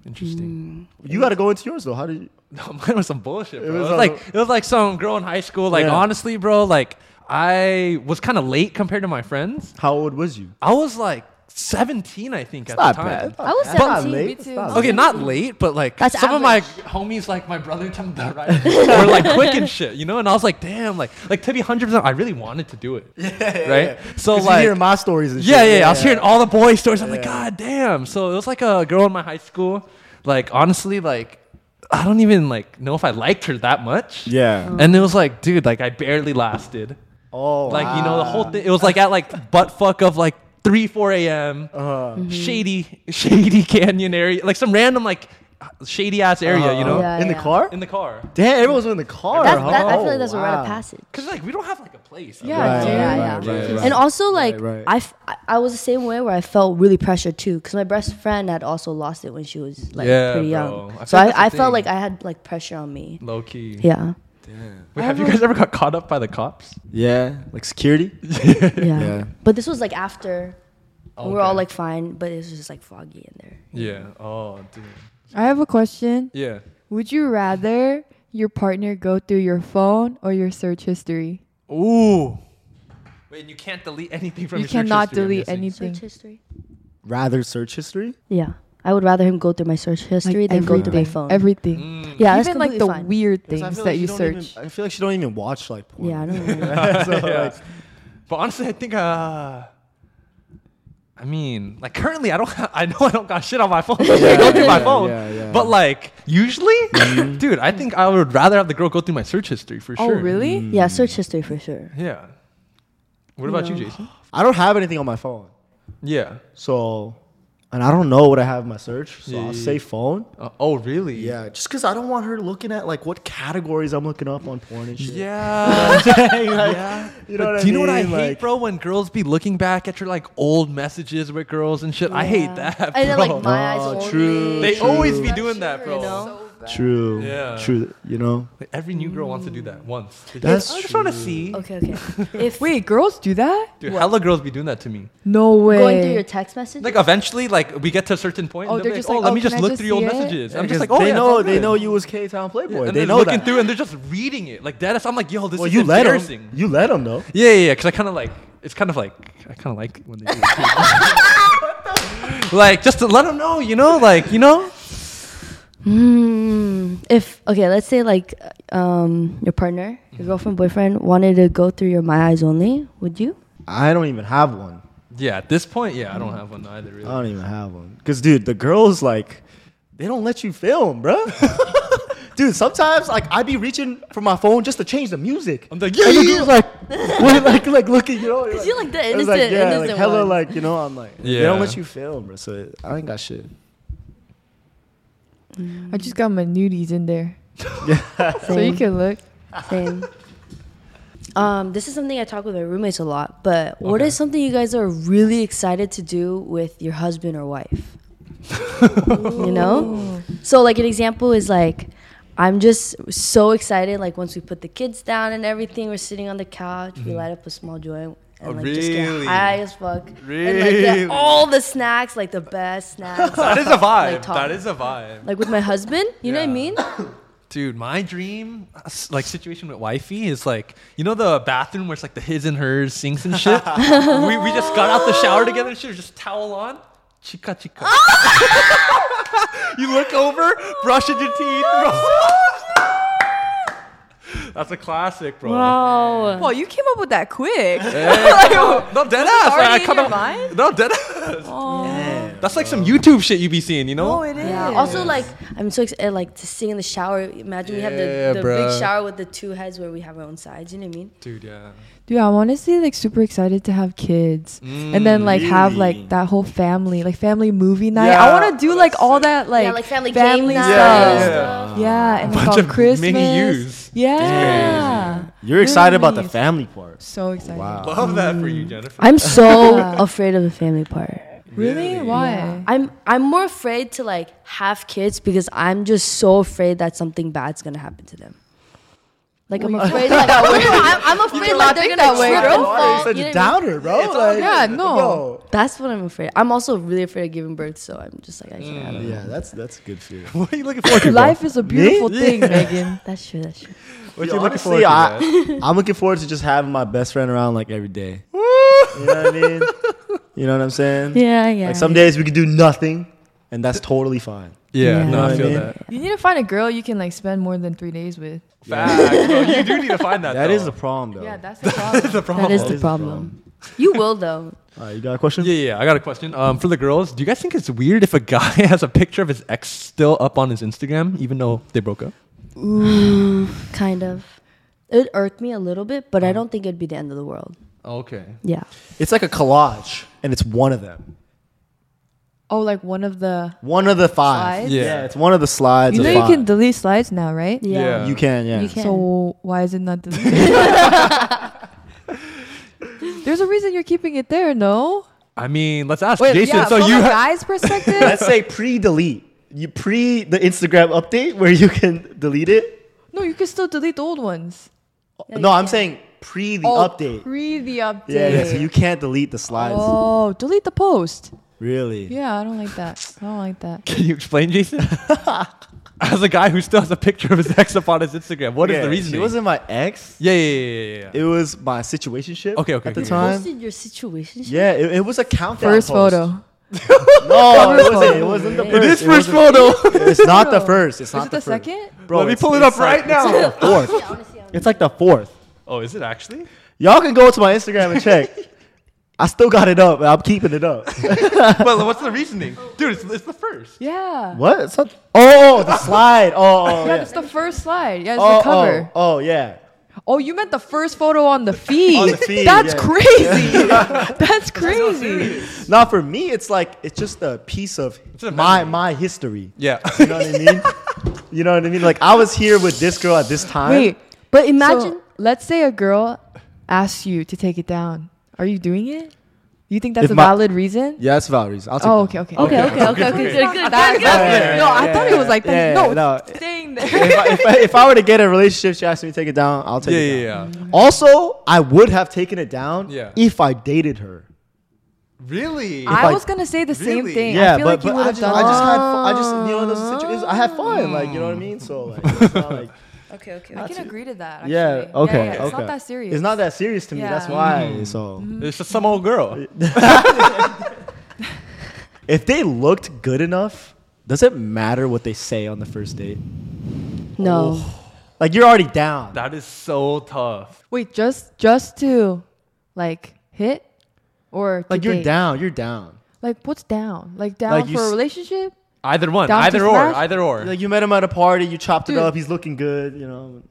Speaker 3: Interesting.
Speaker 4: You got to go into yours though. How did you?
Speaker 3: No, mine was some bullshit. Bro. It,
Speaker 4: was
Speaker 3: was
Speaker 4: a-
Speaker 3: like it was like some girl in high school. Like
Speaker 4: Yeah.
Speaker 3: honestly, bro, like I was kind of late compared to my friends.
Speaker 4: How old was you?
Speaker 3: I was like 17, I think, at
Speaker 4: Not
Speaker 3: the time.
Speaker 4: bad. Not
Speaker 2: I was
Speaker 4: bad.
Speaker 2: seventeen.
Speaker 4: Not late.
Speaker 1: me
Speaker 4: It's
Speaker 1: too.
Speaker 4: not
Speaker 3: Okay, not late, but like
Speaker 2: That's
Speaker 3: some of my homies, like my brother, Tim, the right, were like quick and shit, you know. And I was like, damn, like, like to be hundred percent, I really wanted to do it, right? So
Speaker 4: Because you
Speaker 3: like,
Speaker 4: hear my stories and
Speaker 3: yeah,
Speaker 4: shit.
Speaker 3: yeah, I was hearing all the boy stories. I'm like, god damn. So it was like a girl in my high school. Like honestly, like I don't even like know if I liked her that much.
Speaker 4: Yeah.
Speaker 3: And it was like, dude, like I barely lasted.
Speaker 4: Oh,
Speaker 3: Like you know the whole
Speaker 4: wow.
Speaker 3: thing. It was like at like butt fuck of like three four a.m.
Speaker 4: Uh-huh.
Speaker 3: Shady shady canyon area, like some random like shady ass area,
Speaker 4: Uh-huh.
Speaker 3: you know,
Speaker 2: Yeah.
Speaker 4: in the car.
Speaker 3: in the car.
Speaker 4: Damn, everyone's in the car.
Speaker 2: That's,
Speaker 4: huh?
Speaker 2: that, I feel like that's
Speaker 4: Oh,
Speaker 2: a rite
Speaker 4: wow.
Speaker 2: of passage.
Speaker 3: Cause like we don't have like a place.
Speaker 1: Yeah,
Speaker 4: Right,
Speaker 1: dude.
Speaker 2: yeah,
Speaker 4: right,
Speaker 2: yeah.
Speaker 4: right, right.
Speaker 2: And also, like,
Speaker 4: Right, right.
Speaker 2: I, f- I I was the same way where I felt really pressured too, because my best friend had also lost it when she was like
Speaker 3: Yeah,
Speaker 2: pretty
Speaker 3: bro. I
Speaker 2: young. so
Speaker 3: feel like that's
Speaker 2: I, I
Speaker 3: the
Speaker 2: felt
Speaker 3: thing.
Speaker 2: like I had like pressure on me.
Speaker 3: Low key.
Speaker 2: Yeah,
Speaker 3: Wait, have you guys ever got caught up by the cops?
Speaker 4: yeah, like security.
Speaker 2: yeah.
Speaker 4: Yeah.
Speaker 2: But this was like after we were
Speaker 3: Okay.
Speaker 2: all like fine, but it was just like foggy in there.
Speaker 3: Yeah. Oh, dude.
Speaker 1: I have a question.
Speaker 3: Yeah.
Speaker 1: Would you rather your partner go through your phone or your search history?
Speaker 3: Ooh. Wait, and you can't delete anything from
Speaker 1: You
Speaker 3: your search
Speaker 1: cannot
Speaker 3: history, I'm
Speaker 1: delete
Speaker 3: guessing.
Speaker 1: anything.
Speaker 2: Search history.
Speaker 4: Rather search history.
Speaker 2: Yeah, I would rather him go through my search history
Speaker 1: Like
Speaker 2: than go through my
Speaker 1: everything,
Speaker 2: phone.
Speaker 1: Everything.
Speaker 3: Mm.
Speaker 2: yeah, that's
Speaker 1: Even like
Speaker 2: completely
Speaker 1: the
Speaker 2: fine.
Speaker 1: weird
Speaker 4: 'Cause I
Speaker 1: things that
Speaker 4: feel like she
Speaker 1: you
Speaker 4: don't
Speaker 1: search.
Speaker 4: even- I feel like she don't even watch like porn.
Speaker 2: Yeah, I don't. Know.
Speaker 4: so, like,
Speaker 3: But honestly, I think uh I mean, like currently I don't I know I don't got shit on my phone. so I go through my
Speaker 4: Yeah,
Speaker 3: phone.
Speaker 4: yeah, yeah. Mm-hmm.
Speaker 3: But like usually, dude, I think I would rather have the girl go through my search history for
Speaker 1: oh,
Speaker 3: sure.
Speaker 1: really?
Speaker 2: Yeah, search history for sure.
Speaker 3: Yeah. What about you,
Speaker 2: No.
Speaker 3: Jason?
Speaker 4: I don't have anything on my phone.
Speaker 3: Yeah.
Speaker 4: So, and I don't know what I have in my search. So
Speaker 3: Yeah, yeah,
Speaker 4: I'll
Speaker 3: yeah.
Speaker 4: say phone.
Speaker 3: Uh, oh, really?
Speaker 4: Yeah, just because I don't want her looking at like what categories I'm looking up on porn and shit.
Speaker 3: Yeah.
Speaker 4: Like,
Speaker 3: yeah.
Speaker 4: You know
Speaker 3: But
Speaker 4: what I
Speaker 3: do you know what I
Speaker 4: mean?
Speaker 3: hate,
Speaker 4: Like-
Speaker 3: bro? When girls be looking back at your like old messages with girls and shit, I hate
Speaker 2: Yeah.
Speaker 3: that, bro.
Speaker 2: And then like my eyes
Speaker 4: Oh,
Speaker 2: only.
Speaker 4: true,
Speaker 3: they
Speaker 4: true.
Speaker 3: always be doing that,
Speaker 2: Pressure,
Speaker 3: bro.
Speaker 2: you know?
Speaker 4: True.
Speaker 3: Yeah.
Speaker 4: True. You know.
Speaker 3: Like, every new girl wants to do
Speaker 1: Mm.
Speaker 3: that once. They're
Speaker 4: That's
Speaker 3: just, I just want to see.
Speaker 2: Okay, okay. If
Speaker 1: Wait, girls do that?
Speaker 3: Dude, hella girls be doing that to me.
Speaker 1: No way.
Speaker 2: going through your text message,
Speaker 3: Like eventually, like we get to a certain point,
Speaker 1: Oh,
Speaker 3: and
Speaker 1: they're
Speaker 3: they're like,
Speaker 1: just
Speaker 3: oh,
Speaker 1: like,
Speaker 3: let
Speaker 1: oh,
Speaker 3: me
Speaker 1: can
Speaker 3: just
Speaker 1: I
Speaker 3: look
Speaker 1: just
Speaker 3: through your old
Speaker 1: see it?
Speaker 3: messages. I'm
Speaker 4: Because
Speaker 3: just like, oh,
Speaker 4: they
Speaker 3: yeah, it's
Speaker 4: know.
Speaker 3: all
Speaker 4: They
Speaker 3: good.
Speaker 4: know you was K Town Playboy.
Speaker 3: And
Speaker 4: they
Speaker 3: they're
Speaker 4: know
Speaker 3: looking
Speaker 4: that.
Speaker 3: through, and they're just reading it. Like that is, I'm like, yo, this
Speaker 4: well,
Speaker 3: is
Speaker 4: you let
Speaker 3: embarrassing.
Speaker 4: them. You let them though.
Speaker 3: Yeah, yeah, yeah. Because I kind of like, it's kind of like, I kind of like when they do it too. like just to let them know, you know, like you know.
Speaker 2: Hmm. If okay, let's say like um your partner, your girlfriend, boyfriend wanted to go through your my eyes only, would you?
Speaker 4: I don't even have one.
Speaker 3: Yeah, at this point, yeah, I don't have one either.
Speaker 4: I
Speaker 3: Really.
Speaker 4: don't even have one. Cause dude, the girls like, they don't let you film, bro. dude, sometimes like I'd be reaching for my phone just to change the music.
Speaker 3: I'm like, yeah,
Speaker 4: And the
Speaker 3: yeah,
Speaker 4: dude's like, what, like, like looking, you know?
Speaker 2: Um, Cause you're like the
Speaker 4: it was
Speaker 2: innocent,
Speaker 4: like, yeah, like
Speaker 2: innocent
Speaker 4: hello,
Speaker 2: one.
Speaker 4: like you know, I'm like, they
Speaker 3: Yeah.
Speaker 4: don't let you film, bro. So I ain't got shit.
Speaker 1: I just got my nudies in there. so you
Speaker 2: Same.
Speaker 1: can look.
Speaker 2: Same. Um, this is something I talk with my roommates a lot. But what
Speaker 3: Okay.
Speaker 2: is something you guys are really excited to do with your husband or wife? you know. So like an example is like. I'm just so excited. Like once we put the kids down and everything, we're sitting on the couch. We light up a small joint and
Speaker 3: Mm-hmm. Oh,
Speaker 2: like just
Speaker 3: really?
Speaker 2: get high as fuck. And like get
Speaker 3: Really?
Speaker 2: all the snacks, like the best snacks.
Speaker 3: That is a vibe.
Speaker 2: talk.
Speaker 3: that is a vibe.
Speaker 2: like with my husband, you know what I
Speaker 3: Yeah.
Speaker 2: mean?
Speaker 3: Dude, my dream uh, s- like situation with wifey is like you know the bathroom where it's like the his and hers sinks and shit. we we just got out the shower together and she was just towel on, chica chica.
Speaker 1: Ah!
Speaker 3: you look over, brushing your teeth, bro. That's a classic, bro.
Speaker 2: Wow.
Speaker 1: Well, you came up with that quick.
Speaker 3: No dead ass.
Speaker 1: already
Speaker 3: Like, I
Speaker 1: in
Speaker 3: kinda-
Speaker 1: your mind?
Speaker 3: No dead ass. That's like some YouTube shit you be seeing, you know?
Speaker 1: Oh, it is.
Speaker 2: Yeah. Also, like I'm so excited, like to sing in the shower. Imagine we have
Speaker 3: Yeah,
Speaker 2: the, the
Speaker 3: bruh.
Speaker 2: big shower with the two heads where we have our own sides. You know what I mean?
Speaker 3: Dude, yeah.
Speaker 1: Dude, I'm honestly like super excited to have kids and then like have
Speaker 4: really?
Speaker 1: like that whole family, like family movie night.
Speaker 4: Mm. Yeah,
Speaker 1: I want to do like all that like,
Speaker 2: yeah, like family, game night.
Speaker 1: stuff.
Speaker 4: Yeah,
Speaker 1: Yeah,
Speaker 4: yeah.
Speaker 1: and
Speaker 3: Bunch
Speaker 1: like on
Speaker 3: of
Speaker 1: Christmas.
Speaker 3: mini-yous.
Speaker 1: Yeah.
Speaker 4: You're excited about the
Speaker 1: Nice.
Speaker 4: family part.
Speaker 1: So excited.
Speaker 4: Wow.
Speaker 3: Love that for you,
Speaker 1: Mm.
Speaker 3: Jennifer.
Speaker 2: I'm so afraid of the family part.
Speaker 1: Really? Why?
Speaker 2: I'm I'm more afraid to like have kids because I'm just so afraid that something bad's gonna happen to them. Like I'm afraid, like no, no, I'm, I'm afraid like they're
Speaker 1: think
Speaker 2: gonna
Speaker 1: that way,
Speaker 2: trip
Speaker 1: bro.
Speaker 2: and
Speaker 4: Why are you
Speaker 2: fall.
Speaker 4: such
Speaker 2: you know
Speaker 4: a
Speaker 2: what I mean?
Speaker 4: downer, bro? Like,
Speaker 1: Yeah, no.
Speaker 4: bro.
Speaker 2: That's what I'm afraid. I'm also really afraid of giving birth, so I'm just like I can't. I don't know.
Speaker 4: Yeah, that's that's a good feeling.
Speaker 3: What are you looking forward to? bro?
Speaker 1: Life is a beautiful thing, Megan.
Speaker 2: That's true. That's true.
Speaker 3: What
Speaker 4: Yeah,
Speaker 3: you looking forward
Speaker 4: honestly,
Speaker 3: to?
Speaker 4: I,
Speaker 3: man?
Speaker 4: I'm looking forward to just having my best friend around like every day. you know what I mean? You know what I'm saying?
Speaker 2: Yeah, yeah.
Speaker 4: Like some days we could do nothing, and that's totally fine.
Speaker 3: Yeah, no, I
Speaker 2: Yeah.
Speaker 4: You know what I
Speaker 3: feel
Speaker 4: mean?
Speaker 3: that.
Speaker 1: You need to find a girl you can like spend more than three days with.
Speaker 3: Facts, bro. You do need to find that.
Speaker 4: That is
Speaker 3: though.
Speaker 4: the problem, though.
Speaker 1: Yeah, that's the problem.
Speaker 3: the problem.
Speaker 2: That is
Speaker 4: That
Speaker 2: the
Speaker 4: is a
Speaker 2: problem. You will though.
Speaker 4: All right, you got a question?
Speaker 3: yeah, yeah. I got a question. Um, for the girls, do you guys think it's weird if a guy has a picture of his ex still up on his Instagram, even though they broke up?
Speaker 2: Kind of. It would irk me a little bit, but I don't think it'd be the end of the world.
Speaker 3: Okay.
Speaker 2: Yeah.
Speaker 4: It's like a collage, and it's one of them.
Speaker 1: Oh, like one of the.
Speaker 4: One of the five.
Speaker 1: Slides?
Speaker 3: Yeah.
Speaker 4: Yeah. it's one of the slides.
Speaker 1: You know
Speaker 4: of
Speaker 1: you
Speaker 4: five.
Speaker 1: can delete slides now, right?
Speaker 3: Yeah.
Speaker 4: You can, yeah.
Speaker 2: You can.
Speaker 1: So why is it not deleted? There's a reason you're keeping it there, no?
Speaker 3: I mean, let's ask Jason.
Speaker 1: yeah,
Speaker 3: so
Speaker 1: from
Speaker 3: you
Speaker 1: a
Speaker 3: ha-
Speaker 1: guy's perspective?
Speaker 4: Let's say pre-delete. You pre the Instagram update where you can delete it.
Speaker 1: no, you can still delete the old ones.
Speaker 4: No,
Speaker 2: No,
Speaker 4: I'm
Speaker 2: you can't.
Speaker 4: saying pre the
Speaker 1: oh,
Speaker 4: update.
Speaker 1: Pre the update.
Speaker 4: yeah, yeah, so you can't delete the slides.
Speaker 1: Oh, delete the post.
Speaker 4: Really?
Speaker 1: Yeah, I don't like that. I don't like that.
Speaker 3: can you explain, Jason? As a guy who still has a picture of his ex up on his Instagram, what is
Speaker 4: Yeah,
Speaker 3: the reason?
Speaker 4: It wasn't my ex.
Speaker 3: Yeah, yeah, yeah, yeah, yeah. yeah.
Speaker 4: It was my situationship.
Speaker 3: Okay, okay,
Speaker 4: At
Speaker 3: okay,
Speaker 4: the
Speaker 3: okay.
Speaker 4: time.
Speaker 2: Posted your situation.
Speaker 4: Yeah, it, it was a countdown.
Speaker 1: First
Speaker 4: post.
Speaker 1: photo.
Speaker 4: No,
Speaker 1: First
Speaker 4: it wasn't.
Speaker 1: photo.
Speaker 4: It wasn't the
Speaker 2: It
Speaker 4: first.
Speaker 3: it is first
Speaker 4: wasn't-
Speaker 3: photo.
Speaker 4: It's not the first. It's
Speaker 1: Is
Speaker 4: not
Speaker 1: it the
Speaker 4: first.
Speaker 1: second?
Speaker 4: Bro,
Speaker 3: Let me
Speaker 4: it's-
Speaker 3: pull it
Speaker 4: it's
Speaker 3: up right
Speaker 4: like-
Speaker 3: now.
Speaker 4: It's like the fourth.
Speaker 2: honestly,
Speaker 4: It's like the fourth.
Speaker 3: Oh, is it actually?
Speaker 4: Y'all can go to my Instagram and check. I still got it up. I'm keeping it up.
Speaker 3: well, what's the reasoning, dude? It's, it's the first.
Speaker 1: Yeah.
Speaker 4: What? It's not- oh, oh, the slide. Oh, oh
Speaker 1: Yeah,
Speaker 4: yeah.
Speaker 1: that's the first slide. Yeah, it's
Speaker 4: oh,
Speaker 1: the cover.
Speaker 4: Oh, oh, yeah.
Speaker 1: Oh. you meant the first photo on the feed.
Speaker 4: On the feed,
Speaker 1: that's
Speaker 4: yeah.
Speaker 1: crazy. that's crazy.
Speaker 4: Now for me, it's like it's just a piece of
Speaker 3: a
Speaker 4: my
Speaker 3: memory.
Speaker 4: my history.
Speaker 3: Yeah.
Speaker 4: You know what I mean? you know what I mean? Like I was here with this girl at this time.
Speaker 1: Wait,
Speaker 2: But
Speaker 1: so
Speaker 2: imagine
Speaker 1: let's say a girl asks you to take it down. Are you doing it? You think that's
Speaker 4: If
Speaker 1: a
Speaker 4: my-
Speaker 1: valid reason?
Speaker 4: Yeah, that's Valerie's. I'll take
Speaker 1: Oh,
Speaker 4: that.
Speaker 1: okay, okay.
Speaker 2: Okay, okay, okay, okay.
Speaker 1: It's
Speaker 2: Good,
Speaker 1: not
Speaker 2: good,
Speaker 1: that-
Speaker 2: good,
Speaker 1: that's-
Speaker 4: good.
Speaker 1: No, I
Speaker 4: Yeah,
Speaker 1: thought it was like that.
Speaker 4: yeah,
Speaker 1: No,
Speaker 4: no.
Speaker 1: it's staying there.
Speaker 4: If I, if, I, if I were to get in a relationship, she asked me to take it down. I'll take
Speaker 3: Yeah,
Speaker 4: it
Speaker 3: yeah,
Speaker 4: down.
Speaker 3: yeah.
Speaker 4: Also, I would have taken it down
Speaker 3: Yeah.
Speaker 4: if I dated her.
Speaker 3: Really?
Speaker 1: I
Speaker 4: I-
Speaker 1: was gonna say the same
Speaker 3: Really?
Speaker 1: thing. I
Speaker 4: Yeah,
Speaker 1: feel
Speaker 4: but,
Speaker 1: like you
Speaker 4: but
Speaker 1: would
Speaker 4: I
Speaker 1: have
Speaker 4: just,
Speaker 1: done
Speaker 4: I just
Speaker 1: it.
Speaker 4: had, fun. I just, you know, those situations. I had fun, like you know what I mean. So, like, it's not like
Speaker 2: Okay, okay.
Speaker 1: I can agree to that. Actually.
Speaker 4: yeah, okay, okay.
Speaker 1: It's not that serious.
Speaker 4: It's not that serious to me. That's
Speaker 1: Yeah. Mm-hmm.
Speaker 4: why. So,
Speaker 3: it's just some old girl.
Speaker 4: if they looked good enough, does it matter what they say on the first date?
Speaker 2: No.
Speaker 4: Oh. Like, you're already down.
Speaker 3: That is so tough.
Speaker 1: Wait, just just to like hit or to
Speaker 4: like, you're
Speaker 1: date?
Speaker 4: down. You're down.
Speaker 1: Like what's down? Like down
Speaker 4: Like you
Speaker 1: for a
Speaker 4: s-
Speaker 1: relationship?
Speaker 3: Either one,
Speaker 1: Down to
Speaker 3: either or,
Speaker 1: smash?
Speaker 3: either or.
Speaker 4: Like, you met him at a party. You chopped
Speaker 1: Dude.
Speaker 4: it up. He's looking good. You know.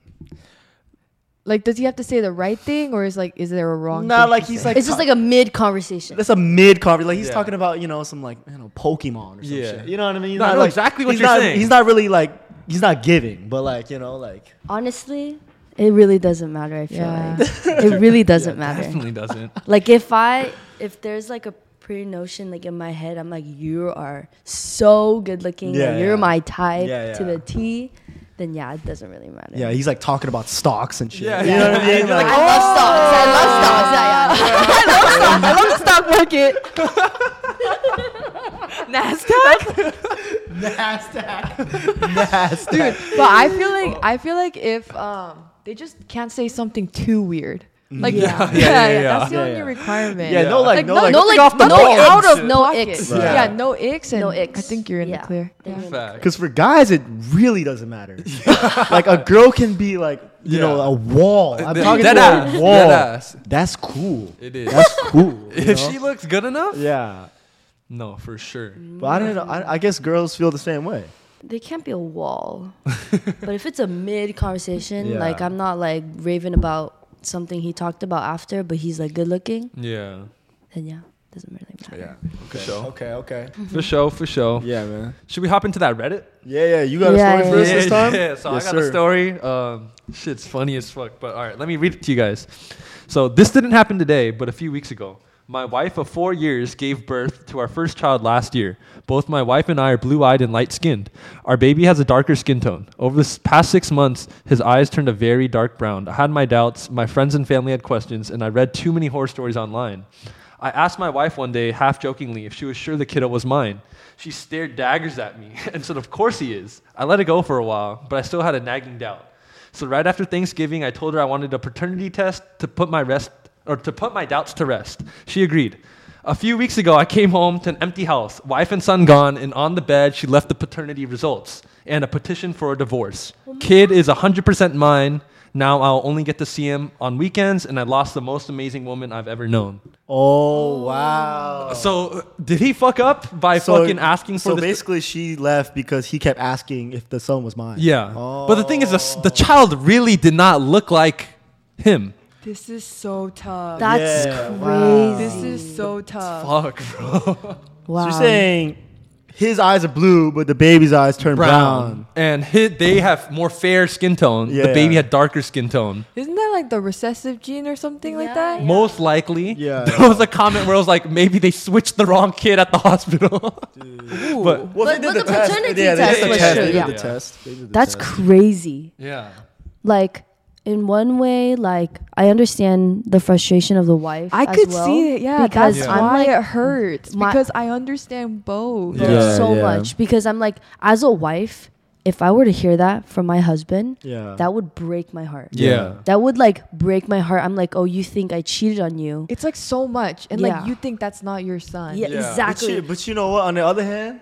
Speaker 1: Like does he have to say the right thing or is like is there a wrong?
Speaker 4: Not
Speaker 1: thing
Speaker 4: like
Speaker 1: to
Speaker 4: he's
Speaker 1: say?
Speaker 4: like.
Speaker 2: It's just like a mid conversation.
Speaker 4: That's a mid conversation. Like he's
Speaker 3: Yeah.
Speaker 4: talking about you know some like you know Pokemon or some
Speaker 3: Yeah.
Speaker 4: shit. You know what I mean? He's
Speaker 3: No, I know
Speaker 4: like,
Speaker 3: exactly what
Speaker 4: he's
Speaker 3: you're
Speaker 4: not-
Speaker 3: saying.
Speaker 4: He's not really like he's not giving, but like you know like
Speaker 2: Honestly, it really doesn't matter. I feel
Speaker 1: Yeah.
Speaker 2: like it really doesn't matter.
Speaker 3: Definitely doesn't.
Speaker 2: Like if I if there's like a pre notion like in my head, I'm like you are so good looking.
Speaker 4: Yeah,
Speaker 2: like, you're
Speaker 4: yeah.
Speaker 2: my type
Speaker 4: Yeah,
Speaker 2: to
Speaker 4: yeah.
Speaker 2: the T. Then yeah, it doesn't really matter.
Speaker 4: yeah he's like talking about stocks and shit.
Speaker 3: Yeah,
Speaker 4: you know what I
Speaker 3: yeah.
Speaker 4: mean?
Speaker 3: You're
Speaker 4: Like,
Speaker 2: I love stocks. I love stocks. Yeah, yeah. I love stocks. I love the stock market.
Speaker 1: Nasdaq.
Speaker 4: Nasty.
Speaker 1: Dude, but I feel like I feel like if um they just can't say something too weird. Like yeah, yeah,
Speaker 3: Yeah, yeah, yeah.
Speaker 1: that's the
Speaker 4: Mm, Yeah,
Speaker 1: only
Speaker 4: yeah.
Speaker 1: requirement.
Speaker 4: Yeah, no, like,
Speaker 1: Like,
Speaker 4: no,
Speaker 1: no-
Speaker 4: like,
Speaker 1: no,
Speaker 4: nothing
Speaker 1: like,
Speaker 4: off the
Speaker 1: nothing
Speaker 4: dome.
Speaker 1: out of
Speaker 2: Shit. No
Speaker 1: pocket.
Speaker 2: icks.
Speaker 4: Right.
Speaker 1: Yeah, no icks and
Speaker 2: No icks.
Speaker 1: I think you're in
Speaker 2: Yeah.
Speaker 1: the clear.
Speaker 2: Thank you.
Speaker 3: Fact.
Speaker 4: Because for guys, it really doesn't matter. like a girl can be like, you know,
Speaker 3: Yeah.
Speaker 4: a wall. I'm
Speaker 3: Dead
Speaker 4: talking
Speaker 3: ass.
Speaker 4: about a
Speaker 3: Dead
Speaker 4: wall.
Speaker 3: ass.
Speaker 4: That's cool.
Speaker 3: It is.
Speaker 4: That's cool. you
Speaker 3: If
Speaker 4: know?
Speaker 3: she looks good enough?
Speaker 4: yeah.
Speaker 3: No, for sure.
Speaker 4: But I don't know. I, I guess girls feel the same way.
Speaker 2: They can't be a wall. but if it's a mid conversation,
Speaker 4: Yeah.
Speaker 2: like I'm not like raving about something he talked about after, but he's like good looking,
Speaker 3: Yeah.
Speaker 2: then yeah, doesn't really matter.
Speaker 3: For sure.
Speaker 4: Okay. Okay.
Speaker 3: For sure, for sure.
Speaker 4: Yeah, man.
Speaker 3: Should we hop into that Reddit?
Speaker 4: Yeah, yeah. You got
Speaker 2: Yeah, yeah,
Speaker 4: a story for us
Speaker 2: yeah.
Speaker 4: this time?
Speaker 3: Yeah, so
Speaker 4: Yes,
Speaker 3: I got a
Speaker 4: sir.
Speaker 3: story. Um, shit's funny as fuck. But all right, let me read it to you guys. So this didn't happen today, but a few weeks ago. My wife of four years gave birth to our first child last year. Both my wife and I are blue eyed and light skinned. Our baby has a darker skin tone. Over the s- past six months, his eyes turned a very dark brown. I had my doubts, my friends and family had questions, and I read too many horror stories online. I asked my wife one day, half jokingly, if she was sure the kiddo was mine. She stared daggers at me and said, Of course he is. I let it go for a while, but I still had a nagging doubt. So right after Thanksgiving, I told her I wanted a paternity test to put my rest or to put my doubts to rest. She agreed. A few weeks ago, I came home to an empty house, wife and son gone, and on the bed, she left the paternity results and a petition for a divorce. Kid is 100% mine. Now I'll only get to see him on weekends, and I lost the most amazing woman I've ever known.
Speaker 4: Oh wow.
Speaker 3: So, uh, did he fuck up by fucking asking for
Speaker 4: So
Speaker 3: this?
Speaker 4: basically, she left because he kept asking if the son was mine.
Speaker 3: yeah.
Speaker 4: Oh.
Speaker 3: But the thing is, the, s- the child really did not look like him.
Speaker 1: This is so tough.
Speaker 2: That's
Speaker 4: Yeah,
Speaker 2: crazy.
Speaker 4: wow.
Speaker 1: this is so tough.
Speaker 3: Fuck, bro.
Speaker 2: Wow.
Speaker 4: So you're saying his eyes are blue, but the baby's eyes turn brown.
Speaker 3: brown, and hi they have more fair skin tone.
Speaker 4: Yeah.
Speaker 3: The baby had darker skin tone.
Speaker 1: Isn't that like the recessive gene or something like
Speaker 2: Yeah,
Speaker 1: that?
Speaker 2: yeah.
Speaker 3: Most likely,
Speaker 4: Yeah.
Speaker 3: There was a comment where I was like, maybe they switched the wrong kid at the hospital. But
Speaker 4: Well,
Speaker 2: But- but the paternity test
Speaker 4: did the
Speaker 3: was
Speaker 4: test.
Speaker 3: true,
Speaker 4: They did
Speaker 3: yeah.
Speaker 4: the test. They did the
Speaker 2: That's
Speaker 4: test.
Speaker 2: crazy.
Speaker 3: yeah,
Speaker 2: Like in one way, like I understand the frustration of the wife.
Speaker 1: I
Speaker 2: as
Speaker 1: could
Speaker 2: well,
Speaker 1: see it. Yeah,
Speaker 2: because
Speaker 1: that's
Speaker 3: Yeah.
Speaker 2: I'm
Speaker 1: why
Speaker 2: like
Speaker 1: it hurts
Speaker 2: my-
Speaker 1: because I understand both.
Speaker 4: Yeah.
Speaker 2: so
Speaker 4: yeah.
Speaker 2: much because I'm like, as a wife, if I were to hear that from my husband,
Speaker 4: Yeah.
Speaker 2: that would break my heart.
Speaker 3: yeah.
Speaker 2: That would like break my heart. I'm like, oh, you think I cheated on you?
Speaker 1: It's like so much, and
Speaker 2: Yeah.
Speaker 1: like you think that's not your son.
Speaker 2: Yeah,
Speaker 3: Yeah.
Speaker 4: But you,
Speaker 2: exactly.
Speaker 4: but you know what? On the other hand,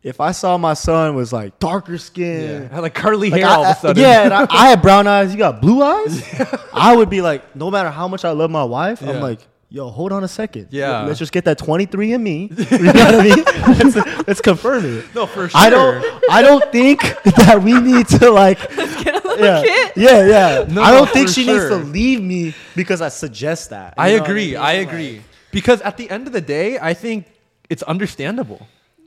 Speaker 4: if I saw my son was like darker skin,
Speaker 3: Yeah. Had like curly
Speaker 4: like,
Speaker 3: hair
Speaker 4: I-
Speaker 3: all of
Speaker 4: I-
Speaker 3: a sudden.
Speaker 4: yeah, and I, I had brown eyes, you got blue eyes, I would be like, no matter how much I love my wife,
Speaker 3: Yeah.
Speaker 4: I'm like, yo, hold on a second.
Speaker 3: Yeah.
Speaker 4: Let's just get that 23 in me. You know what I mean? Let's, let's confirm it.
Speaker 3: no, for sure.
Speaker 4: I don't. I don't think that we need to like. yeah, yeah, yeah.
Speaker 3: No,
Speaker 4: I
Speaker 3: no,
Speaker 4: don't think
Speaker 3: for
Speaker 4: she needs to
Speaker 3: sure.
Speaker 4: leave me because I suggest that. You
Speaker 3: I
Speaker 4: know what
Speaker 3: agree.
Speaker 4: mean?
Speaker 3: I agree. because at the end of the day, I think it's understandable.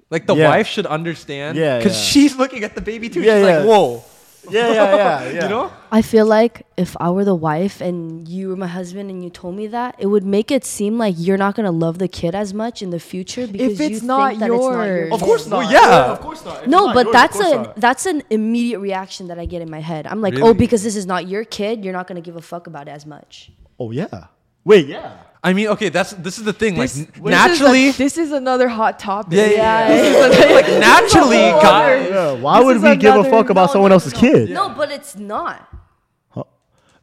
Speaker 3: Like the
Speaker 4: Yeah.
Speaker 3: wife should understand.
Speaker 4: Yeah,
Speaker 3: Because
Speaker 4: yeah.
Speaker 3: she's looking at the baby too.
Speaker 4: Yeah,
Speaker 3: she's
Speaker 4: yeah.
Speaker 3: like, whoa.
Speaker 4: Yeah, yeah, yeah, yeah.
Speaker 3: You know?
Speaker 2: I feel like if I were the wife and you were my husband and you told me that, it would make it seem like you're not gonna love the kid as much in the future because you
Speaker 1: it's
Speaker 2: think
Speaker 1: not
Speaker 2: that it's not your
Speaker 1: yours. Of
Speaker 2: kid.
Speaker 3: course Well, not. yeah.
Speaker 4: of course not. If it's
Speaker 2: No,
Speaker 4: not
Speaker 2: but
Speaker 4: yours, of
Speaker 2: that's
Speaker 4: course
Speaker 2: an
Speaker 4: not.
Speaker 2: that's an immediate reaction that I get in my head. I'm like, oh,
Speaker 3: Really?
Speaker 2: because this is not your kid, you're not gonna give a fuck about it as much.
Speaker 4: Oh yeah. Wait, yeah.
Speaker 3: I mean, okay, that's this is the thing.
Speaker 1: This,
Speaker 3: like
Speaker 1: this
Speaker 3: n- naturally.
Speaker 1: is a- this is another hot topic.
Speaker 3: yeah, yeah, yeah. like naturally,
Speaker 1: whole
Speaker 3: guys.
Speaker 1: other-
Speaker 4: Yeah, why
Speaker 1: This
Speaker 4: would
Speaker 1: is
Speaker 4: we give a
Speaker 1: another-
Speaker 4: fuck about
Speaker 1: no,
Speaker 4: someone
Speaker 1: no,
Speaker 4: else's
Speaker 1: no.
Speaker 4: kid?
Speaker 2: No, but it's not.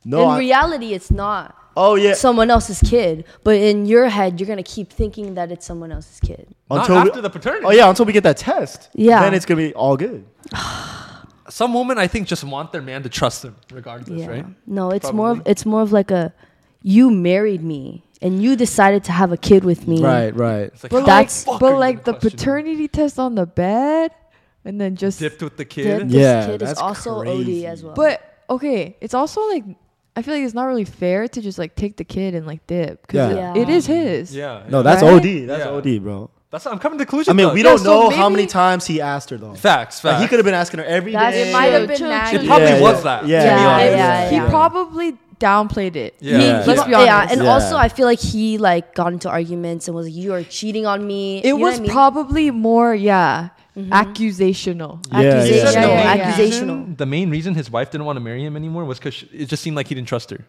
Speaker 4: No.
Speaker 2: in
Speaker 4: I-
Speaker 2: reality, it's not
Speaker 4: oh yeah.
Speaker 2: someone else's kid. But in your head, you're gonna keep thinking that it's someone else's kid.
Speaker 3: Not
Speaker 4: we-
Speaker 3: after the paternity.
Speaker 4: Oh yeah, until we get that test.
Speaker 2: Yeah.
Speaker 4: Then it's gonna be all good.
Speaker 3: Some women, I think, just want their man to trust them, regardless, right?
Speaker 2: No, it's more of it's more of like a you married me and you decided to have a kid with me.
Speaker 4: right.
Speaker 3: It's like,
Speaker 1: But
Speaker 3: how
Speaker 2: That's-
Speaker 3: the fuck are
Speaker 1: like, but
Speaker 3: you
Speaker 1: like the
Speaker 3: gonna question them?
Speaker 1: paternity test on the bed, and then just
Speaker 3: dipped with the
Speaker 2: That
Speaker 3: kid.
Speaker 2: this
Speaker 4: Yeah,
Speaker 2: kid is
Speaker 4: that's
Speaker 2: also
Speaker 4: crazy.
Speaker 2: OD as well.
Speaker 1: But okay, it's also like I feel like it's not really fair to just like take the kid and like dip because
Speaker 2: Yeah.
Speaker 1: it is his.
Speaker 3: Yeah.
Speaker 4: No, that's
Speaker 1: Right?
Speaker 4: OD. That's
Speaker 3: Yeah.
Speaker 4: OD, bro.
Speaker 3: That's I'm coming to the conclusion.
Speaker 4: I mean,
Speaker 3: though.
Speaker 4: we
Speaker 1: Yeah,
Speaker 4: don't know
Speaker 1: so
Speaker 4: how many
Speaker 1: maybe-
Speaker 4: times he asked her though.
Speaker 3: facts. Facts.
Speaker 4: Like, he could have been asking her every day.
Speaker 2: That's
Speaker 1: It
Speaker 2: Yeah.
Speaker 1: might have
Speaker 2: Yeah.
Speaker 1: been
Speaker 2: It
Speaker 1: natural.
Speaker 3: It probably
Speaker 4: Yeah,
Speaker 3: was
Speaker 4: yeah.
Speaker 3: that.
Speaker 4: Yeah,
Speaker 3: to be
Speaker 2: yeah,
Speaker 3: honest.
Speaker 2: yeah,
Speaker 1: he
Speaker 2: yeah.
Speaker 1: probably downplayed it.
Speaker 3: Yeah.
Speaker 1: He-
Speaker 3: Yeah.
Speaker 1: let's
Speaker 2: But-
Speaker 1: be honest.
Speaker 2: Yeah, and
Speaker 4: Yeah.
Speaker 2: also I feel like he like got into arguments and was like, "You are cheating on me."
Speaker 1: It
Speaker 2: You know what
Speaker 1: was
Speaker 2: I mean?
Speaker 1: probably more, yeah, accusational.
Speaker 4: Yeah, yeah,
Speaker 3: He said
Speaker 2: Yeah,
Speaker 3: the
Speaker 2: yeah,
Speaker 3: main
Speaker 2: yeah.
Speaker 3: reason-
Speaker 2: Accusational.
Speaker 3: The main reason his wife didn't want to marry him anymore was because it just seemed like he didn't trust her.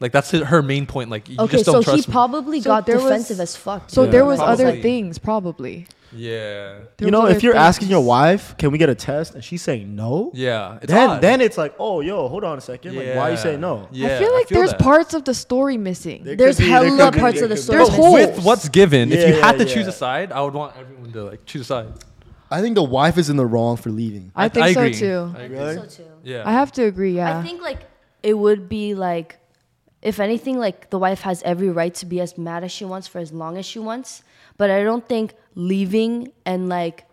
Speaker 3: Like that's his, her main point. Like you
Speaker 2: okay.
Speaker 3: just
Speaker 2: So
Speaker 3: don't
Speaker 2: he
Speaker 3: trust me.
Speaker 2: probably
Speaker 1: So
Speaker 2: got
Speaker 1: there was-
Speaker 2: defensive as fuck.
Speaker 1: So
Speaker 2: dude.
Speaker 1: there was
Speaker 2: Like,
Speaker 1: other
Speaker 3: Probably.
Speaker 1: things, probably.
Speaker 3: yeah,
Speaker 1: There
Speaker 4: you know,
Speaker 1: was
Speaker 4: if
Speaker 1: other
Speaker 4: you're
Speaker 1: things.
Speaker 4: asking your wife, can we get a test, and she's saying no,
Speaker 3: yeah. It's
Speaker 4: then
Speaker 3: odd.
Speaker 4: then it's like, oh, yo, hold on a second, like, why you
Speaker 3: Yeah.
Speaker 4: say no?
Speaker 3: Yeah,
Speaker 1: I feel like there's
Speaker 3: that.
Speaker 1: parts of the story missing.
Speaker 4: There
Speaker 2: There's
Speaker 4: could be- there
Speaker 2: hella
Speaker 4: could be-
Speaker 2: parts
Speaker 4: there
Speaker 2: of the
Speaker 4: could be-
Speaker 2: story
Speaker 1: There's
Speaker 2: that-
Speaker 1: holes.
Speaker 3: with what's given. if you
Speaker 4: Yeah,
Speaker 3: had to
Speaker 4: yeah.
Speaker 3: choose a side, I would want everyone to like choose a side.
Speaker 5: I think the wife is in the wrong for leaving.
Speaker 1: I think so
Speaker 3: agree.
Speaker 1: too.
Speaker 3: I
Speaker 2: I
Speaker 3: agree.
Speaker 2: think so too.
Speaker 3: Yeah,
Speaker 1: I have to agree, yeah.
Speaker 2: I think like it would be like if anything like the wife has every right to be as mad as she wants for as long as she wants, but I don't think leaving and like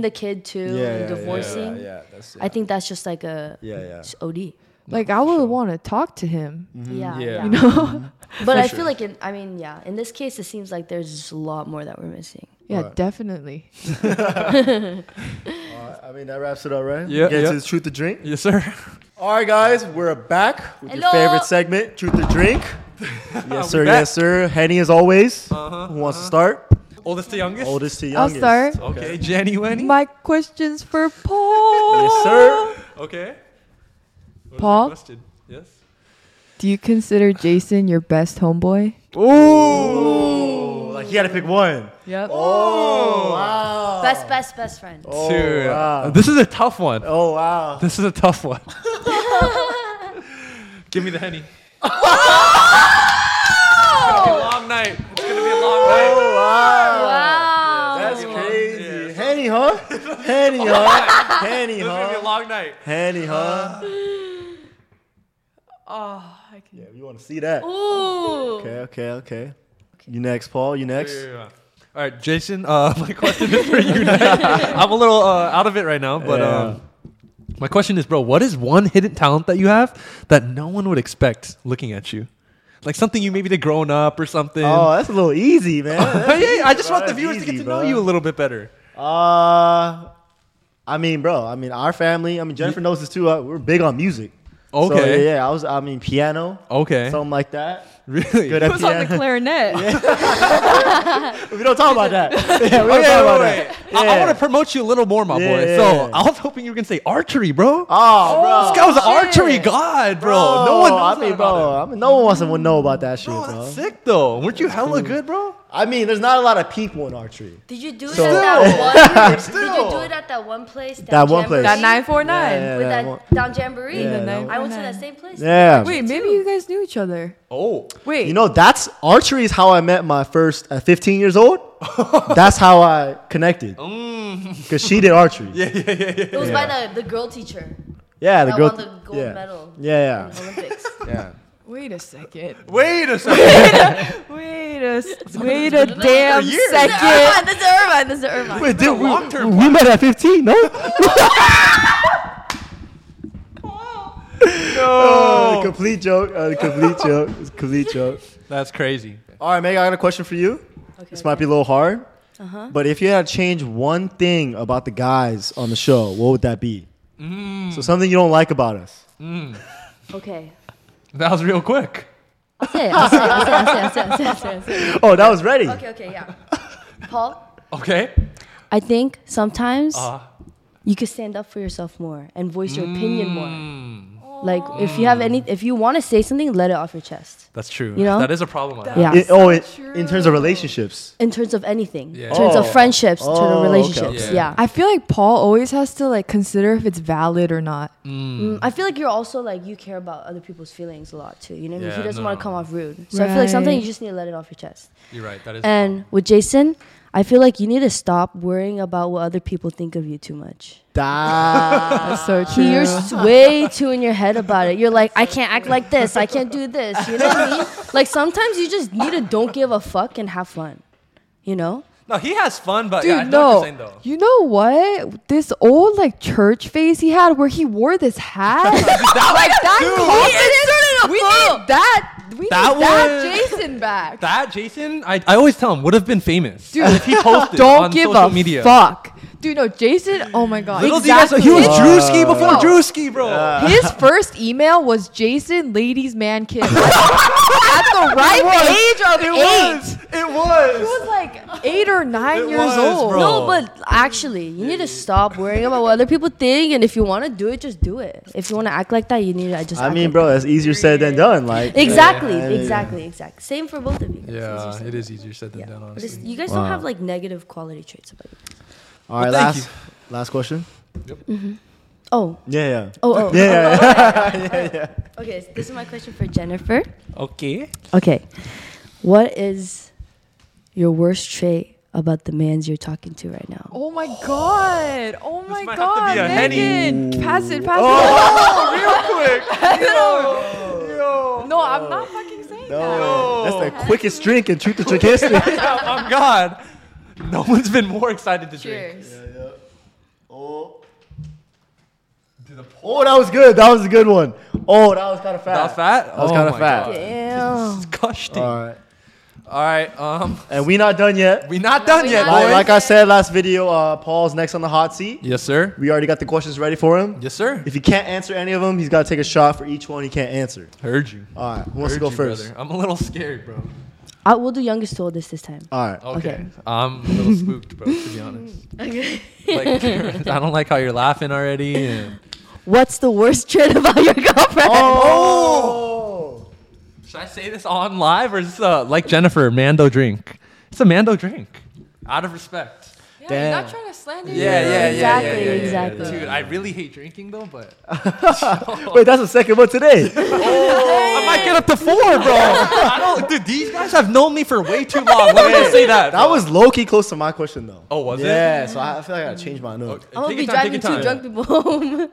Speaker 3: Divorcing.
Speaker 2: the kid too and divorcing.
Speaker 5: that's
Speaker 2: I think that's just like a
Speaker 5: Yeah, yeah.
Speaker 2: it's OD.
Speaker 1: like I would want to talk to him.
Speaker 4: Mm-hmm.
Speaker 2: Yeah,
Speaker 3: Yeah.
Speaker 2: yeah.
Speaker 3: You
Speaker 2: but I feel like in I mean, yeah, in this case it seems like there's just a lot more that we're missing.
Speaker 1: Yeah, definitely.
Speaker 4: I mean, that wraps it up, right?
Speaker 3: Yeah,
Speaker 4: Get
Speaker 3: yeah.
Speaker 4: to the truth to drink.
Speaker 3: yes, sir.
Speaker 4: All right, guys, we're back with your
Speaker 2: Hello.
Speaker 4: favorite segment, truth to drink. yes, sir.
Speaker 3: back. Uh-huh,
Speaker 4: Yes, sir. Henny, as always. Who wants to start?
Speaker 3: Oldest to youngest.
Speaker 4: Oldest to
Speaker 1: I'll
Speaker 4: youngest.
Speaker 1: start.
Speaker 3: Okay, Jenny, Wenny.
Speaker 1: My questions for Paul.
Speaker 4: Yes, sir.
Speaker 3: okay. What was the
Speaker 1: Paul?
Speaker 3: question? Yes.
Speaker 1: Do you consider Jason your best homeboy?
Speaker 3: Oh,
Speaker 4: Ooh, like you got to pick one.
Speaker 1: Yep.
Speaker 4: Oh wow.
Speaker 2: Best, best, best friend.
Speaker 3: Dude,
Speaker 4: wow.
Speaker 3: this is a tough one.
Speaker 4: Oh wow.
Speaker 3: This is a tough one. Give me the henny.
Speaker 4: Oh!
Speaker 3: it's gonna be a long night. It's gonna be a long night.
Speaker 4: Oh
Speaker 2: Wow.
Speaker 4: wow. That's
Speaker 3: gonna be a long-
Speaker 4: crazy.
Speaker 3: yeah. Oh,
Speaker 4: Henny, huh? Henny, huh? Henny,
Speaker 3: It's gonna be a
Speaker 4: huh?
Speaker 3: long night.
Speaker 4: Henny, huh?
Speaker 1: Oh, I can.
Speaker 4: Yeah, you want to see that?
Speaker 2: Ooh.
Speaker 4: Okay, okay, okay. You next, Paul. You next.
Speaker 3: Yeah, yeah, yeah. All right, Jason. Uh, my question is for you. next. I'm a little uh, out of it right now, but
Speaker 4: Yeah.
Speaker 3: um, my question is, bro, what is one hidden talent that you have that no one would expect looking at you? Like something you maybe did growing up or something.
Speaker 4: Oh, that's a little easy, man.
Speaker 3: yeah, I just
Speaker 4: bro.
Speaker 3: want the
Speaker 4: That's
Speaker 3: viewers to get to
Speaker 4: easy, bro.
Speaker 3: know you a little bit better.
Speaker 4: Uh, I mean, bro. I mean, our family. I mean, Jennifer knows this too. Uh, we're big on music. So,
Speaker 3: Okay.
Speaker 4: yeah, yeah, I was. I mean, piano.
Speaker 3: Okay.
Speaker 4: Something like that.
Speaker 3: really?
Speaker 1: It
Speaker 4: Good at
Speaker 1: was on the
Speaker 4: piano.
Speaker 1: clarinet.
Speaker 4: we don't talk about that. Oh, Yeah, we
Speaker 3: Okay,
Speaker 4: don't talk about
Speaker 3: wait,
Speaker 4: that.
Speaker 3: wait. I- I,
Speaker 4: Yeah.
Speaker 3: want to promote you a little more, my boy.
Speaker 4: Yeah.
Speaker 3: So I was hoping you were gonna say archery, bro.
Speaker 4: Oh, bro.
Speaker 3: this guy was an
Speaker 1: shit.
Speaker 3: archery god, bro. Oh, No one knows
Speaker 4: I mean,
Speaker 3: that about him.
Speaker 4: bro. I mean, no one wants to know about that shit,
Speaker 3: Bro,
Speaker 4: bro.
Speaker 3: that's sick though. Weren't you hella good, bro?
Speaker 4: I mean, there's not a lot of people in archery.
Speaker 2: Did you do it
Speaker 4: So-
Speaker 2: at that one? Did
Speaker 3: Still.
Speaker 2: you do it at that one place?
Speaker 4: That one place.
Speaker 1: that
Speaker 2: Jamboree?
Speaker 1: nine four nine.
Speaker 4: Yeah,
Speaker 2: With
Speaker 4: that
Speaker 2: that,
Speaker 4: one.
Speaker 2: down jamboree.
Speaker 4: Yeah, that
Speaker 1: one.
Speaker 2: I went to that
Speaker 1: 949.
Speaker 2: same place.
Speaker 4: Yeah.
Speaker 1: Wait, maybe you guys knew each other.
Speaker 3: Oh,
Speaker 1: Wait,
Speaker 4: You know, that's archery is how I met my first at 15 years old. that's how I connected.
Speaker 3: Mm.
Speaker 4: Cause she did archery. Yeah,
Speaker 2: It was by the, the girl teacher
Speaker 4: the
Speaker 2: that
Speaker 4: girl.
Speaker 2: won the gold
Speaker 4: yeah.
Speaker 2: medal
Speaker 4: Yeah,
Speaker 2: in the Olympics.
Speaker 4: yeah, yeah.
Speaker 1: wait a second.
Speaker 3: wait a second.
Speaker 1: Wait a s- wait a damn
Speaker 3: years.
Speaker 1: second.
Speaker 2: this is Irvine. This is Irvine.
Speaker 4: Wait, dude,
Speaker 3: long-term
Speaker 4: we, we met at 15, no? Uh,
Speaker 3: no,
Speaker 4: complete joke. Uh, complete joke. It's a complete joke.
Speaker 3: that's crazy.
Speaker 4: All right, Meg, I got a question for you. this might be a little hard,
Speaker 2: Uh-huh.
Speaker 4: but if you had to change one thing about the guys on the show, what would that be? So something you don't like about us.
Speaker 2: Okay.
Speaker 3: That was real quick.
Speaker 2: I'll say it. I'll say it. I'll say it. I'll say it. I'll say it. I'll say it.
Speaker 4: Oh, that was ready.
Speaker 2: Okay. Okay. Yeah. Paul.
Speaker 3: Okay.
Speaker 2: I think sometimes
Speaker 3: Uh,
Speaker 2: you could stand up for yourself more and voice your opinion more. Like if you have any, if you want to say something, let it off your chest.
Speaker 3: that's true.
Speaker 2: You know?
Speaker 3: that is a problem. I have.
Speaker 2: Yeah.
Speaker 4: It- oh, it, in terms of relationships.
Speaker 2: in terms of anything,
Speaker 3: Yeah.
Speaker 2: in terms
Speaker 4: Oh.
Speaker 2: of friendships, in terms
Speaker 4: Oh,
Speaker 2: of
Speaker 4: okay.
Speaker 2: relationships.
Speaker 3: Yeah.
Speaker 2: Yeah.
Speaker 1: I feel like Paul always has to like consider if it's valid or not.
Speaker 2: Mm, I feel like you're also like you care about other people's feelings a lot too. You know,
Speaker 3: Yeah,
Speaker 2: he doesn't
Speaker 3: no.
Speaker 2: want to come off rude. So I feel like sometimes
Speaker 1: Right.
Speaker 2: you just need to let it off your chest.
Speaker 3: You're right. That is.
Speaker 2: And with Jason, I feel like you need to stop worrying about what other people think of you too much.
Speaker 4: Da-
Speaker 1: That's so true.
Speaker 2: You're s- way too in your head about it. You're like, I can't act like this. I can't do this. You know what I mean? Like sometimes you just need to don't give a fuck and have fun. You know?
Speaker 3: no, he has fun, but
Speaker 1: Dude,
Speaker 3: yeah, I know what you're saying,
Speaker 1: no.
Speaker 3: though.
Speaker 1: You know what? This old like church phase he had where he wore this hat. like that
Speaker 3: Dude.
Speaker 1: confidence. We need that. We need
Speaker 3: That
Speaker 1: that,
Speaker 3: was-
Speaker 1: Jason back.
Speaker 3: That Jason, I, I always tell him would have been famous
Speaker 1: Dude,
Speaker 3: if he posted on
Speaker 1: Don't give
Speaker 3: social
Speaker 1: a
Speaker 3: media.
Speaker 1: fuck. Dude, no, Jason, oh my god.
Speaker 3: Little exactly. he was
Speaker 1: His-
Speaker 3: Drewski before
Speaker 1: No.
Speaker 3: Drewski, bro.
Speaker 1: His first email was Jason Ladies Man Kid. At the ripe age of
Speaker 3: it
Speaker 1: eight.
Speaker 3: was. It was.
Speaker 1: He was like eight or nine
Speaker 3: It
Speaker 1: years
Speaker 3: was,
Speaker 1: old.
Speaker 3: bro.
Speaker 2: No, but actually, you need to stop worrying about what other people think. And if you want to do it, just do it. If you want to act like that, you need to just.
Speaker 4: I
Speaker 2: act
Speaker 4: mean,
Speaker 2: like
Speaker 4: bro, that's easier said than done. Like,
Speaker 2: that. Exactly,
Speaker 4: Yeah.
Speaker 2: exactly, exactly. Same for both of you. guys. It's
Speaker 3: yeah,
Speaker 2: just-
Speaker 3: it is easier said than done, honestly.
Speaker 2: Just- you guys don't have like negative quality traits about you.
Speaker 4: All right,
Speaker 3: Well, thank
Speaker 4: last last question.
Speaker 2: Oh,
Speaker 4: Yeah, yeah.
Speaker 2: oh, oh.
Speaker 4: Yeah, yeah, yeah.
Speaker 2: Okay, so this is my question for Jennifer.
Speaker 3: Okay.
Speaker 2: Okay, what is your worst trait about the man's you're talking to right now?
Speaker 1: Oh my god! Oh my
Speaker 3: might have to
Speaker 1: god!
Speaker 3: be a Henny.
Speaker 1: Megan, pass it, pass
Speaker 3: Oh,
Speaker 1: it. No, I'm not fucking saying that.
Speaker 4: That's the quickest drink in truth or trick history.
Speaker 3: oh, my God. No one's been more excited to drink.
Speaker 1: Cheers.
Speaker 4: Oh, that was good. That was a good one. Oh, that was kind of fat.
Speaker 3: That was fat? Uh,
Speaker 4: That was
Speaker 3: Oh
Speaker 4: kind of
Speaker 3: my
Speaker 4: fat.
Speaker 3: God.
Speaker 2: Damn.
Speaker 3: Disgusting.
Speaker 4: All right.
Speaker 3: All right. Um,
Speaker 4: And we not done yet.
Speaker 3: we not done
Speaker 2: we
Speaker 3: yet,
Speaker 2: not
Speaker 3: boys.
Speaker 4: Like, like I said last video, uh, Paul's next on the hot seat.
Speaker 3: yes, sir.
Speaker 4: We already got the questions ready for him.
Speaker 3: Yes, sir.
Speaker 4: If he can't answer any of them, he's got to take a shot for each one he can't answer.
Speaker 3: Heard you.
Speaker 4: All right, who wants
Speaker 3: Heard
Speaker 4: to go
Speaker 3: you,
Speaker 4: first?
Speaker 3: brother. I'm a little scared, bro.
Speaker 2: I will do youngest to oldest this time.
Speaker 4: All right.
Speaker 3: Okay.
Speaker 2: Okay.
Speaker 3: I'm a little spooked, bro, to be honest. Okay. Like, I don't like how you're laughing already. And...
Speaker 2: What's the worst trait about your girlfriend?
Speaker 4: Oh.
Speaker 3: Should I say this on live or is this uh, like Jennifer, Mando drink? It's a Mando drink. Out of respect.
Speaker 1: Yeah,
Speaker 4: Damn.
Speaker 1: you're not trying to slander.
Speaker 3: Yeah, yeah, yeah,
Speaker 1: me.
Speaker 3: yeah,
Speaker 2: Exactly,
Speaker 3: yeah, yeah, yeah,
Speaker 2: exactly.
Speaker 3: Dude, I really hate drinking though, but
Speaker 4: Oh! Wait, that's the second one today.
Speaker 3: Oh, I might get up to four, bro. I don't, dude. These guys have known me for way too long. Let me just say that.
Speaker 4: That was low key close to my question though.
Speaker 3: Oh, was it?
Speaker 4: yeah, so I I feel like I gotta change mine up.
Speaker 2: I'm gonna be driving two drunk people home.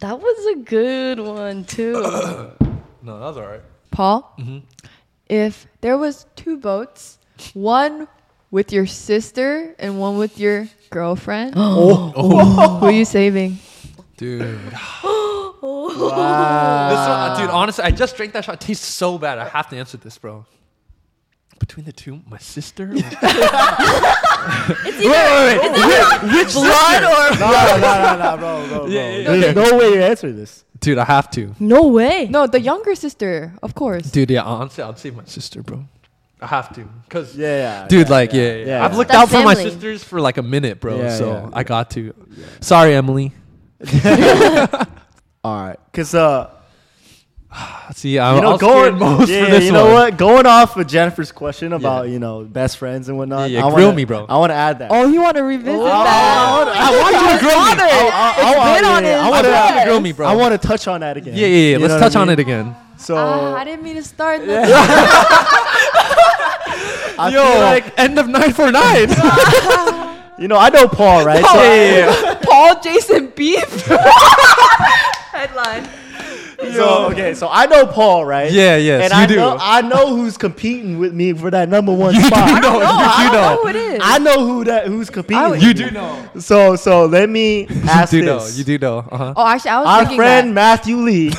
Speaker 2: that was a good one too.
Speaker 3: No, that was alright.
Speaker 1: Paul,
Speaker 4: Mm-hmm.
Speaker 1: if there was two boats, one with your sister and one with your girlfriend,
Speaker 3: Oh.
Speaker 1: who are you saving?
Speaker 3: Dude. this one, dude, honestly, I just drank that shot. It tastes so bad. I have to answer this, bro. Between the two, my sister. wait,
Speaker 2: either-
Speaker 3: wait, wait.
Speaker 4: Which line or? No, no, no, no, bro, bro, bro.
Speaker 3: Yeah, yeah,
Speaker 4: There's no way you're answering this.
Speaker 3: Dude, I have to.
Speaker 2: No way.
Speaker 1: No, the younger sister, of course.
Speaker 3: Dude, yeah, honestly, I'd say my sister, bro. I have to, cause
Speaker 4: Yeah, yeah,
Speaker 3: dude,
Speaker 4: yeah,
Speaker 3: like, yeah, yeah,
Speaker 4: yeah.
Speaker 3: I've looked
Speaker 2: That's
Speaker 3: out for my
Speaker 2: family.
Speaker 3: sisters for like a minute, bro.
Speaker 4: Yeah,
Speaker 3: so
Speaker 4: yeah.
Speaker 3: I got to. Sorry, Emily.
Speaker 4: All right, cause uh,
Speaker 3: See, I'm
Speaker 4: you know,
Speaker 3: I'll
Speaker 4: going
Speaker 3: scared most
Speaker 4: yeah,
Speaker 3: for this
Speaker 4: you know
Speaker 3: one.
Speaker 4: what, going off with Jennifer's question about you know best friends and whatnot.
Speaker 3: Yeah, yeah,
Speaker 4: I
Speaker 3: grill
Speaker 4: wanna-
Speaker 3: me, bro.
Speaker 4: I want to add that.
Speaker 2: Oh, you want to revisit that?
Speaker 4: I, want you to grill me. I, I, I,
Speaker 2: been
Speaker 4: yeah,
Speaker 2: on
Speaker 4: yeah,
Speaker 2: his
Speaker 4: I
Speaker 3: I want you
Speaker 4: wanna-
Speaker 3: to grill me, bro.
Speaker 4: I want to touch on that again.
Speaker 3: Yeah, yeah, yeah.
Speaker 4: You know
Speaker 3: Let's
Speaker 4: what
Speaker 3: touch
Speaker 4: I
Speaker 3: on
Speaker 4: mean?
Speaker 3: it again.
Speaker 4: So
Speaker 1: Ah, I didn't mean to start. that.
Speaker 4: I
Speaker 3: Yo,
Speaker 4: feel like
Speaker 3: end of nine for nine.
Speaker 4: you know, I know Paul, right? So-
Speaker 1: Paul Jason Beef. Headline.
Speaker 4: So okay, so I know Paul, right?
Speaker 3: Yeah, yes,
Speaker 4: And
Speaker 3: you
Speaker 4: I
Speaker 3: do.
Speaker 4: know I know who's competing with me for that number one spot.
Speaker 3: you know,
Speaker 1: I
Speaker 3: you
Speaker 1: don't know
Speaker 3: know,
Speaker 1: who Oh, it is.
Speaker 4: I know who that who's competing. with
Speaker 3: you
Speaker 4: me.
Speaker 3: do know,
Speaker 4: So so let me
Speaker 3: you
Speaker 4: ask
Speaker 3: do know,
Speaker 4: this.
Speaker 3: you do know. Uh-huh.
Speaker 1: oh, actually, I was
Speaker 4: Our
Speaker 1: thinking
Speaker 4: friend
Speaker 1: that.
Speaker 4: Matthew Lee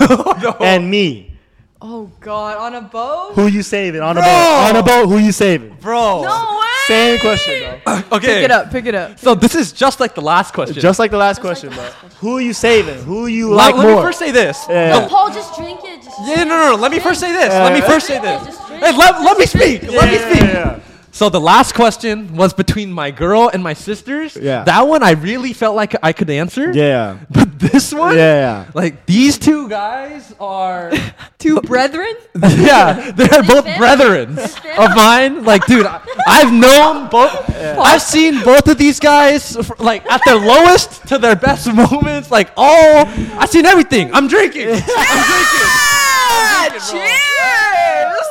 Speaker 4: and me.
Speaker 1: Oh God, on a boat?
Speaker 4: Who you saving on a
Speaker 3: Bro.
Speaker 4: boat? On a boat, who you saving?
Speaker 3: bro.
Speaker 1: No way.
Speaker 4: Same question, bro.
Speaker 3: Okay,
Speaker 1: Pick it up. Pick it up.
Speaker 3: So this is just like the last question.
Speaker 4: Just like the last question, bro. Who you saving? Who you
Speaker 3: Let-
Speaker 4: like
Speaker 3: let me
Speaker 4: more?
Speaker 3: first say Oh, this.
Speaker 4: Yeah.
Speaker 3: No,
Speaker 2: Paul, just drink it. Just
Speaker 3: yeah, no, no, no. Let me first say this. let me
Speaker 4: Yeah.
Speaker 3: first say this.
Speaker 2: Just drink
Speaker 3: Hey,
Speaker 2: it.
Speaker 3: let, let me speak. let me
Speaker 4: Yeah,
Speaker 3: speak.
Speaker 4: yeah, yeah.
Speaker 3: So the last question was between my girl and my sisters.
Speaker 4: Yeah.
Speaker 3: That one I really felt like I could answer.
Speaker 4: Yeah.
Speaker 3: But this one,
Speaker 4: Yeah.
Speaker 3: like these two guys are,
Speaker 1: Two brethren.
Speaker 3: yeah, they're both
Speaker 2: family.
Speaker 3: brethren
Speaker 2: family.
Speaker 3: of mine. Like, dude, I, I've known both. I've seen both of these guys, f- like at their lowest to their best moments. Like, all I've seen everything. I'm drinking.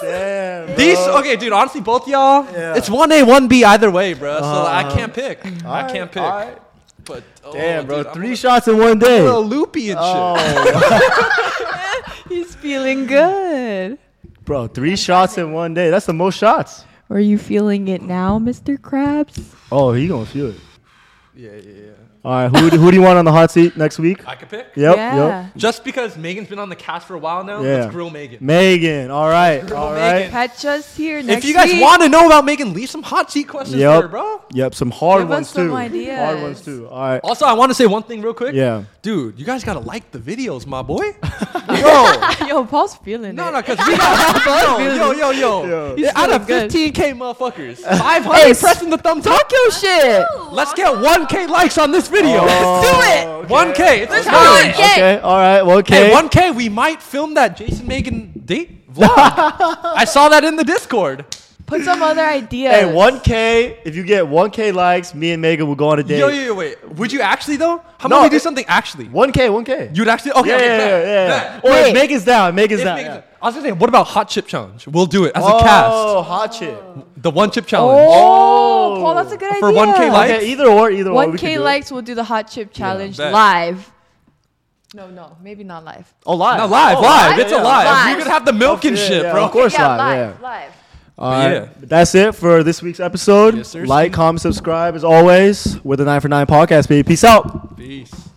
Speaker 4: Damn, bro.
Speaker 3: These okay, dude. Honestly, both y'all.
Speaker 4: Yeah. Uh-huh.
Speaker 3: It's one A, one B either way, bro. So like, I can't pick. I can't pick.
Speaker 4: Alright.
Speaker 3: But oh,
Speaker 4: Damn, bro.
Speaker 3: dude, I'm
Speaker 4: Three
Speaker 3: a
Speaker 4: shots in one day.
Speaker 3: little loopy and
Speaker 4: Oh,
Speaker 1: He's feeling good.
Speaker 4: bro, three shots in one day. That's the most shots.
Speaker 1: Are you feeling it now, Mr. Krabs?
Speaker 4: Oh, he gonna feel it.
Speaker 3: shit. Yeah, yeah, yeah.
Speaker 4: All right, who, do- who do you want on the hot seat next week?
Speaker 3: I could pick.
Speaker 4: Yep,
Speaker 1: yeah.
Speaker 4: yep.
Speaker 3: Just because Megan's been on the cast for a while now,
Speaker 4: Yeah.
Speaker 3: let's grill Megan.
Speaker 4: Megan, all right, all right.
Speaker 3: Megan.
Speaker 1: Catch us here next
Speaker 3: if you guys
Speaker 1: week.
Speaker 3: want to know about Megan, leave some hot seat questions for her,
Speaker 4: Yep,
Speaker 3: bro.
Speaker 4: yep. Some hard
Speaker 1: Give us
Speaker 4: ones
Speaker 1: some
Speaker 4: too.
Speaker 1: ideas.
Speaker 4: Hard ones too. All right,
Speaker 3: Also, I want to say one thing real quick.
Speaker 4: yeah.
Speaker 3: Dude, you guys gotta like the videos, my boy.
Speaker 4: Bro,
Speaker 1: Yo, Paul's feeling
Speaker 3: No,
Speaker 1: it.
Speaker 3: no, because we got yo, yo, yo,
Speaker 4: Yo.
Speaker 3: yo. Out of
Speaker 1: Good.
Speaker 3: 15k motherfuckers, 500 pressing the thumbs up.
Speaker 1: Yo, shit.
Speaker 3: Let's get 1K likes on this video.
Speaker 4: Oh,
Speaker 3: 1K. It's Let's
Speaker 2: do it.
Speaker 4: Okay, all right. Well, okay.
Speaker 3: Hey, 1K, we might film that Jason Megan date vlog. I saw that in the Discord.
Speaker 1: Put some other ideas.
Speaker 4: Hey, 1K. If you get 1K likes, me and Megan will go on a date.
Speaker 3: Yo, yo, yo, wait. Would you actually, though? How
Speaker 4: No,
Speaker 3: about we do
Speaker 4: it-
Speaker 3: something actually?
Speaker 4: 1K, 1K.
Speaker 3: You'd actually? Okay,
Speaker 4: yeah,
Speaker 3: okay,
Speaker 4: yeah, yeah,
Speaker 3: bet,
Speaker 4: yeah.
Speaker 3: bet.
Speaker 4: Or
Speaker 2: Wait.
Speaker 4: if Megan's down, Megan's
Speaker 3: If
Speaker 4: down.
Speaker 3: Megan's-
Speaker 4: yeah.
Speaker 3: I was gonna say, what about hot chip challenge? We'll do it as
Speaker 4: Oh,
Speaker 3: a cast.
Speaker 4: hot chip.
Speaker 3: The one chip challenge.
Speaker 1: Oh, Paul, that's a good
Speaker 3: For
Speaker 1: idea.
Speaker 3: 1K likes?
Speaker 4: Okay, either or, either or. oh, we can
Speaker 1: 1K
Speaker 4: do it.
Speaker 1: likes, we'll do the hot chip challenge
Speaker 3: bet.
Speaker 1: live. No, no, maybe not live.
Speaker 4: Oh, live.
Speaker 3: No, live,
Speaker 4: Oh,
Speaker 3: live. It's a
Speaker 4: yeah,
Speaker 3: live.
Speaker 1: live.
Speaker 3: We could have the milk and
Speaker 4: Yeah,
Speaker 3: shit,
Speaker 4: yeah,
Speaker 3: bro.
Speaker 4: Of course,
Speaker 1: Oh, yeah,
Speaker 4: live.
Speaker 1: live,
Speaker 4: Yeah.
Speaker 1: live.
Speaker 4: All right.
Speaker 3: Yeah.
Speaker 4: That's it for this week's episode.
Speaker 3: Yes, sir.
Speaker 4: like, comment, subscribe. As always, we're the 9 for 9 podcast, baby. Peace out.
Speaker 3: Peace.